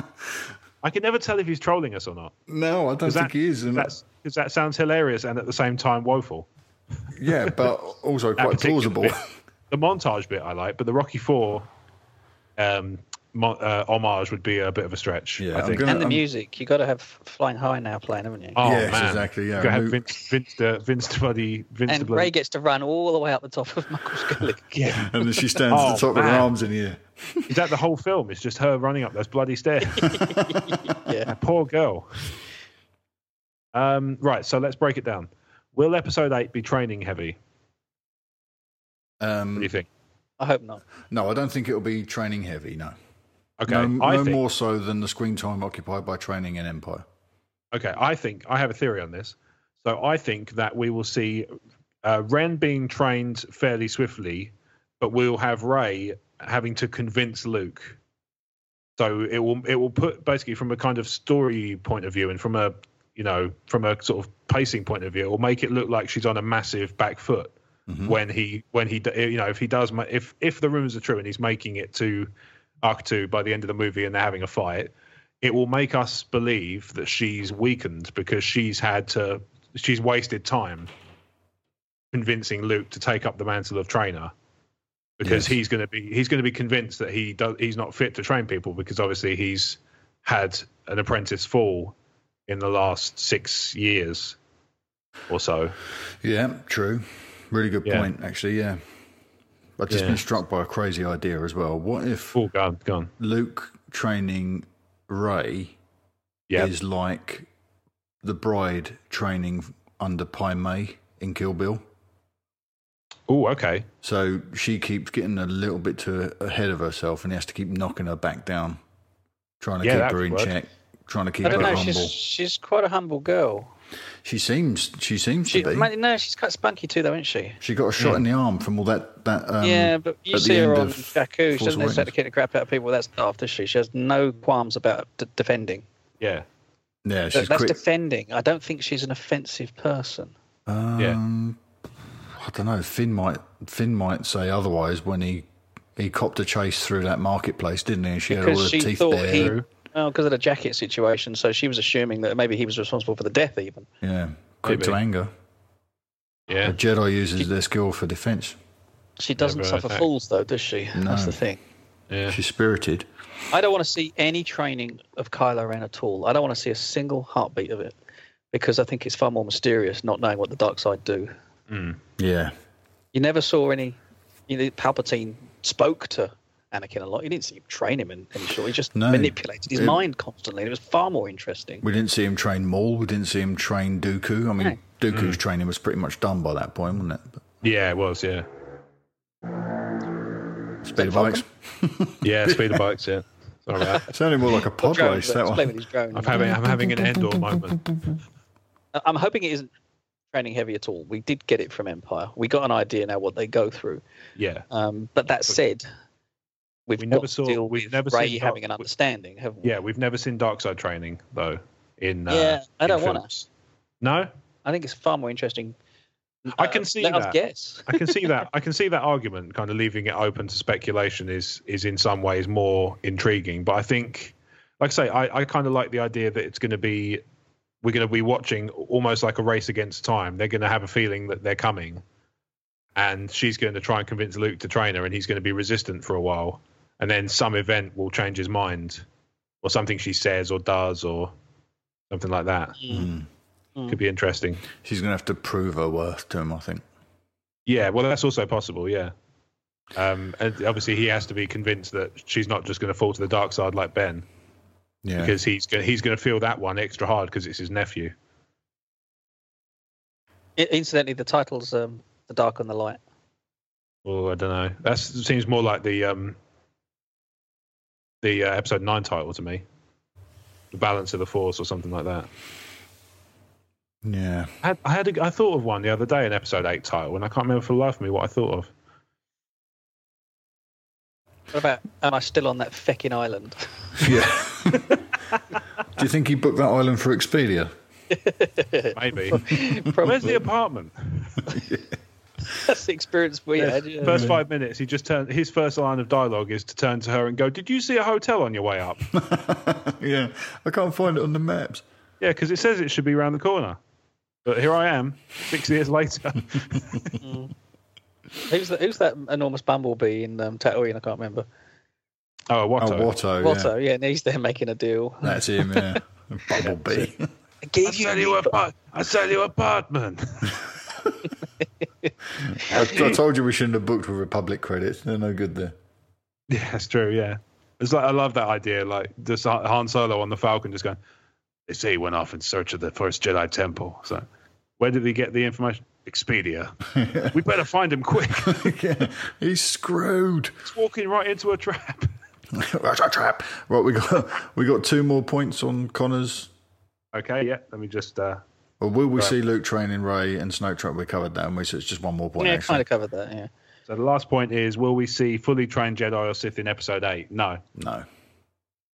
Speaker 5: I can never tell if he's trolling us or not.
Speaker 4: No, I don't think he is. And
Speaker 5: That's because that sounds hilarious and at the same time woeful.
Speaker 4: yeah, but also
Speaker 5: That
Speaker 4: quite
Speaker 5: particular
Speaker 4: plausible.
Speaker 5: bit. the montage bit I like, but the Rocky Four um, mo- uh, homage would be a bit of a stretch. Yeah, I think.
Speaker 6: and the music. you got to have Flying High now playing, haven't you?
Speaker 5: Oh man, You gotta have Vince, Vince, the, Vince the bloody Vince the
Speaker 6: and
Speaker 5: bloody.
Speaker 6: Ray gets to run all the way up the top of Michael Scully.
Speaker 5: yeah.
Speaker 4: And then she stands
Speaker 5: Oh,
Speaker 4: at the top with her arms in the air.
Speaker 5: Is that the whole film? It's just her running up those bloody stairs. yeah, poor girl. Um, right, so let's break it down. Will episode eight be training heavy?
Speaker 4: Um,
Speaker 5: what do you think?
Speaker 6: I hope not.
Speaker 4: No, I don't think it'll be training heavy. No.
Speaker 5: Okay,
Speaker 4: No,
Speaker 5: I
Speaker 4: no
Speaker 5: think-
Speaker 4: more so than the screen time occupied by training in Empire.
Speaker 5: Okay, I think I have a theory on this. So I think that we will see uh, Ren being trained fairly swiftly, but we'll have Ray having to convince Luke. So it will it will put basically from a kind of story point of view and from a you know from a sort of pacing point of view, it will make it look like she's on a massive back foot when he when he d- you know if he does ma- if if the rumors are true and he's making it to Arctu by the end of the movie and they're having a fight, it will make us believe that she's weakened because she's had to she's wasted time convincing Luke to take up the mantle of trainer because he's going to be he's going to be convinced that he does he's not fit to train people because obviously he's had an apprentice fall in the last six years or so.
Speaker 4: Yeah, true. Really good
Speaker 5: Yeah.
Speaker 4: point, actually. Yeah, I've just
Speaker 5: Yeah.
Speaker 4: been struck by a crazy idea as well. What if
Speaker 5: Full gone, gone.
Speaker 4: Luke training Ray
Speaker 5: Yep.
Speaker 4: is like the bride training under Pai Mei in Kill Bill?
Speaker 5: Oh, okay.
Speaker 4: So she keeps getting a little bit too ahead of herself, and he has to keep knocking her back down, trying to
Speaker 6: Yeah, that
Speaker 4: keep her
Speaker 6: could
Speaker 4: in
Speaker 6: work.
Speaker 4: check, trying to keep
Speaker 6: I don't
Speaker 4: her
Speaker 6: know.
Speaker 4: humble.
Speaker 6: She's she's quite a humble girl.
Speaker 4: She seems she seems
Speaker 6: She,
Speaker 4: to be.
Speaker 6: mate, no, she's quite spunky too, though, isn't she?
Speaker 4: She got a shot in the arm from all that. that um,
Speaker 6: yeah, but you
Speaker 4: at the
Speaker 6: see her
Speaker 4: end
Speaker 6: on
Speaker 4: of
Speaker 6: Jakku. She
Speaker 4: Force
Speaker 6: doesn't
Speaker 4: Awakens.
Speaker 6: hesitate to kick the crap out of people. That's daft, does she? She has no qualms about d- defending.
Speaker 5: Yeah.
Speaker 4: Yeah,
Speaker 6: That-
Speaker 4: she's
Speaker 6: that's
Speaker 4: quick.
Speaker 6: defending. I don't think she's an offensive person.
Speaker 4: Um, I don't know. Finn might Finn might say otherwise when he he copped a chase through that marketplace, didn't he? She had all
Speaker 6: because
Speaker 4: her
Speaker 6: she
Speaker 4: teeth
Speaker 6: thought
Speaker 4: there.
Speaker 6: he. Well, because of the jacket situation, so she was assuming that maybe he was responsible for the death, even.
Speaker 4: Yeah, quick to
Speaker 6: Maybe.
Speaker 4: anger.
Speaker 5: Yeah,
Speaker 4: a Jedi uses their skill for defense.
Speaker 6: She doesn't
Speaker 4: Never
Speaker 6: suffer
Speaker 4: attacked.
Speaker 6: fools, though, does she?
Speaker 4: No.
Speaker 6: That's the thing.
Speaker 4: She's spirited.
Speaker 6: I don't want to see any training of Kylo Ren at all. I don't want to see a single heartbeat of it because I think it's far more mysterious not knowing what the dark side do.
Speaker 4: Yeah,
Speaker 6: You never saw any. You know, Palpatine spoke to Anakin a lot. You didn't see him train him in any short. He just
Speaker 4: No.
Speaker 6: manipulated his
Speaker 4: It-
Speaker 6: mind constantly. It was far more interesting.
Speaker 4: we didn't see him train Maul. We didn't see him train Dooku. I mean,
Speaker 6: No.
Speaker 4: Dooku's
Speaker 5: Mm.
Speaker 4: training was pretty much done by that point, wasn't it?
Speaker 5: Yeah, it was. Yeah.
Speaker 4: Speed of bikes.
Speaker 5: Yeah, speeder bikes. Yeah. Sorry about that.
Speaker 4: Sounded more like a pod
Speaker 6: Drones, though.
Speaker 4: race. That
Speaker 6: Just
Speaker 4: one.
Speaker 6: play with his drone.
Speaker 5: I'm having I'm having an Endor moment.
Speaker 6: I- I'm hoping it isn't training heavy at all. We did get it from Empire. We got an idea now what they go through.
Speaker 5: Yeah.
Speaker 6: Um, but that said, we've
Speaker 5: We
Speaker 6: never
Speaker 5: never saw.
Speaker 6: deal
Speaker 5: We've
Speaker 6: with
Speaker 5: never
Speaker 6: Ray
Speaker 5: seen. Dark-
Speaker 6: having an understanding, haven't we?
Speaker 5: yeah, we've never seen dark side training though. In uh,
Speaker 6: yeah, I
Speaker 5: in
Speaker 6: don't want
Speaker 5: films.
Speaker 6: us.
Speaker 5: No,
Speaker 6: I think it's far more interesting.
Speaker 5: I
Speaker 6: Uh,
Speaker 5: can see
Speaker 6: let
Speaker 5: that.
Speaker 6: us guess.
Speaker 5: I can see that. I can see that argument. Kind of leaving it open to speculation is is in some ways more intriguing. But I think, like I say, I, I kind of like the idea that it's going to be we're going to be watching almost like a race against time. They're going to have a feeling that they're coming, and she's going to try and convince Luke to train her, and he's going to be resistant for a while, and then some event will change his mind, or something she says or does or something like that. Could be interesting.
Speaker 4: She's going to have to prove her worth to him, I think.
Speaker 5: Yeah, well, that's also possible. Yeah, um, and obviously he has to be convinced that she's not just going to fall to the dark side like Ben,
Speaker 4: Yeah.
Speaker 5: because he's going he's going to feel that one extra hard because it's his nephew.
Speaker 6: I- Incidentally, the title's um, "The Dark and the Light."
Speaker 5: Well, I don't know. That seems more like the um, the uh, episode nine title to me, the balance of the force or something like that.
Speaker 4: Yeah.
Speaker 5: I had, I, had a, I thought of one the other day, an episode eight title, and I can't remember for the life of me what I thought of.
Speaker 6: What about "Am I still on that fecking island?"
Speaker 4: Yeah. Do you think he booked that island for Expedia?
Speaker 5: Maybe.
Speaker 6: Probably.
Speaker 5: Where's the apartment?
Speaker 6: That's the experience we had. yeah.
Speaker 5: First five minutes, he just turned. His first line of dialogue is to turn to her and go, "Did you see a hotel on your way up?"
Speaker 4: yeah, I can't find it on the maps.
Speaker 5: Yeah, because it says it should be around the corner, but here I am, six years later.
Speaker 6: Who's that? Who's that enormous bumblebee in um, Tatooine? I can't remember.
Speaker 5: Oh, Watto.
Speaker 4: Oh, Watto. Yeah.
Speaker 6: Watto, yeah, and he's there making a deal.
Speaker 4: That's him, yeah. Bumblebee.
Speaker 6: I gave you,
Speaker 5: sell you a par- I sell you apartment.
Speaker 4: I, I told you we shouldn't have booked with Republic credits. They're no good there.
Speaker 5: Yeah, that's true. Yeah, it's like I love that idea. Like just Han Han Solo on the Falcon, just going. They say he went off in search of the first Jedi temple. So, where did he get the information? Expedia. we better find him quick.
Speaker 4: yeah, he's screwed.
Speaker 5: He's walking right into a trap.
Speaker 4: That's a trap. Right, we got we got two more points on Connors.
Speaker 5: Okay, yeah. Let me just. Uh,
Speaker 4: Or will we
Speaker 5: Right.
Speaker 4: see Luke training Ray and Snoke Trap? We covered that, and we so it's just one more point.
Speaker 6: yeah,
Speaker 4: actually.
Speaker 6: kind of covered that. Yeah.
Speaker 5: so the last point is: Will we see fully trained Jedi or Sith in Episode Eight? No,
Speaker 4: No.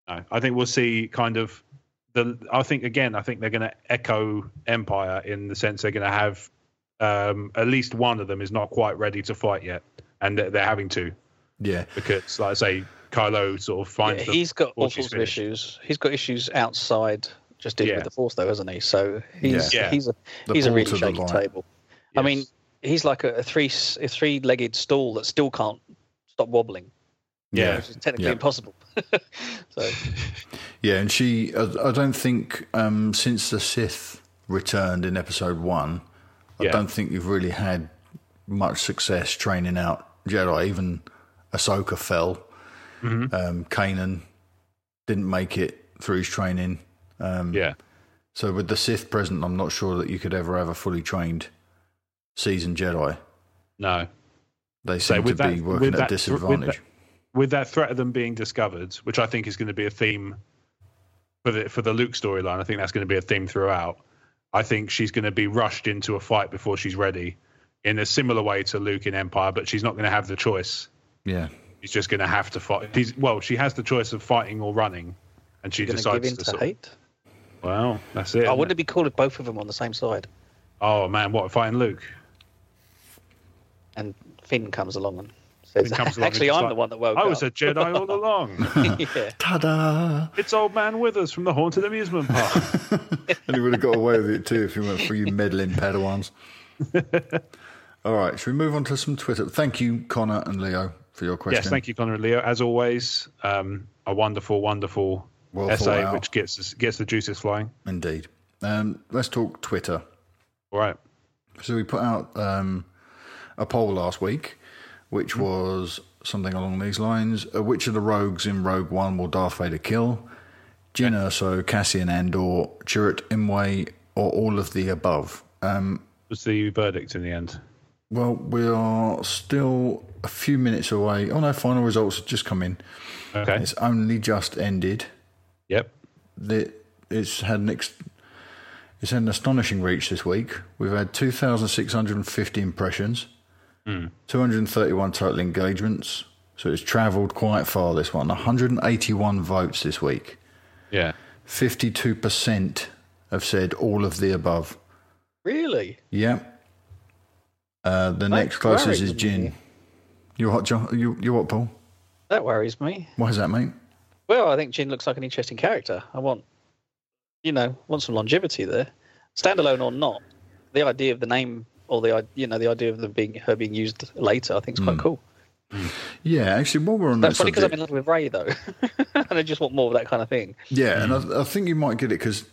Speaker 5: no. I think we'll see kind of the. I think again, I think they're going to echo Empire in the sense they're going to have um, at least one of them is not quite ready to fight yet, and they're, they're having to
Speaker 4: Yeah.
Speaker 5: because, like I say, Kylo sort of
Speaker 6: Yeah,
Speaker 5: finds. the-
Speaker 6: he's got all
Speaker 5: before she's
Speaker 6: sorts of
Speaker 5: finished.
Speaker 6: issues. He's got issues outside just dealing
Speaker 5: Yeah.
Speaker 6: with the force, though, hasn't he? So he's
Speaker 5: Yeah.
Speaker 6: he's a
Speaker 5: The
Speaker 6: he's a
Speaker 5: pull
Speaker 6: really
Speaker 5: to the
Speaker 6: shaky
Speaker 5: line.
Speaker 6: table. I mean, he's like a, a three a three legged stool that still can't stop wobbling.
Speaker 4: Yeah.
Speaker 6: which is technically
Speaker 4: Yeah.
Speaker 6: impossible. so
Speaker 4: Yeah, and she, I, I don't think um, since the Sith returned in episode one, I
Speaker 6: Yeah.
Speaker 4: don't think you've really had much success training out Jedi. Even Ahsoka fell.
Speaker 5: Mm-hmm.
Speaker 4: Um, Kanan didn't make it through his training. Um,
Speaker 5: yeah.
Speaker 4: So with the Sith present, I'm not sure that you could ever have a fully trained seasoned Jedi.
Speaker 5: No.
Speaker 4: They seem to be working at a
Speaker 5: thr-
Speaker 4: disadvantage.
Speaker 5: With that, with that threat of them being discovered, which I think is going to be a theme for the for the Luke storyline, I think that's going to be a theme throughout. I think she's going to be rushed into a fight before she's ready, in a similar way to Luke in Empire, but she's not going to have the choice.
Speaker 4: yeah.
Speaker 5: She's just going to have to fight. She's, well, she has the choice of fighting or running, and she
Speaker 6: You're gonna
Speaker 5: decides
Speaker 6: give
Speaker 5: to.
Speaker 6: in to
Speaker 5: sort of-
Speaker 6: hate?
Speaker 5: Wow, that's it.
Speaker 6: oh,
Speaker 5: isn't
Speaker 6: wouldn't
Speaker 5: it?
Speaker 6: it be cool if both of them were on the same side
Speaker 5: Oh man, what fighting Luke?
Speaker 6: and Finn comes along and says,
Speaker 5: Finn comes along and
Speaker 6: "Actually,
Speaker 5: just
Speaker 6: I'm
Speaker 5: like,
Speaker 6: the one that woke
Speaker 5: I
Speaker 6: up."
Speaker 5: was a Jedi all along.
Speaker 6: yeah.
Speaker 4: Ta-da!
Speaker 5: It's old man Withers from the haunted amusement park.
Speaker 4: and he would have got away with it too if he weren't for you meddling Padawans. All right, should we move on to some Twitter? Thank you, Connor and Leo, for your question.
Speaker 5: Yes, thank you, Connor and Leo. As always, um, a wonderful, wonderful
Speaker 4: Well
Speaker 5: essay
Speaker 4: thought out.
Speaker 5: which gets us, gets the juices flowing.
Speaker 4: Indeed. Um, let's talk Twitter.
Speaker 5: All right.
Speaker 4: So we put out um, a poll last week, which
Speaker 5: Hmm.
Speaker 4: was something along these lines: uh, Which of the rogues in Rogue One will Darth Vader kill? Jyn Erso, Cassian Andor, Chirrut Imwe, or all of the above? Um,
Speaker 5: What's the verdict in the end?
Speaker 4: Well, we are still a few minutes away. Oh no, final results have just come in.
Speaker 5: Okay.
Speaker 4: It's only just ended.
Speaker 5: Yep.
Speaker 4: The, it's had an ex, it's had an astonishing reach this week. We've had 2,650 impressions, 231 total engagements. So it's travelled quite far this one. 181 votes this week.
Speaker 5: Yeah.
Speaker 4: 52% have said all of the above.
Speaker 6: Really?
Speaker 4: Yeah. Uh, the next closest is gin. You what, John? You you what, Paul?
Speaker 6: That worries me.
Speaker 4: What is that, mate?
Speaker 6: Well, I think Jin looks like an interesting character. I want, you know, want some longevity there, standalone or not. The idea of the name or the i- you know the idea of them being her being used later, I think is quite cool.
Speaker 4: Yeah, actually, while we're Hmm. on
Speaker 6: That's
Speaker 4: that
Speaker 6: probably because I'm
Speaker 4: subject,
Speaker 6: in love with Ray though, and I just want more of that kind of thing.
Speaker 4: yeah, and I, I think you might get it because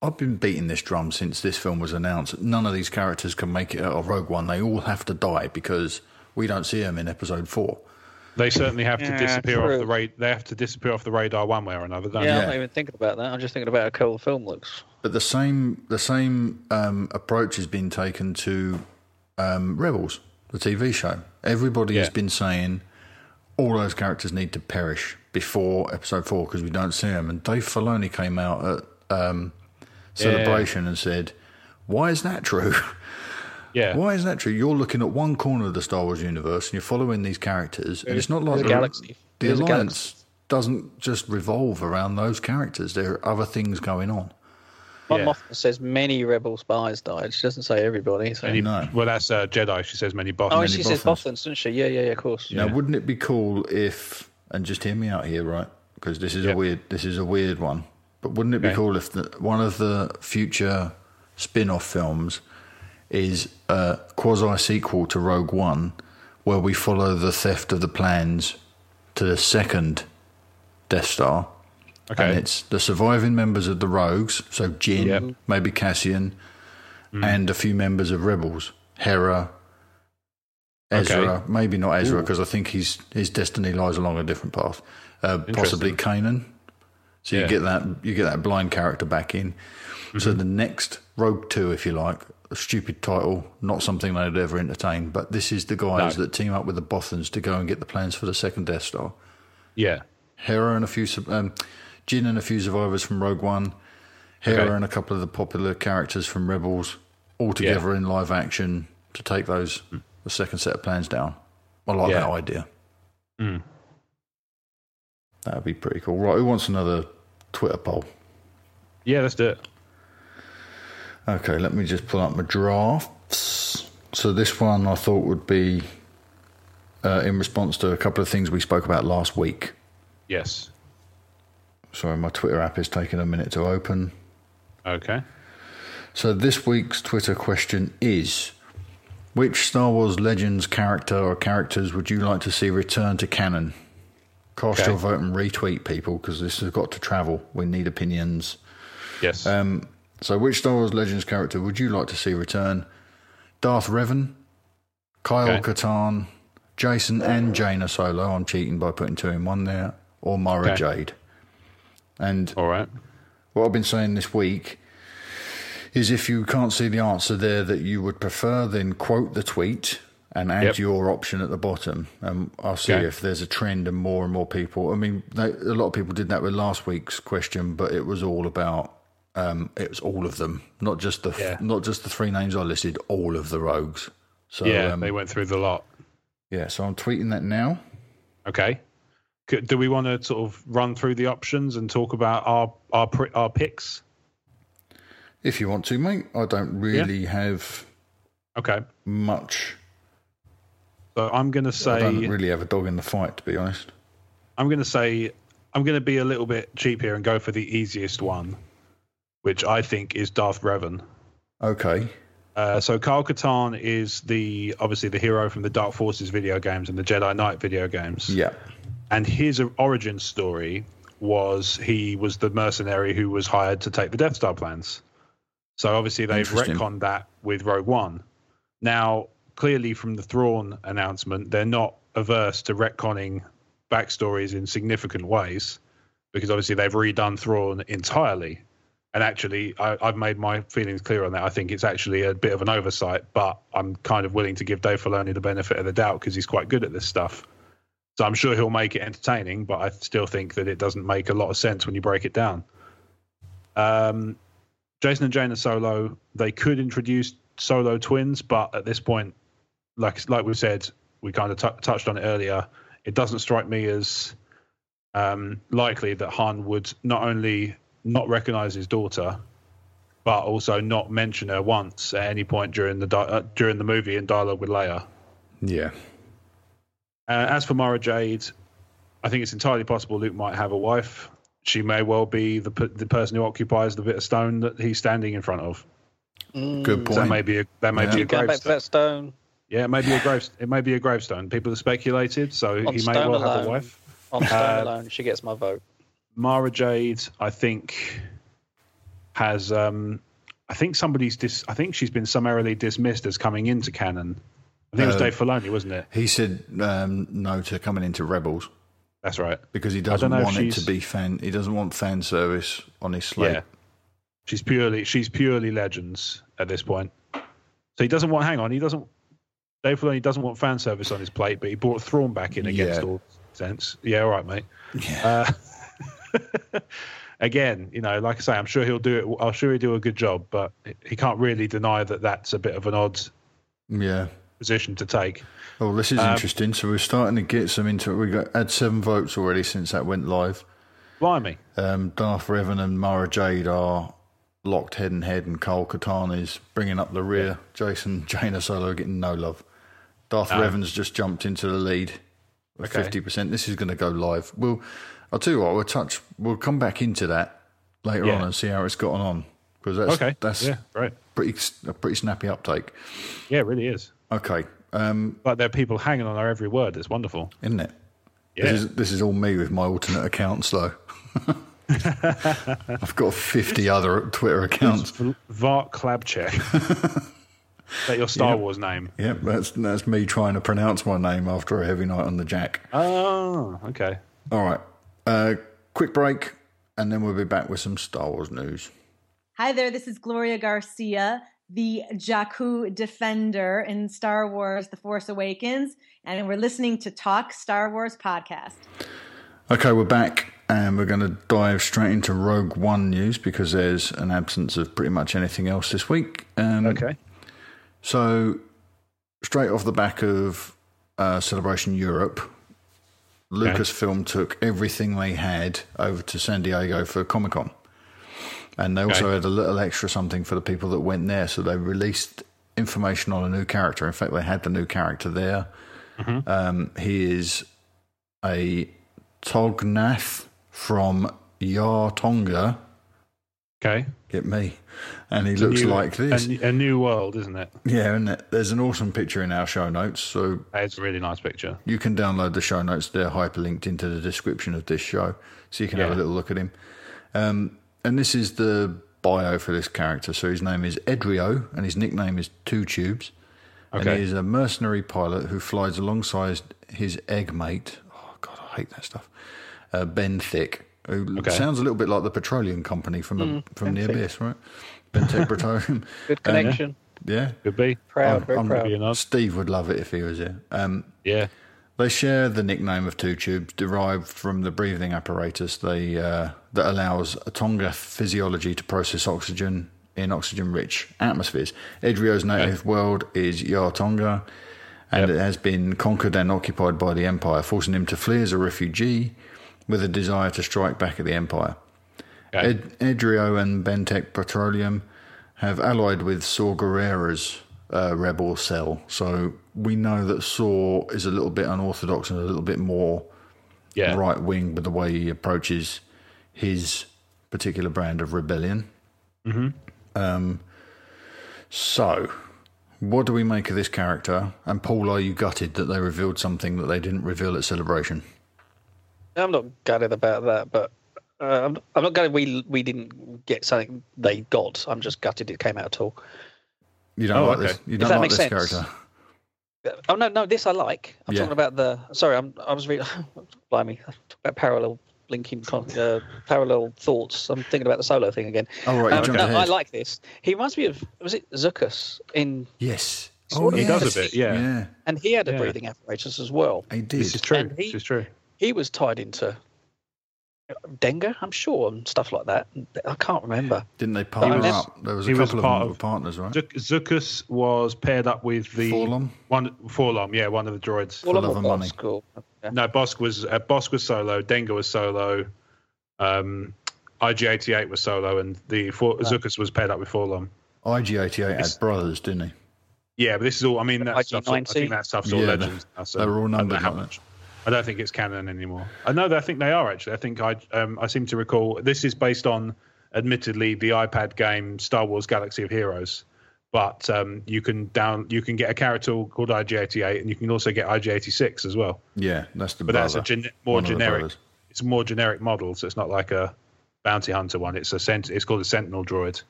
Speaker 4: I've been beating this drum since this film was announced. None of these characters can make it out of Rogue One. They all have to die because we don't see them in Episode Four.
Speaker 5: They certainly have
Speaker 6: Yeah,
Speaker 5: to disappear
Speaker 6: true.
Speaker 5: off the ra- They have to disappear off the radar one way or another,
Speaker 6: Yeah,
Speaker 5: don't
Speaker 6: I'm
Speaker 5: they?
Speaker 6: not even thinking about that. I'm just thinking about how cool the film looks.
Speaker 4: But the same the same um, approach has been taken to um, Rebels, the TV show. Everybody has
Speaker 5: Yeah.
Speaker 4: been saying all those characters need to perish before Episode Four because we don't see them. And Dave Filoni came out at um, Celebration and said, "Why is that true?
Speaker 5: Yeah.
Speaker 4: Why is that true? You're looking at one corner of the Star Wars universe and you're following these characters, and it's not like
Speaker 6: There's a galaxy.
Speaker 4: The
Speaker 6: There's a
Speaker 4: Alliance doesn't just revolve around those characters. There are other things going on."
Speaker 6: Mon Mothma says many rebel spies died. She doesn't say everybody. So.
Speaker 5: Any- Well, that's uh, Jedi. She says many bots.
Speaker 6: oh, she says Bothans, doesn't she? Yeah, yeah, yeah. Of course.
Speaker 4: Now, wouldn't it be cool if, and just hear me out here, right? Because this is a weird, this is a weird one. But wouldn't it be
Speaker 5: Okay.
Speaker 4: cool if the, one of the future spin-off films is a quasi sequel to Rogue One, where we follow the theft of the plans to the second Death Star,
Speaker 5: Okay.
Speaker 4: and it's the surviving members of the Rogues, so Jin,
Speaker 5: Yep. Mm.
Speaker 4: maybe Cassian, and a few members of Rebels, Hera, Ezra,
Speaker 5: Okay.
Speaker 4: maybe not Ezra
Speaker 5: Ooh.
Speaker 4: because I think his his destiny lies along a different path. Uh, possibly Kanan. So you
Speaker 5: Yeah. Mm-hmm.
Speaker 4: get that you get that blind character back in. So the next Rogue Two, if you like, a stupid title, not something they'd ever entertain, but this is the guys
Speaker 5: No.
Speaker 4: that team up with the Bothans to go and get the plans for the second Death Star.
Speaker 5: Yeah.
Speaker 4: Hera and a few, su- um, Jin and a few survivors from Rogue One, Hera
Speaker 5: Okay.
Speaker 4: and a couple of the popular characters from Rebels, all together in live action to take those the second set of plans down. I like
Speaker 5: Yeah.
Speaker 4: that idea.
Speaker 5: Mm.
Speaker 4: That'd be pretty cool. Right, who wants another Twitter poll?
Speaker 5: Yeah, let's do it.
Speaker 4: Okay, let me just pull up my drafts. So this one I thought would be uh, in response to a couple of things we spoke about last week.
Speaker 5: Yes.
Speaker 4: Sorry, my Twitter app is taking a minute to open.
Speaker 5: Okay.
Speaker 4: So this week's Twitter question is Which Star Wars Legends character or characters would you like to see return to canon? Cast
Speaker 5: Okay.
Speaker 4: your vote and retweet people because this has got to travel. We need opinions.
Speaker 5: Yes.
Speaker 4: Um, so, which Star Wars Legends character would you like to see return? Darth Revan, Kyle
Speaker 5: Okay.
Speaker 4: Katarn, Jason and Jaina Solo. I'm cheating by putting two in one there, or Mara
Speaker 5: Okay.
Speaker 4: Jade. And
Speaker 5: all right,
Speaker 4: what I've been saying this week is if you can't see the answer there that you would prefer, then quote the tweet and add
Speaker 5: Yep.
Speaker 4: your option at the bottom. And I'll see
Speaker 5: Okay.
Speaker 4: if there's a trend and more and more people. I mean, they, a lot of people did that with last week's question, but it was all about. Um, it was all of them, not just the
Speaker 5: Yeah.
Speaker 4: not just the three names I listed. All of the rogues. So
Speaker 5: yeah,
Speaker 4: um,
Speaker 5: they went through the lot.
Speaker 4: yeah. So I'm tweeting that now.
Speaker 5: Okay. Could, do we want to sort of run through the options and talk about our our pri- our picks?
Speaker 4: If you want to, mate. I don't really have
Speaker 5: okay
Speaker 4: much.
Speaker 5: So I'm going to say
Speaker 4: I don't really have a dog in the fight, to be honest.
Speaker 5: I'm going to say I'm going to be a little bit cheap here and go for the easiest one, which I think is Darth Revan.
Speaker 4: Okay.
Speaker 5: Uh, so Kyle Katarn is the obviously the hero from the Dark Forces video games and the Jedi Knight video games.
Speaker 4: Yeah.
Speaker 5: And his origin story was he was the mercenary who was hired to take the Death Star plans. So obviously they've
Speaker 4: Interesting.
Speaker 5: retconned that with Rogue One. Now, clearly from the Thrawn announcement, they're not averse to retconning backstories in significant ways because obviously they've redone Thrawn entirely. And actually, I, I've made my feelings clear on that. I think it's actually a bit of an oversight, but I'm kind of willing to give Dave Filoni the benefit of the doubt because he's quite good at this stuff. So I'm sure he'll make it entertaining, but I still think that it doesn't make a lot of sense when you break it down. Um, Jason and Jaina Solo, they could introduce Solo twins, but at this point, like like we said, we kind of t- touched on it earlier. It doesn't strike me as um, likely that Han would not only not recognize his daughter, but also not mention her once at any point during the di- uh, during the movie in dialogue with Leia.
Speaker 4: Yeah.
Speaker 5: Uh, as for Mara Jade, I think it's entirely possible Luke might have a wife. She may well be the p- the person who occupies the bit of stone that he's standing in front of. That
Speaker 4: Good point.
Speaker 5: may be a, that may
Speaker 4: Yeah.
Speaker 5: be a
Speaker 6: Going back to
Speaker 5: gravestone.
Speaker 6: that stone
Speaker 5: Yeah, it may be a grave. It may be a gravestone. People have speculated, so
Speaker 6: on
Speaker 5: he may
Speaker 6: stone
Speaker 5: well
Speaker 6: alone,
Speaker 5: have a wife.
Speaker 6: on stone
Speaker 5: Uh,
Speaker 6: alone, she gets my vote.
Speaker 5: Mara Jade, I think, has. Um, I think somebody's. Dis- I think she's been summarily dismissed as coming into canon. I think it was
Speaker 4: Uh,
Speaker 5: Dave Filoni, wasn't it?
Speaker 4: He said um, no to coming into Rebels
Speaker 5: That's right.
Speaker 4: because he
Speaker 5: I don't
Speaker 4: doesn't
Speaker 5: know if
Speaker 4: want it to
Speaker 5: she's-
Speaker 4: be fan. He doesn't want fan service on his slate.
Speaker 5: Yeah. She's purely she's purely legends at this point. So he doesn't want hang on, he doesn't Dave Filoni doesn't want fan service on his plate, but he brought Thrawn back in against
Speaker 4: Yeah.
Speaker 5: all sense. Yeah, all right, mate. Uh, again, you know, like I say, I'm sure he'll do it. I'm sure he'll do a good job, but he can't really deny that that's a bit of an odd
Speaker 4: Yeah.
Speaker 5: position to take.
Speaker 4: Oh, this is
Speaker 5: Um,
Speaker 4: interesting. So we're starting to get some into. We got had seven votes already since that went live.
Speaker 5: Blimey.
Speaker 4: Um, Darth Revan and Mara Jade are locked head and head, and Cole Katan is bringing up the rear. Jason Jaina Solo are getting no love. Darth
Speaker 5: No.
Speaker 4: Revan's just jumped into the lead with
Speaker 5: Okay.
Speaker 4: fifty percent. This is going to go live. We'll, I'll tell you what. We'll touch. We'll come back into that later
Speaker 5: Yeah.
Speaker 4: on and see how it's gotten on because that's
Speaker 5: okay.
Speaker 4: that's
Speaker 5: yeah, right.
Speaker 4: pretty a pretty snappy uptake.
Speaker 5: Yeah, it really is.
Speaker 4: Okay, um,
Speaker 5: But there are people hanging on our every word. It's wonderful.
Speaker 4: isn't it?
Speaker 5: Yeah.
Speaker 4: This is this is all me with my alternate accounts though. I've got fifty other Twitter accounts.
Speaker 5: Vart Klabchek. Is that your Star
Speaker 4: Yeah.
Speaker 5: Wars name?
Speaker 4: Yep, that's that's me trying to pronounce my name after a heavy night on the jack.
Speaker 5: Oh, okay.
Speaker 4: All right, uh, quick break, and then we'll be back with some Star Wars news.
Speaker 13: Hi there, this is Gloria Garcia, the Jakku Defender in Star Wars The Force Awakens, and we're listening to Talk Star Wars podcast.
Speaker 4: Okay, we're back and we're going to dive straight into Rogue One news because there's an absence of pretty much anything else this week. Um, okay. So, straight off the back of uh, Celebration Europe, Lucasfilm took everything they had over to San Diego for Comic Con. And they also
Speaker 5: Okay.
Speaker 4: had a little extra something for the people that went there. So, they released information on a new character. In fact, they had the new character there.
Speaker 5: Mm-hmm.
Speaker 4: Um, he is a Tognath from Yar Tonga,
Speaker 5: Okay.
Speaker 4: Get me. And he
Speaker 5: It's a
Speaker 4: looks
Speaker 5: new-
Speaker 4: like this.
Speaker 5: A, a new world, isn't it?
Speaker 4: Yeah, and there's an awesome picture in our show notes. So
Speaker 5: it's a really nice picture.
Speaker 4: You can download the show notes; they're hyperlinked into the description of this show, so you can have
Speaker 5: Yeah.
Speaker 4: a little look at him. Um, and this is the bio for this character. So his name is Edrio, and his nickname is Two Tubes. And
Speaker 5: Okay.
Speaker 4: he is a mercenary pilot who flies alongside his egg mate. Oh God, I hate that stuff. Uh, ben Thick, who
Speaker 5: Okay.
Speaker 4: sounds a little bit like the petroleum company from
Speaker 5: Mm,
Speaker 4: a,
Speaker 5: Ben
Speaker 4: from the
Speaker 5: Thick.
Speaker 4: abyss, right? Ben Thick Petroleum.
Speaker 6: Good
Speaker 4: Um,
Speaker 6: connection.
Speaker 4: yeah.
Speaker 5: Could be.
Speaker 6: Proud, very proud.
Speaker 4: Steve would love it if he was here. Um,
Speaker 5: yeah.
Speaker 4: They share the nickname of two tubes, derived from the breathing apparatus they uh, that allows a Tonga physiology to process oxygen in oxygen-rich atmospheres. Edrio's native world is Yatonga, and it has been conquered and occupied by the Empire, forcing him to flee as a refugee with a desire to strike back at the Empire. Ed- Edrio and Bentek Petroleum have allied with Saw Guerrera's uh, rebel cell. So we know that Saw is a little bit unorthodox and a little bit more right wing with the way he approaches his particular brand of rebellion.
Speaker 5: Mm-hmm.
Speaker 4: Um, so, what do we make of this character? And Paul, are you gutted that they revealed something that they didn't reveal at Celebration?
Speaker 6: I'm not gutted about that, but uh, I'm, I'm not gutted we we didn't get something they got. I'm just gutted it came out at all.
Speaker 4: You don't
Speaker 6: Oh,
Speaker 4: like
Speaker 6: okay.
Speaker 4: this. You
Speaker 6: If
Speaker 4: don't
Speaker 6: that
Speaker 4: like
Speaker 6: makes
Speaker 4: this
Speaker 6: sense.
Speaker 4: character.
Speaker 6: Oh no, no, this I like. I'm
Speaker 4: Yeah.
Speaker 6: talking about the. Sorry, I'm. I was reading. Blimey, I talk about parallel linking, con- uh, parallel thoughts. I'm thinking about the solo thing again. Um,
Speaker 4: Oh,
Speaker 5: Um,
Speaker 4: right, you jumped
Speaker 6: no,
Speaker 4: ahead.
Speaker 6: I like this. He reminds me of was it Zuckus in?
Speaker 4: Yes.
Speaker 6: Sort of
Speaker 5: he does a
Speaker 6: Fantasy.
Speaker 5: bit. Yeah.
Speaker 6: And he had a
Speaker 5: Yeah.
Speaker 6: breathing apparatus as well.
Speaker 4: He did.
Speaker 5: This is true.
Speaker 6: And he-
Speaker 5: This is true.
Speaker 6: He was tied into Denga, I'm sure, and stuff like that. I can't remember.
Speaker 4: Didn't they
Speaker 5: He
Speaker 4: partner
Speaker 5: was-
Speaker 4: up? There was a
Speaker 5: he
Speaker 4: couple
Speaker 5: was
Speaker 4: of
Speaker 5: part
Speaker 4: them
Speaker 5: of-
Speaker 4: were partners, right?
Speaker 5: Zuc- Zuckus was paired up with the
Speaker 4: Forlom?
Speaker 5: one Forlom, yeah, one of the droids.
Speaker 4: For love of money.
Speaker 5: No, Bosk was uh, Bosk was solo. Denga was solo. Um, IG88 was solo, and the For- Zuckus was paired up with Forlom.
Speaker 4: IG88 had brothers, didn't he?
Speaker 5: Yeah, but this is all. I mean, that stuff's all, I
Speaker 4: IG90?
Speaker 5: think that stuff's all
Speaker 4: Yeah,
Speaker 5: legends.
Speaker 4: they-
Speaker 5: now, so
Speaker 4: they were all
Speaker 5: I don't know
Speaker 4: numbered
Speaker 5: how
Speaker 4: like that.
Speaker 5: much. I don't think it's canon anymore. I know that I think they are actually. I think I um, I seem to recall this is based on, admittedly, the iPad game Star Wars Galaxy of Heroes, but um, you can down you can get a character called IG88 and you can also get IG86 as well.
Speaker 4: Yeah, that's the
Speaker 5: but that's a
Speaker 4: brother.
Speaker 5: gen- more
Speaker 4: One of the
Speaker 5: generic.
Speaker 4: brothers.
Speaker 5: It's a more generic model, so it's not like a bounty hunter one. It's a sent- It's called a Sentinel droid.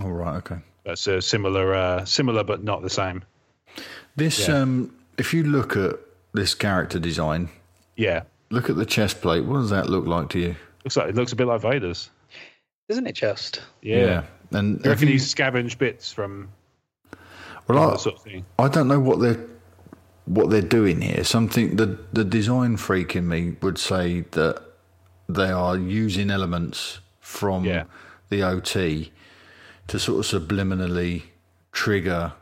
Speaker 4: All right, okay.
Speaker 5: That's a similar, uh, similar but not the same.
Speaker 4: This,
Speaker 5: Yeah.
Speaker 4: um, if you look at this character design,
Speaker 5: Yeah,
Speaker 4: look at the chest plate. What does that look like to you?
Speaker 5: looks like it looks a bit like Vader's.
Speaker 6: Isn't it just?
Speaker 5: Yeah.
Speaker 4: And
Speaker 5: I reckon
Speaker 4: have you-
Speaker 5: you scavenge bits from
Speaker 4: well, I,
Speaker 5: that sort of thing.
Speaker 4: I don't know what they're what they're doing here. Something the the design freak in me would say that they are using elements from the OT to sort of subliminally trigger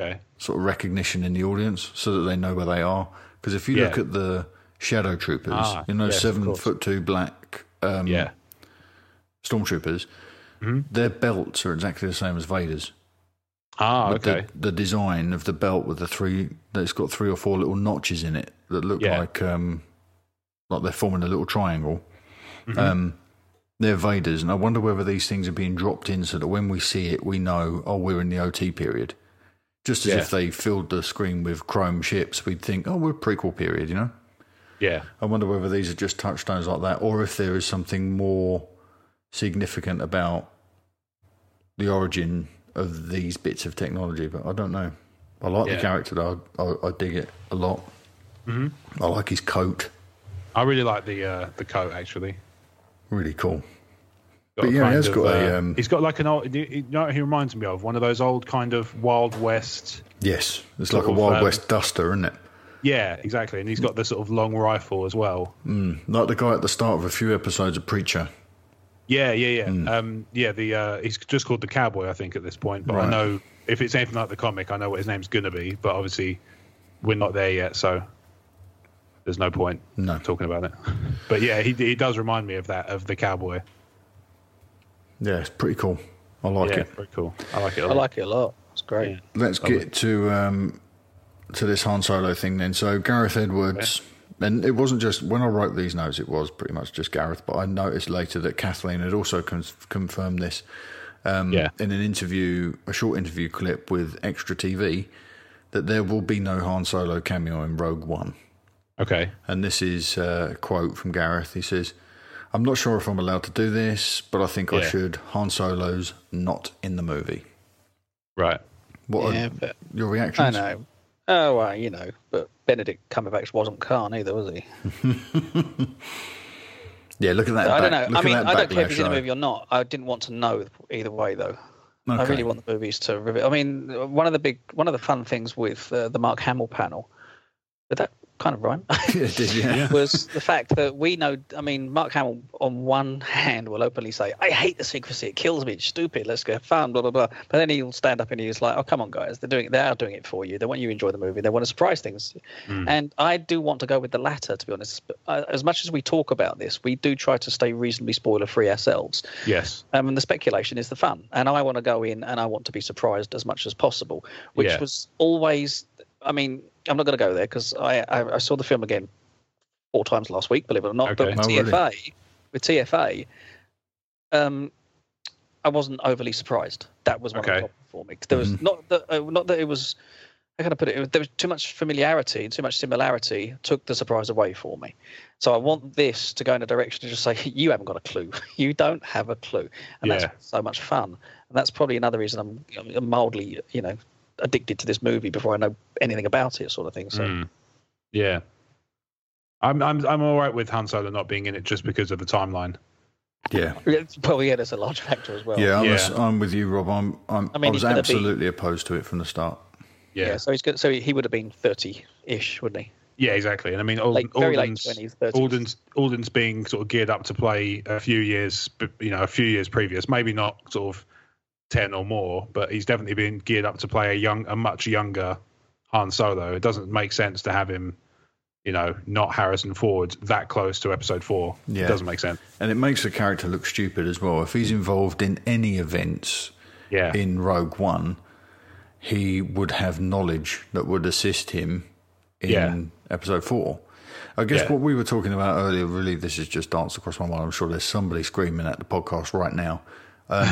Speaker 5: Okay.
Speaker 4: sort of recognition in the audience so that they know where they are. Because if you
Speaker 5: Yeah.
Speaker 4: look at the Shadow Troopers,
Speaker 5: Ah,
Speaker 4: you know,
Speaker 5: yes, of
Speaker 4: seven
Speaker 5: course.
Speaker 4: foot two black um, stormtroopers,
Speaker 5: Mm-hmm.
Speaker 4: their belts are exactly the same as Vader's.
Speaker 5: Ah,
Speaker 4: But the-
Speaker 5: okay.
Speaker 4: The, design of the belt with the three, that it's got three or four little notches in it that look like um, like they're forming a little triangle.
Speaker 5: Mhm.
Speaker 4: Um, they're Vaders, and I wonder whether these things are being dropped in so that when we see it, we know, oh, we're in the OT period. Just as
Speaker 5: Yeah.
Speaker 4: if they filled the screen with chrome ships, we'd think, oh, we're prequel period, you know?
Speaker 5: Yeah.
Speaker 4: I wonder whether these are just touchstones like that, or if there is something more significant about the origin of these bits of technology. But I don't know. I like
Speaker 5: Yeah.
Speaker 4: the character. Though. I, I I dig it a lot.
Speaker 5: hmm
Speaker 4: I like his coat.
Speaker 5: I really like the uh, the coat actually.
Speaker 4: Really cool.
Speaker 5: Got
Speaker 4: But
Speaker 5: a
Speaker 4: yeah, he
Speaker 5: kind
Speaker 4: has
Speaker 5: of,
Speaker 4: got a.
Speaker 5: uh,
Speaker 4: Um,
Speaker 5: He's got like an old. You know, what he reminds me of one of those old kind of Wild West.
Speaker 4: yes, it's
Speaker 5: sort
Speaker 4: like a
Speaker 5: of,
Speaker 4: Wild
Speaker 5: um,
Speaker 4: West duster, isn't it?
Speaker 5: Yeah, exactly. And he's got the sort of long rifle as well.
Speaker 4: Mm, like the guy at the start of a few episodes of Preacher.
Speaker 5: Yeah, yeah, yeah.
Speaker 4: Hmm.
Speaker 5: Um, yeah, the uh, he's just called the cowboy, I think, at this point. But
Speaker 4: Right.
Speaker 5: I know if it's anything like the comic, I know what his name's gonna be. But obviously, we're not there yet, so there's no point
Speaker 4: no.
Speaker 5: talking about it. But yeah, he he does remind me of that of the cowboy.
Speaker 4: Yeah, it's pretty cool. I like
Speaker 5: yeah,
Speaker 4: it.
Speaker 5: very cool. I like it. A
Speaker 6: I
Speaker 5: lot.
Speaker 6: like it a lot. It's great.
Speaker 4: Let's
Speaker 5: Lovely.
Speaker 4: get to um, to this Han Solo thing then. So Gareth Edwards And it wasn't just when I wrote these notes; it was pretty much just Gareth. But I noticed later that Kathleen had also con- confirmed this um,
Speaker 5: Yeah.
Speaker 4: in an interview, a short interview clip with Extra TV, that there will be no Han Solo cameo in Rogue One.
Speaker 5: Okay.
Speaker 4: And this is uh, a quote from Gareth. He says, "I'm not sure if I'm allowed to do this, but I think I
Speaker 5: Yeah.
Speaker 4: should." Han Solo's not in the movie.
Speaker 5: Right.
Speaker 4: What
Speaker 6: Yeah,
Speaker 4: are
Speaker 6: but-
Speaker 4: your
Speaker 6: I
Speaker 4: reactions?
Speaker 6: know. Oh well, you know, but Benedict Cumberbatch wasn't Khan either, was he?
Speaker 4: Yeah, look at that.
Speaker 6: I don't
Speaker 4: back-
Speaker 6: know. I
Speaker 4: look at
Speaker 6: mean,
Speaker 4: that
Speaker 6: I don't care
Speaker 4: backlash,
Speaker 6: if he's in the
Speaker 4: though.
Speaker 6: movie or not. I didn't want to know either way, though. I
Speaker 4: Okay.
Speaker 6: really want the movies to reveal. I mean, one of the big, one of the fun things with uh, the Mark Hamill panel, did that kind of rhyme?
Speaker 4: it did, yeah.
Speaker 6: was the fact that we know. I mean, Mark Hamill, on one hand, will openly say, "I hate the secrecy. It kills me. It's stupid. Let's go have fun." Blah blah blah. But then he'll stand up and he's like, "Oh, come on, guys. They're doing. They are doing it for you. They want you to enjoy the movie. They want to surprise things." And I do want to go with the latter, to be honest. But, uh, as much as we talk about this, we do try to stay reasonably spoiler free ourselves.
Speaker 5: Yes.
Speaker 6: Um, and the speculation is the fun. And I want to go in and I want to be surprised as much as possible, which
Speaker 5: Yeah.
Speaker 6: was always, I mean, I'm not going to go there because I, I, I saw the film again four times last week, believe it or not. But
Speaker 5: Okay.
Speaker 6: with
Speaker 5: Oh, really?
Speaker 6: TFA, with TFA, um, I wasn't overly surprised. That was one of
Speaker 5: Okay.
Speaker 6: the problem for me. There was not that uh, not that it was. How can I put it? it was, there was too much familiarity, too much similarity took the surprise away for me. So I want this to go in a direction to just say you haven't got a clue. You don't have a clue, and
Speaker 5: Yeah.
Speaker 6: that's so much fun. And that's probably another reason I'm, I'm mildly, you know, addicted to this movie before I know anything about it, sort of thing. So
Speaker 5: Mm. Yeah. I'm I'm I'm all right with Han Solo not being in it just because of the timeline.
Speaker 4: Yeah.
Speaker 6: well, yeah, that's a large factor as well.
Speaker 4: yeah, I'm, as- I'm with you, Rob. I'm, I'm,
Speaker 6: I
Speaker 4: I,
Speaker 6: mean,
Speaker 4: was
Speaker 6: he's gonna be-
Speaker 4: absolutely opposed to it from the start.
Speaker 6: yeah. So he's good. So he would have been thirty-ish, wouldn't he?
Speaker 5: Yeah, exactly. And I mean, Alden,
Speaker 6: Late- very late
Speaker 5: Alden's,
Speaker 6: 20s, 30s.
Speaker 5: Alden's Alden's being sort of geared up to play a few years, b- you know, a few years previous. Maybe not sort of ten or more, but he's definitely been geared up to play a young, a much younger Han Solo. It doesn't make sense to have him, you know, not Harrison Ford that close to Episode Four.
Speaker 4: Yeah.
Speaker 5: It doesn't make sense.
Speaker 4: And it makes the character look stupid as well. If he's involved in any events
Speaker 5: Yeah.
Speaker 4: in Rogue One, he would have knowledge that would assist him in
Speaker 5: Yeah.
Speaker 4: episode four. I guess
Speaker 5: Yeah.
Speaker 4: what we were talking about earlier, really, this is just danced across my mind. I'm sure there's somebody screaming at the podcast right now. Um,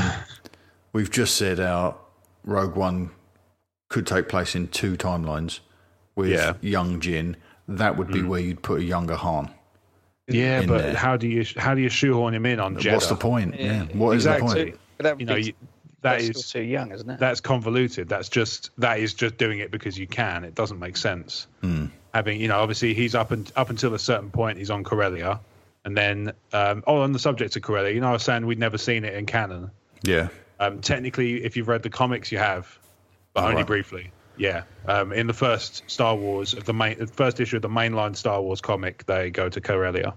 Speaker 4: we've just said our Rogue One could take place in two timelines with
Speaker 5: Yeah. Hmm.
Speaker 4: young Jin. That would be where you'd put a younger Han.
Speaker 5: Yeah,
Speaker 4: In
Speaker 5: but
Speaker 4: there.
Speaker 5: how do you how do you shoehorn him in on Jeddah?
Speaker 4: What's the point? Yeah. What is
Speaker 5: Exactly.
Speaker 4: the point?
Speaker 6: But that would
Speaker 5: You know,
Speaker 6: be-
Speaker 5: you, that
Speaker 6: that's
Speaker 5: is
Speaker 6: still too young, isn't it?
Speaker 5: that's convoluted. That's just that is just doing it because you can. It doesn't make sense. Having you know, obviously he's up and up until a certain point he's on Corellia, and then um, oh, on the subject of Corellia, you know, I was saying we'd never seen it in canon.
Speaker 4: Yeah.
Speaker 5: Um, technically, if you've read the comics, you have, but only
Speaker 4: right.
Speaker 5: briefly. Yeah. Um, in the first Star Wars of the main, the first issue of the mainline Star Wars comic, they go to Corellia,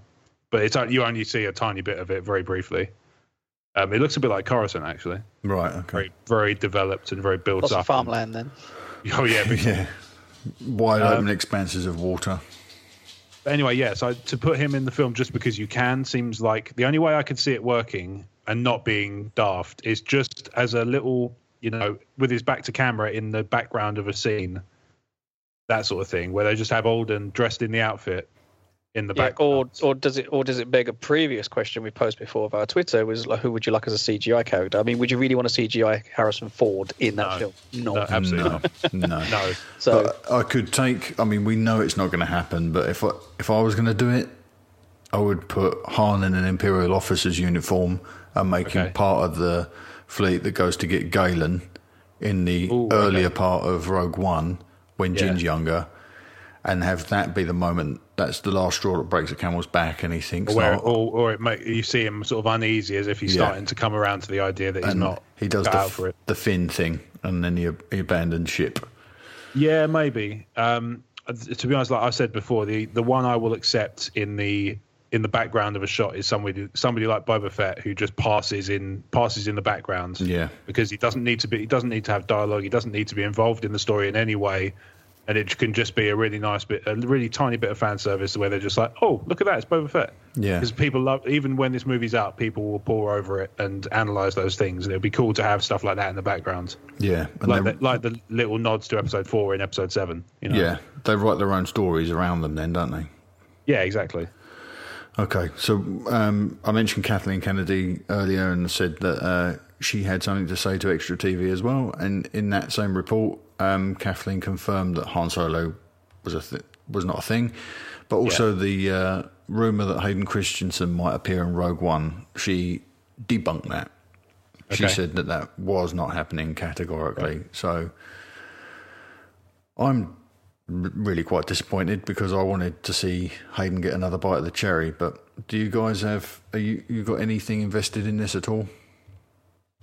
Speaker 5: but it's on- you only see a tiny bit of it very briefly. Um, it looks a bit like Coruscant actually,
Speaker 4: Right. Okay.
Speaker 5: very very developed and very built
Speaker 6: Lots
Speaker 5: up.
Speaker 6: of farmland then.
Speaker 5: Oh yeah, but
Speaker 4: Yeah. Wide
Speaker 5: Um,
Speaker 4: open expanses of water.
Speaker 5: But anyway, yeah, so to put him in the film just because you can seems like the only way I could see it working and not being daft is just as a little, you know, with his back to camera in the background of a scene, that sort of thing, where they just have Alden dressed in the outfit in the
Speaker 6: Yeah,
Speaker 5: back.
Speaker 6: or or does it or does it beg a previous question we posed before via Twitter was like, who would you like as a CGI character? I mean, would you really want a CGI Harrison Ford in that film? No,
Speaker 5: absolutely not.
Speaker 4: No. no.
Speaker 5: No.
Speaker 6: So-
Speaker 4: but I could take. I mean, we know it's not going to happen. But if I if I was going to do it, I would put Han in an Imperial officer's uniform and make him
Speaker 5: Okay.
Speaker 4: part of the fleet that goes to get Galen in the
Speaker 5: Ooh, okay.
Speaker 4: earlier part of Rogue One when
Speaker 5: Yeah.
Speaker 4: Jin's younger. And have that be the moment. That's the last straw that breaks the camel's back, and he thinks,
Speaker 5: Or, where,
Speaker 4: "Oh,
Speaker 5: or, or it make, you see him sort of uneasy as if he's
Speaker 4: Yeah.
Speaker 5: starting to come around to the idea that he's
Speaker 4: and
Speaker 5: not
Speaker 4: he does
Speaker 5: cut
Speaker 4: the,
Speaker 5: out
Speaker 4: f-
Speaker 5: for it.
Speaker 4: the Finn thing, and then he, he abandons ship.
Speaker 5: Yeah, maybe. Um, th- to be honest, like I said before, the the one I will accept in the in the background of a shot is somebody somebody like Boba Fett who just passes in passes in the background.
Speaker 4: Yeah.
Speaker 5: because he doesn't need to be he doesn't need to have dialogue. He doesn't need to be involved in the story in any way. And it can just be a really nice bit, a really tiny bit of fan service where they're just like, "Oh, look at that! It's Boba Fett."
Speaker 4: Yeah.
Speaker 5: because people love even when this movie's out, people will pore over it and analyze those things, and it'd be cool to have stuff like that in the background
Speaker 4: Yeah, and
Speaker 5: like
Speaker 4: they-
Speaker 5: the, like the little nods to episode four in episode seven. You know?
Speaker 4: Yeah, they write their own stories around them, then, don't they?
Speaker 5: Yeah, exactly.
Speaker 4: Okay, so um, I mentioned Kathleen Kennedy earlier and said that uh, she had something to say to Extra TV as well. And in that same report, um, Kathleen confirmed that Han Solo was a th- was not a thing, but also the uh, rumor that Hayden Christensen might appear in Rogue One. She debunked that. She
Speaker 14: Okay.
Speaker 4: said that that was not happening categorically. So I'm r- really quite disappointed because I wanted to see Hayden get another bite of the cherry. But do you guys have? Are you you got anything invested in this at all?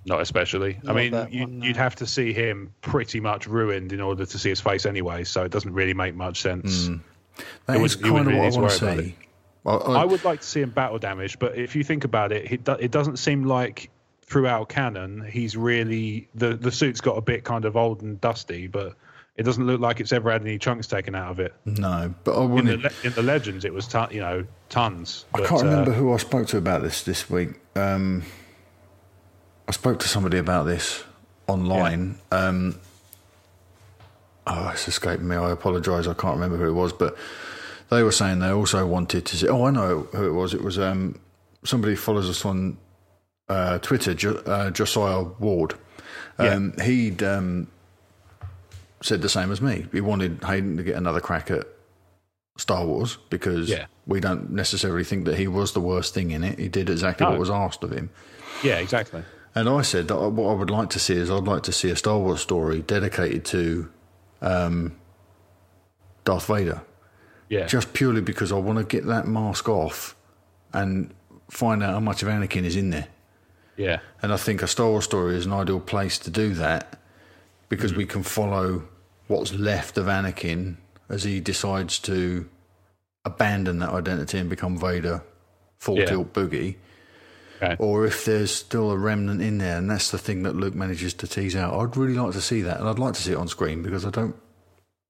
Speaker 5: Not especially. I
Speaker 4: Not
Speaker 5: mean,
Speaker 4: that
Speaker 5: you, you'd have to see him pretty much ruined in order to see his face anyway, so it doesn't really make much sense.
Speaker 4: Hmm. That
Speaker 5: It
Speaker 4: is
Speaker 5: would- you wouldn't
Speaker 4: kind
Speaker 5: really
Speaker 4: of what
Speaker 5: need
Speaker 4: I
Speaker 5: to
Speaker 4: want
Speaker 5: worry
Speaker 4: to
Speaker 5: about
Speaker 4: see.
Speaker 5: I, would like to see him battle damage, but if you think about it, it, do, it doesn't seem like throughout canon he's really the the suit's got a bit kind of old and dusty, but it doesn't look like it's ever had any chunks taken out of it.
Speaker 4: No, but I
Speaker 5: In the,
Speaker 4: wanted.
Speaker 5: le- in the legends, it was ton, you know tons.
Speaker 4: I
Speaker 5: but,
Speaker 4: can't
Speaker 5: uh,
Speaker 4: remember who I spoke to about this this week. Um, I spoke to somebody about this online. Um, oh, it's escaping me. I apologise. I can't remember who it was, but they were saying they also wanted to see. Oh, I know who it was. It was um, somebody who follows us on uh, Twitter, jo- uh, Josiah Ward. Um, He'd um, said the same as me. He wanted Hayden to get another crack at Star Wars because
Speaker 5: Yeah.
Speaker 4: we don't necessarily think that he was the worst thing in it. He did exactly
Speaker 5: No.
Speaker 4: what was asked of him.
Speaker 5: Yeah, exactly.
Speaker 4: And I said that what I would like to see is I'd like to see a Star Wars story dedicated to um, Darth Vader.
Speaker 5: Yeah.
Speaker 4: Just purely because I want to get that mask off and find out how much of Anakin is in there.
Speaker 5: Yeah.
Speaker 4: And I think a Star Wars story is an ideal place to do that because
Speaker 5: Mm.
Speaker 4: we can follow what's left of Anakin as he decides to abandon that identity and become Vader full
Speaker 5: Yeah.
Speaker 4: tilt boogie. Or if there's still a remnant in there, and that's the thing that Luke manages to tease out. I'd really like to see that, and I'd like to see it on screen because I don't,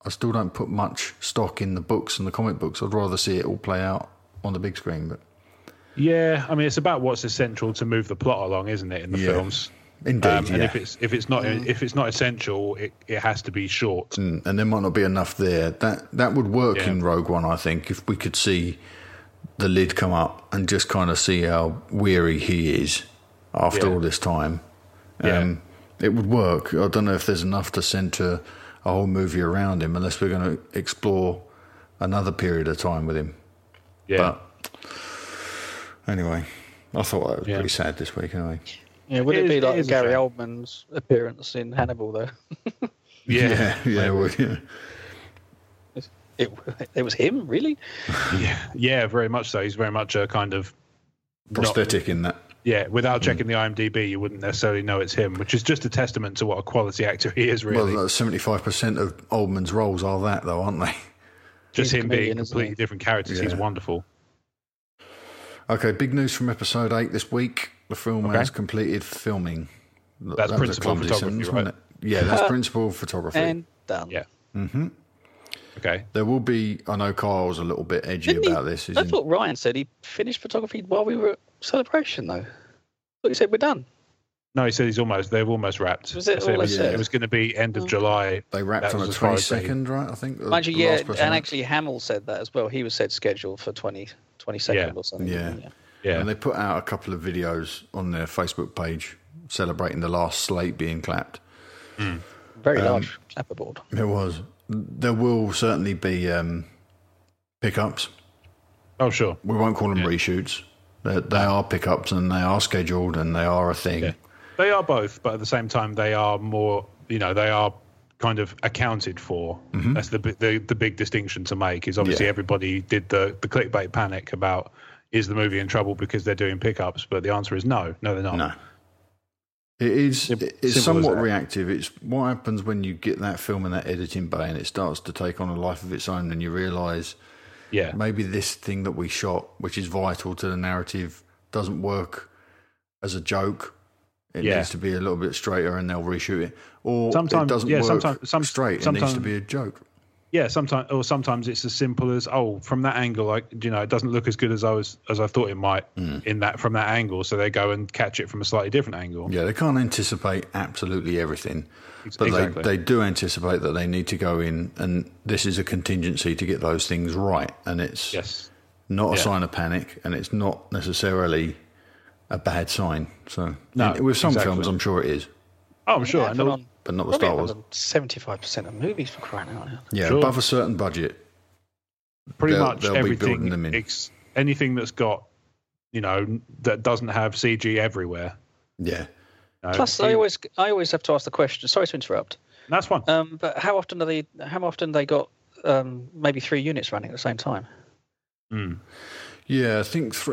Speaker 4: I still don't put much stock in the books and the comic books. I'd rather see it all play out on the big screen. But
Speaker 5: Yeah, I mean it's about what's essential to move the plot along, isn't it? In the
Speaker 4: Yeah.
Speaker 5: films,
Speaker 4: Indeed,
Speaker 5: Um, And
Speaker 4: yeah.
Speaker 5: if it's if it's not if it's not essential, it, it has to be short.
Speaker 4: Mm, and there might not be enough there. That that would work in Rogue One, I think, if we could see the lid come up and just kind of see how weary he is after
Speaker 5: Yeah.
Speaker 4: all this time. Um, It would work. I don't know if there's enough to centre a whole movie around him, unless we're going to explore another period of time with him.
Speaker 5: Yeah.
Speaker 4: But anyway, I thought that was pretty sad this week. Anyway,
Speaker 6: Yeah, would it,
Speaker 5: It
Speaker 6: be
Speaker 5: is- it
Speaker 6: like
Speaker 5: is a
Speaker 6: Gary
Speaker 5: shame.
Speaker 6: Oldman's appearance in Hannibal though?
Speaker 4: yeah, yeah, it would, yeah.
Speaker 6: It, it was him, really.
Speaker 5: Yeah, very much so. He's very much a kind of not-
Speaker 4: prosthetic Mm. in that.
Speaker 5: yeah, without checking the IMDb, you wouldn't necessarily know it's him, which is just a testament to what a quality actor he is. Really,
Speaker 4: Well, uh, seventy-five percent of Oldman's roles are that, though, aren't they?
Speaker 5: just
Speaker 4: he's
Speaker 5: him being
Speaker 4: a comedian, isn't
Speaker 5: completely different characters. He's
Speaker 4: Yeah.
Speaker 5: wonderful.
Speaker 4: Okay, big news from episode eight this week. The film
Speaker 5: Okay.
Speaker 4: has completed filming. Look,
Speaker 5: That's
Speaker 4: that was a
Speaker 5: principal
Speaker 4: clumsy
Speaker 5: photography,
Speaker 4: sentence,
Speaker 5: right?
Speaker 4: wasn't it? Yeah, that's principal photography.
Speaker 6: And done. Yeah.
Speaker 4: hmm
Speaker 5: Okay.
Speaker 4: There will be. I know Kyle's a little bit edgy
Speaker 6: Didn't he-
Speaker 4: about this. He's
Speaker 6: I
Speaker 4: in-
Speaker 6: thought Ryan said he finished photography while we were at celebration though. But he said we're done.
Speaker 5: No, he said he's almost. They've almost wrapped.
Speaker 6: Was it
Speaker 5: I said
Speaker 6: all I
Speaker 5: was,
Speaker 6: said?
Speaker 5: it was going to be end of July.
Speaker 4: They wrapped on the twenty second, right? I think.
Speaker 6: Mind you,
Speaker 4: the last
Speaker 6: yeah,
Speaker 4: person
Speaker 6: and
Speaker 4: wrapped.
Speaker 6: actually Hamill said that as well. He was said scheduled for 20, 22nd or something.
Speaker 4: Yeah. And they put out a couple of videos on their Facebook page celebrating the last slate being clapped.
Speaker 6: Very
Speaker 4: Um,
Speaker 6: large clapperboard.
Speaker 4: It was. There will certainly be um, pickups.
Speaker 5: Oh, sure.
Speaker 4: We won't call them reshoots. They, they are pickups and they are scheduled and they are a thing.
Speaker 5: They are both, but at the same time, they are more. You know, they are kind of accounted for.
Speaker 4: Mhm.
Speaker 5: That's the, bi- the the big distinction to make. Is obviously
Speaker 4: Yeah.
Speaker 5: everybody did the the clickbait panic about is the movie in trouble because they're doing pickups, but the answer is no, no, they're not.
Speaker 4: No. It is. It's
Speaker 5: as
Speaker 4: somewhat
Speaker 5: that.
Speaker 4: reactive. It's what happens when you get that film in that editing bay and it starts to take on a life of its own, and you realise,
Speaker 5: yeah,
Speaker 4: maybe this thing that we shot, which is vital to the narrative, doesn't work as a joke. It
Speaker 5: Yeah.
Speaker 4: needs to be a little bit straighter, and they'll reshoot it. Or
Speaker 5: Sometimes-
Speaker 4: it doesn't
Speaker 5: yeah,
Speaker 4: work
Speaker 5: sometimes- some-
Speaker 4: straight. it needs
Speaker 5: sometimes-
Speaker 4: to be a joke.
Speaker 5: Yeah, sometimes or sometimes it's as simple as oh, from that angle, like you know, it doesn't look as good as I was as I thought it might
Speaker 4: Mm.
Speaker 5: in that from that angle. So they go and catch it from a slightly different angle.
Speaker 4: Yeah, they can't anticipate absolutely everything,
Speaker 5: Ex-
Speaker 4: but
Speaker 5: exactly.
Speaker 4: they, they do anticipate that they need to go in, and this is a contingency to get those things right. And it's
Speaker 5: yes,
Speaker 4: not a
Speaker 5: Yeah.
Speaker 4: sign of panic, and it's not necessarily a bad sign. So,
Speaker 5: No,
Speaker 4: and with some
Speaker 5: exactly.
Speaker 4: films, I'm sure it is.
Speaker 5: Oh, I'm sure.
Speaker 4: and all- but not with Star Wars.
Speaker 6: Seventy-five percent of movies for crying out loud.
Speaker 4: Yeah,
Speaker 5: Sure.
Speaker 4: above a certain budget,
Speaker 5: pretty
Speaker 4: They'll-
Speaker 5: much
Speaker 4: they'll be
Speaker 5: everything
Speaker 4: building them in.
Speaker 5: Ex- anything that's got you know that doesn't have cg everywhere
Speaker 4: yeah
Speaker 5: Uh,
Speaker 6: Plus, I always I always have to ask the question. Sorry to interrupt.
Speaker 5: That's fine.
Speaker 6: Um, but how often are they? How often they got um, maybe three units running at the same time?
Speaker 4: yeah, I think thr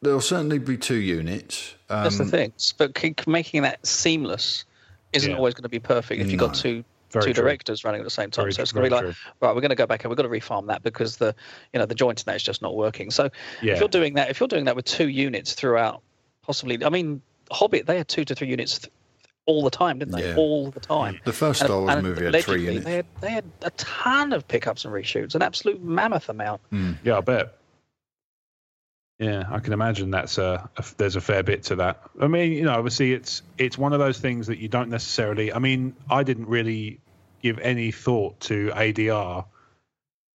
Speaker 4: there'll certainly be two units. Um,
Speaker 6: That's the thing. S- But c- c- making that seamless isn't
Speaker 4: Yeah.
Speaker 6: always going to be perfect if you've got
Speaker 4: No.
Speaker 6: two
Speaker 4: Very
Speaker 6: two
Speaker 4: true.
Speaker 6: directors running at the same time.
Speaker 4: Very
Speaker 6: so it's
Speaker 4: true,
Speaker 6: going to be like,
Speaker 4: very
Speaker 6: right, we're going to go back and we've got to refarm that because the you know the joint in that is just not working. So
Speaker 5: Yeah.
Speaker 6: if you're doing that, if you're doing that with two units throughout, possibly, I mean, Hobbit they had two to three units. Th- all the time, didn't they?
Speaker 4: Yeah.
Speaker 6: All the time.
Speaker 4: The first Star Wars movie had three
Speaker 6: allegedly
Speaker 4: units.
Speaker 6: They had, they had a ton of pickups and reshoots, an absolute mammoth amount.
Speaker 5: yeah i bet yeah i can imagine that's a, a f- there's a fair bit to that i mean you know obviously it's it's one of those things that you don't necessarily i mean i didn't really give any thought to adr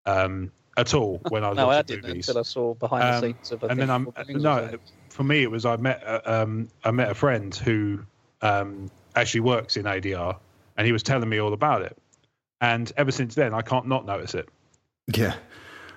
Speaker 5: um at all when i was
Speaker 6: No,
Speaker 5: watching
Speaker 6: I didn't
Speaker 5: movies
Speaker 6: until I saw behind the
Speaker 5: Um,
Speaker 6: scenes of. I
Speaker 5: and
Speaker 6: think,
Speaker 5: then I'm
Speaker 6: Lord of the Rings or
Speaker 5: no. For me, it was I met uh, um, I met a friend who um, actually works in ADR, and he was telling me all about it. And ever since then, I can't not notice it.
Speaker 4: Yeah.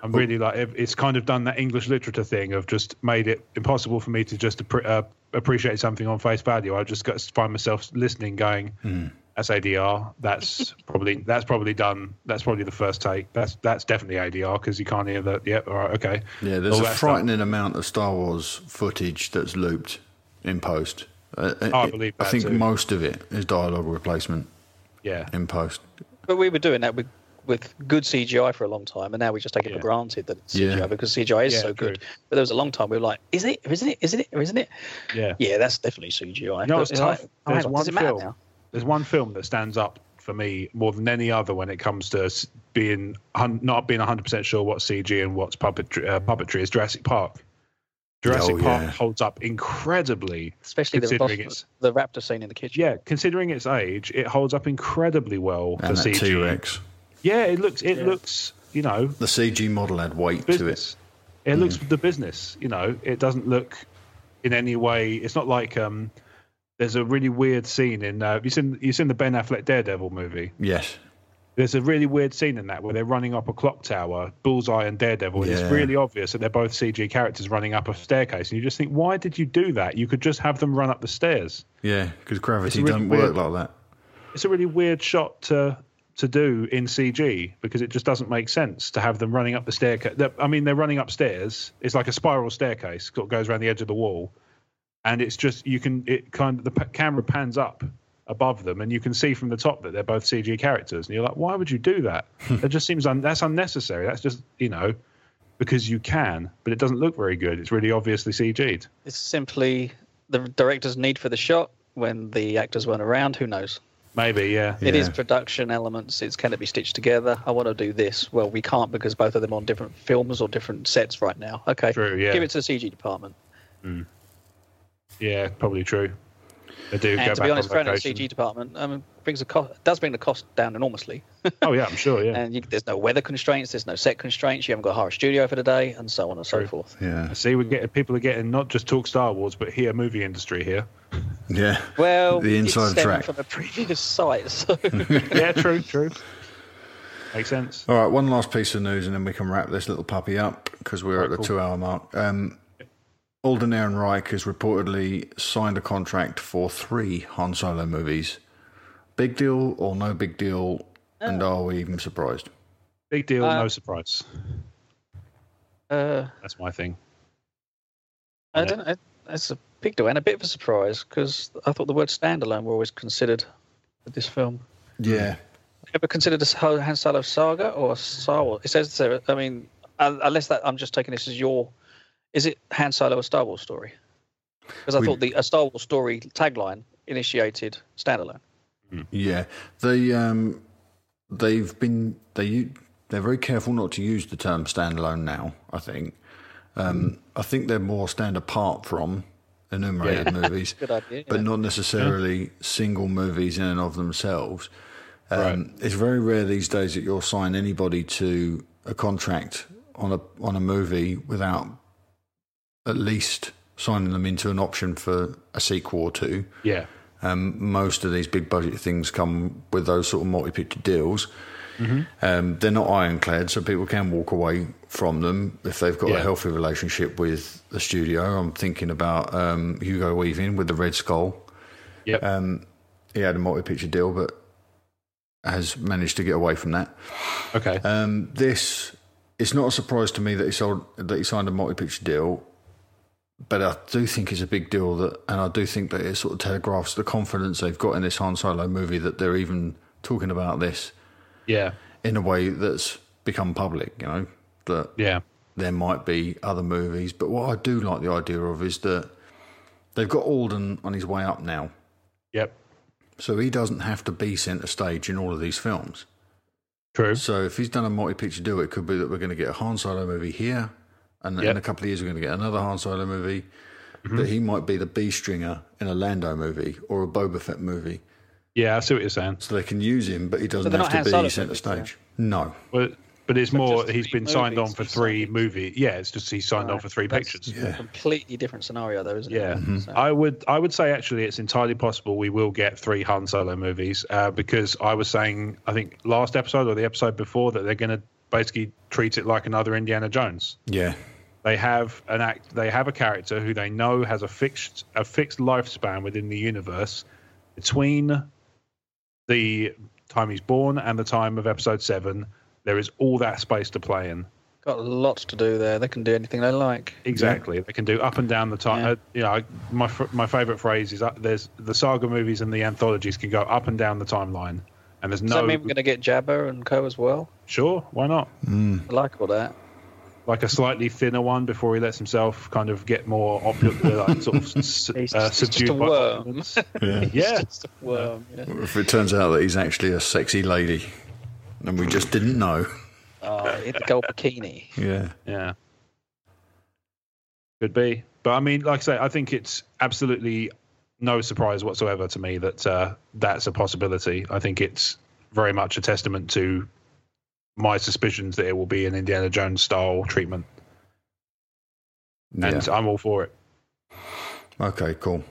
Speaker 5: I'm really like it- it's kind of done that English literature thing of just made it impossible for me to just appre- uh, appreciate something on face value. I just got to find myself listening, going,
Speaker 4: Hmm.
Speaker 5: "That's ADR. That's probably that's probably done. That's probably the first take. That's that's definitely ADR because you can't hear that. Yep, all right, okay.
Speaker 4: Yeah, there's
Speaker 5: All
Speaker 4: a
Speaker 5: that stuff.
Speaker 4: frightening amount of Star Wars footage that's looped in post. Uh,
Speaker 5: I
Speaker 4: it-
Speaker 5: believe
Speaker 4: I
Speaker 5: that
Speaker 4: think
Speaker 5: too.
Speaker 4: most of it is dialogue replacement
Speaker 5: Yeah.
Speaker 4: in post.
Speaker 6: But we were doing that with with good CGI for a long time, and now we just take it for granted that it's CGI
Speaker 4: Yeah.
Speaker 6: because CGI is
Speaker 4: Yeah,
Speaker 6: so good. But there was a long time we were like, is it? Isn't it? Isn't it? Or isn't it?
Speaker 5: Yeah.
Speaker 6: Yeah, that's definitely CGI.
Speaker 5: No,
Speaker 6: But
Speaker 5: it's
Speaker 6: like,
Speaker 5: tough.
Speaker 6: oh, hang
Speaker 5: there's
Speaker 6: on,
Speaker 5: one
Speaker 6: does it matter
Speaker 5: film.
Speaker 6: now?
Speaker 5: There's one film that stands up for me more than any other when it comes to s- being hun- not being 100 percent sure what's CG and what's puppetry. Uh, puppetry is Jurassic Park. Jurassic
Speaker 4: Oh,
Speaker 5: Park
Speaker 4: yeah.
Speaker 5: holds up incredibly,
Speaker 6: Especially the, boss,
Speaker 5: considering its
Speaker 6: the raptor scene in the kitchen.
Speaker 5: yeah, considering its age, it holds up incredibly well
Speaker 4: And
Speaker 5: for
Speaker 4: that
Speaker 5: CG.
Speaker 4: T Rex.
Speaker 5: Yeah, it looks it looks you know
Speaker 4: The CG model had weight
Speaker 5: to it. It looks the business, you know. It doesn't look in any way. It's not like um. There's a really weird scene in. Uh, you seen you seen the Ben Affleck Daredevil movie.
Speaker 4: to it. Yes.
Speaker 5: There's a really weird scene in that where they're running up a clock tower, Bullseye and Daredevil, and
Speaker 4: Yeah.
Speaker 5: it's really obvious that they're both CG characters running up a staircase. And you just think, why did you do that? You could just have them run up the stairs.
Speaker 4: Yeah, because gravity
Speaker 5: really
Speaker 4: doesn't
Speaker 5: weird-
Speaker 4: work like that.
Speaker 5: It's a really weird shot to to do in CG because it just doesn't make sense to have them running up the staircase. I mean, they're running upstairs. It's like a spiral staircase that goes around the edge of the wall, and it's just you can it kind of the p- camera pans up above them and you can see from the top that they're both CG characters, and you're like, why would you do that?
Speaker 6: Hmm.
Speaker 5: that just seems un- that's unnecessary. That's just you know because you can, but it doesn't look very good. It's really obviously CG'd.
Speaker 6: It's simply the director's need for the shot when the actors weren't around. Who knows?
Speaker 5: Maybe yeah.
Speaker 6: It is production elements. It's can it be stitched together? I want to do this. Well, we can't because both of them are on different films or different sets right now. Okay,
Speaker 5: True, yeah.
Speaker 6: Give it to the CG department.
Speaker 5: Yeah, probably true. They do go
Speaker 6: and to
Speaker 5: back
Speaker 6: be honest,
Speaker 5: on
Speaker 6: throwing it at
Speaker 5: location.
Speaker 6: the CG department um, brings the cost does bring the cost down enormously.
Speaker 5: Oh yeah, I'm sure. Yeah.
Speaker 6: and you, there's no weather constraints. There's no set constraints. You haven't got to hire a studio for the day, and so on and so forth.
Speaker 4: Yeah.
Speaker 5: See, we get people are getting not just talk Star Wars, but here movie industry here.
Speaker 4: Yeah.
Speaker 6: Well,
Speaker 4: The
Speaker 6: it's
Speaker 4: inside
Speaker 6: stemmed
Speaker 4: track.
Speaker 6: from a previous site. So
Speaker 5: yeah, true, true. Makes sense.
Speaker 4: All right, one last piece of news, and then we can wrap this little puppy up because we're at the two-hour mark. Um, Alden Ehrenreich has reportedly signed a contract for three Han Solo movies. Big deal or no big deal? And are we even surprised?
Speaker 5: Big deal,
Speaker 6: Uh,
Speaker 5: no surprise.
Speaker 6: Uh,
Speaker 5: That's my thing.
Speaker 6: I don't. I, that's a big deal and a bit of a surprise because I thought the word standalone were always considered with this film.
Speaker 4: Yeah,
Speaker 6: ever considered a Sa- Han Solo saga or a Star Wars? It says so. I mean, un- unless that I'm just taking this as your, is it Han Solo a Star Wars story? Because I
Speaker 4: We-
Speaker 6: thought the a Star Wars story tagline initiated standalone.
Speaker 4: yeah. They um, they've been they u- they're very careful not to use the term standalone now. I think um, I think they're more stand apart from enumerated movies.
Speaker 6: Good idea.
Speaker 4: but
Speaker 6: yeah.
Speaker 4: not necessarily single movies in and of themselves. Um, It's very rare these days that you'll sign anybody to a contract on a on a movie without at least signing them into an option for a sequel or two.
Speaker 5: Yeah.
Speaker 4: Um, most of these big budget things come with those sort of multi picture deals. Um, they're not ironclad, so people can walk away from them if they've got a
Speaker 5: Yeah.
Speaker 4: healthy relationship with the studio. I'm thinking about um, Hugo Weaving with the Red Skull.
Speaker 5: Yep.
Speaker 4: Um, he had a multi picture deal, but has managed to get away from that.
Speaker 5: Okay.
Speaker 4: Um, this it's not a surprise to me that he sold that he signed a multi picture deal, but I do think it's a big deal that, and I do think that it sort of telegraphs the confidence they've got in this Han Solo movie that they're even talking about this
Speaker 5: Yeah.
Speaker 4: in a way that's become public. You know that
Speaker 5: yeah
Speaker 4: there might be other movies, but what I do like the idea of is that they've got Alden on his way up now.
Speaker 5: Yep.
Speaker 4: So he doesn't have to be centre stage in all of these films.
Speaker 5: True.
Speaker 4: So if he's done a multi-picture deal, it could be that we're going to get a Han Solo movie here, and in
Speaker 5: Yep. Mm-hmm.
Speaker 4: a couple of years we're going to get another Han Solo movie. That he might be the B stringer in a Lando movie or a Boba Fett movie.
Speaker 5: Yeah, I see what you're saying.
Speaker 4: So they can use him, but he doesn't
Speaker 5: they're
Speaker 4: have
Speaker 5: not
Speaker 4: to
Speaker 5: Han
Speaker 4: be
Speaker 5: Solo
Speaker 4: centre
Speaker 5: movies,
Speaker 4: stage. No.
Speaker 5: But but it's more he's been signed on for three movies. Yeah, it's just he's signed on for three pictures.
Speaker 6: A completely different scenario, though, isn't
Speaker 5: Yeah,
Speaker 6: it?
Speaker 5: I would. I would say actually, it's entirely possible we will get three Han Solo movies uh, because I was saying I think last episode or the episode before that they're going to basically treat it like another Indiana Jones.
Speaker 4: Yeah.
Speaker 5: They have an act. They have a character who they know has a fixed a fixed lifespan within the universe between the time he's born and the time of Episode Seven. There is all that space to play in.
Speaker 6: Got lots to do there. They can do anything they like.
Speaker 5: Exactly. They can do up and down the time. Uh, you know, I- my fr- my favorite phrase is uh, there's the saga movies and the anthologies can go up and down the timeline, and there's
Speaker 6: Does
Speaker 5: no
Speaker 6: that mean we're going to get Jabba and Co as well?
Speaker 5: sure why not
Speaker 6: I like all that.
Speaker 5: like a slightly thinner one before he lets himself kind of get more opulent, uh, like sort of s- uh, subdued.
Speaker 6: Just a
Speaker 5: by-
Speaker 6: worm.
Speaker 4: Yeah.
Speaker 5: Yeah.
Speaker 6: Just a worm. Yeah.
Speaker 4: If it turns out that he's actually a sexy lady, and we just didn't know.
Speaker 6: Oh, he had the gold bikini.
Speaker 4: Yeah.
Speaker 5: Yeah. Could be. But I mean, like I say, I think it's absolutely no surprise whatsoever to me that uh, that's a possibility. I think it's very much a testament to my suspicions that it will be an Indiana Jones style treatment. And I'm all for it.
Speaker 4: Okay, cool.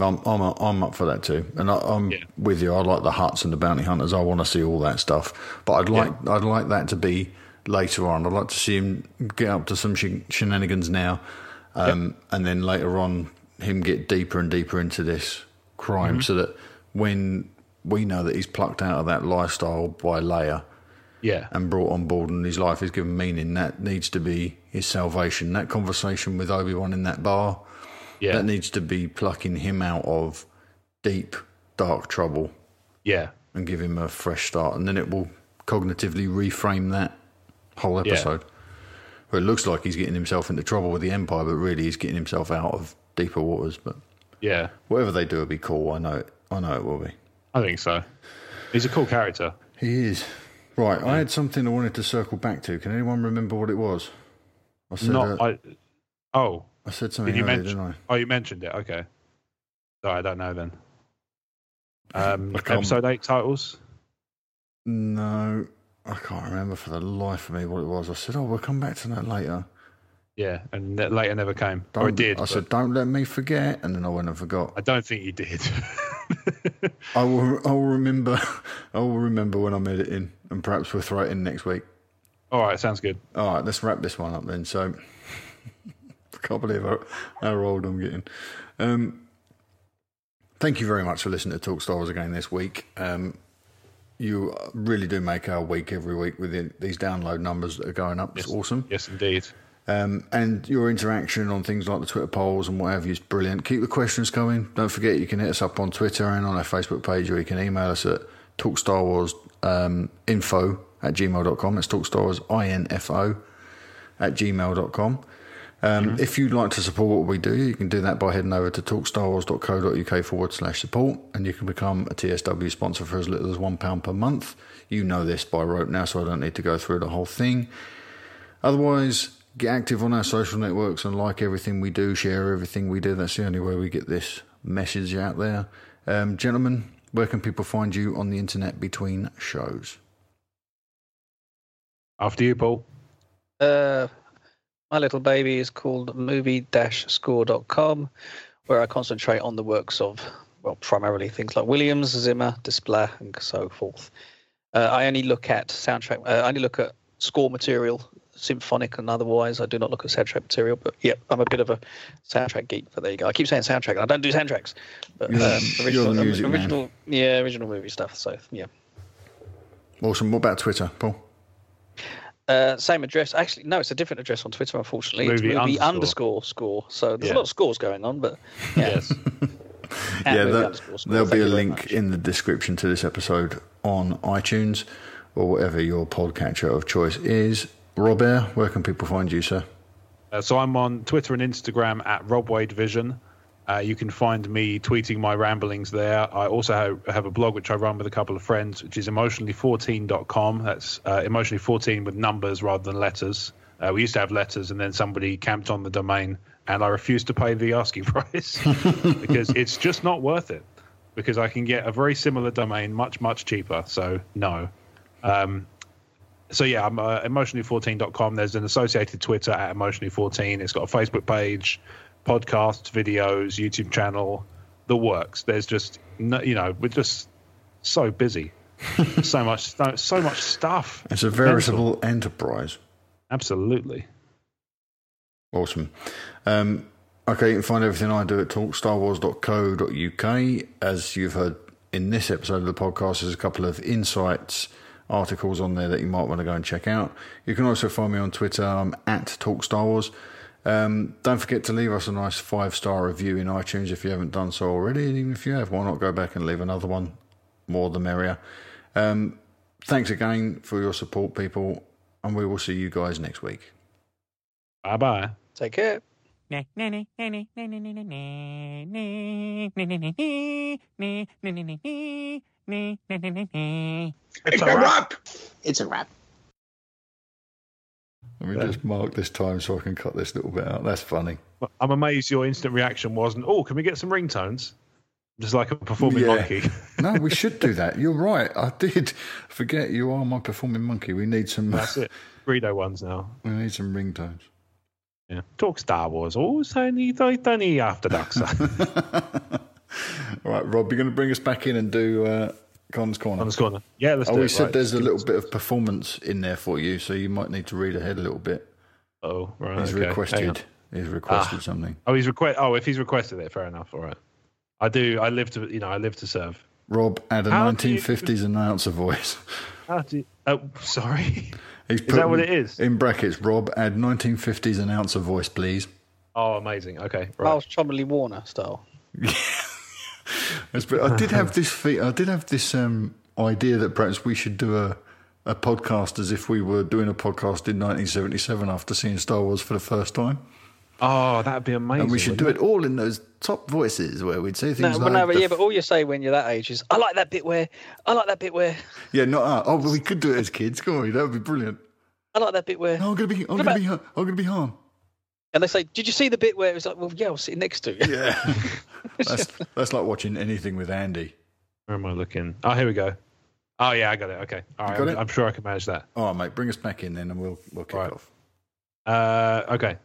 Speaker 4: I'm I'm I'm up for that too, and I, I'm with you. I like the huts and the bounty hunters. I want to see all that stuff, but I'd like I'd like that to be later on. I'd like to see him get up to some shen- shenanigans now, um, and then later on him get deeper and deeper into this crime,
Speaker 5: Mhm.
Speaker 4: so that when we know that he's plucked out of that lifestyle by Leia,
Speaker 5: Yeah.
Speaker 4: and brought on board and his life is given meaning. That needs to be his salvation. That conversation with Obi Wan in that bar,
Speaker 5: Yeah.
Speaker 4: that needs to be plucking him out of deep, dark trouble
Speaker 5: Yeah.
Speaker 4: and give him a fresh start. And then it will cognitively reframe that whole
Speaker 5: Yeah.
Speaker 4: episode. Where it looks like he's getting himself into trouble with the Empire, but really he's getting himself out of deeper waters. But
Speaker 5: Yeah.
Speaker 4: whatever they do will be cool. I know it. I know it will be.
Speaker 5: I think so. He's a cool character.
Speaker 4: He is. Right, I had something I wanted to circle back to. Can anyone remember what it was? I
Speaker 5: Not,
Speaker 4: uh,
Speaker 5: I, oh,
Speaker 4: I said
Speaker 5: did
Speaker 4: something
Speaker 5: you
Speaker 4: earlier,
Speaker 5: mention?
Speaker 4: didn't I?
Speaker 5: Oh, you mentioned it. Okay. Sorry, I don't know then. Um,
Speaker 4: I can't-
Speaker 5: episode eight titles.
Speaker 4: No, I can't remember for the life of me what it was. I said, "Oh, we'll come back to that later."
Speaker 5: Yeah, and that later never came. or it
Speaker 4: Don't-
Speaker 5: did.
Speaker 4: I
Speaker 5: but
Speaker 4: said, "Don't let me forget," and then I went and forgot.
Speaker 5: I don't think you did.
Speaker 4: I will. I will remember. I will remember when I'm editing, and perhaps we'll throw it in next week.
Speaker 5: All right, sounds good.
Speaker 4: All right, let's wrap this one up then. So, I can't believe how, how old I'm getting. Um, thank you very much for listening to Talk Star Wars again this week. Um, you really do make our week every week with the, these download numbers that are going up. It's awesome.
Speaker 5: yes, indeed.
Speaker 4: Um, and your interaction on things like the Twitter polls and what have you is brilliant. Keep the questions coming. Don't forget you can hit us up on Twitter and on our Facebook page, or you can email us at talkstarwarsinfo um, info at gmail.com. That's talkstarwarsinfo at gmail.com. Um, If you'd like to support what we do, you can do that by heading over to talkstarwars.co.uk forward slash support, and you can become a TSW sponsor for as little as £1 per month. You know this by rote now, so I don't need to go through the whole thing. Otherwise, get active on our social networks and like everything we do, share everything we do. That's the only way we get this message out there. Um, gentlemen, where can people find you on the internet between shows?
Speaker 5: After you, Paul.
Speaker 6: Uh, my little baby is called movie-score.com, where I concentrate on the works of, well, primarily things like Williams, Zimmer, Desplat, and so forth. Uh, I only look at soundtrack. Uh, I only look at score material, symphonic and otherwise. I do not look at soundtrack material. But yep, I'm a bit of a soundtrack geek. But there you go. I keep saying soundtrack. and I don't do soundtracks. But
Speaker 4: You're the-
Speaker 6: um,
Speaker 4: you're
Speaker 6: original,
Speaker 4: the music man.
Speaker 6: original, yeah, original movie stuff. So yeah.
Speaker 4: Awesome. What about Twitter, Paul?
Speaker 6: Uh, same address. Actually, no, it's a different address on Twitter. Unfortunately, it's
Speaker 4: Movie
Speaker 6: movie
Speaker 4: underscore.
Speaker 6: underscore, score. So there's
Speaker 4: Yeah.
Speaker 6: a lot of scores going on, but yes, At
Speaker 4: yeah,
Speaker 6: movie
Speaker 4: that-
Speaker 6: underscore score.
Speaker 4: there'll
Speaker 6: Thank
Speaker 4: be a
Speaker 6: you very
Speaker 4: link in the description to this episode on iTunes or whatever your podcatcher of choice is. Robert, where can people find you, sir?
Speaker 5: Uh, so I'm on Twitter and Instagram at Rob Wade Vision. Uh, you can find me tweeting my ramblings there. I also ha- have a blog which I run with a couple of friends, which is emotionally14.com. That's uh, emotionally14 with numbers rather than letters. Uh, we used to have letters, and then somebody camped on the domain, and I refused to pay the asking price because it's just not worth it. Because I can get a very similar domain much, much cheaper. So, no. Um, so yeah, I'm uh, emotionally14.com. There's an associated Twitter at emotionally14. It's got a Facebook page, podcasts, videos, YouTube channel, the works. There's just no, you know, we're just so busy, so much, so, so much stuff.
Speaker 4: It's a veritable enterprise.
Speaker 5: Absolutely.
Speaker 4: Awesome. Um, okay, you can find everything I do at talkstarwars.co.uk. As you've heard in this episode of the podcast, there's a couple of insights articles on there that you might want to go and check out. You can also find me on Twitter. I'm at talkstarwars. Um, don't forget to leave us a nice five star review in iTunes if you haven't done so already. And even if you have, why not go back and leave another one? More the merrier. Um, thanks again for your support, people. And we will see you guys next week.
Speaker 5: Bye bye.
Speaker 6: Take care.
Speaker 14: It's a wrap. It's a wrap.
Speaker 4: Let me just mark this time so I can cut this little bit out. That's funny.
Speaker 5: I'm amazed your instant reaction wasn't. Oh, can we get some ringtones? Just like a performing
Speaker 4: Yeah.
Speaker 5: monkey.
Speaker 4: no, we should do that. You're right. I did forget you are my performing monkey. We need some.
Speaker 5: That's it. Greedo ones now.
Speaker 4: We need some ringtones.
Speaker 5: Yeah. Talk Star Wars. Oh, tiny, tiny, tiny after ducks.
Speaker 4: All right, Rob, you're going to bring us back in and do uh, Con's Corner.
Speaker 5: Con's Corner. Yeah, let's
Speaker 4: I
Speaker 5: do
Speaker 4: always
Speaker 5: it,
Speaker 4: Oh, said
Speaker 5: right.
Speaker 4: there's a little bit of performance in there for you, so you might need to read ahead a little bit.
Speaker 5: Oh, right.
Speaker 4: He's
Speaker 5: okay. Hang on.
Speaker 4: requested. He's requested
Speaker 5: Ah.
Speaker 4: something.
Speaker 5: Oh, he's request. Oh, if he's requested it, fair enough. All right. I do. I live to. You know, I live to serve.
Speaker 4: Rob had a
Speaker 5: How do you-
Speaker 4: 1950s announcer voice.
Speaker 5: How do? You, oh, sorry.
Speaker 4: He's
Speaker 5: Is that
Speaker 4: put
Speaker 5: what it is?
Speaker 4: In brackets, Rob, add 1950s announcer voice, please.
Speaker 5: Oh, amazing. Okay. Right.
Speaker 6: Miles Chumley Warner style.
Speaker 4: That's br- I did have this. Fe- I did have this um, idea that perhaps we should do a a podcast as if we were doing a podcast in 1977 after seeing Star Wars for the first time,
Speaker 5: Oh, that'd be amazing.
Speaker 4: and we should do it all in those top voices where we'd say
Speaker 6: No,
Speaker 4: things
Speaker 6: well,
Speaker 4: like,
Speaker 6: no, but
Speaker 4: the-
Speaker 6: yeah, but all you say when you're that age is, "I like that bit where, I like that bit where,
Speaker 4: yeah, not uh, oh, but we could do it as kids. Come on, that would be brilliant.
Speaker 6: I like that bit where."
Speaker 4: No, I'm gonna be, I'm gonna be, I'm gonna be harmed.
Speaker 6: And they say, "Did you see the bit where it's like, well, yeah, I was sitting next to you."
Speaker 4: Yeah. That's that's like watching anything with Andy.
Speaker 5: Where am I looking? Oh, here we go. Oh yeah, I got it. Okay. All
Speaker 4: You
Speaker 5: right.
Speaker 4: got
Speaker 5: I'm,
Speaker 4: it?
Speaker 5: I'm sure I can manage that.
Speaker 4: All right, mate, bring us back in then, and we'll we'll kick off.
Speaker 5: Uh, okay.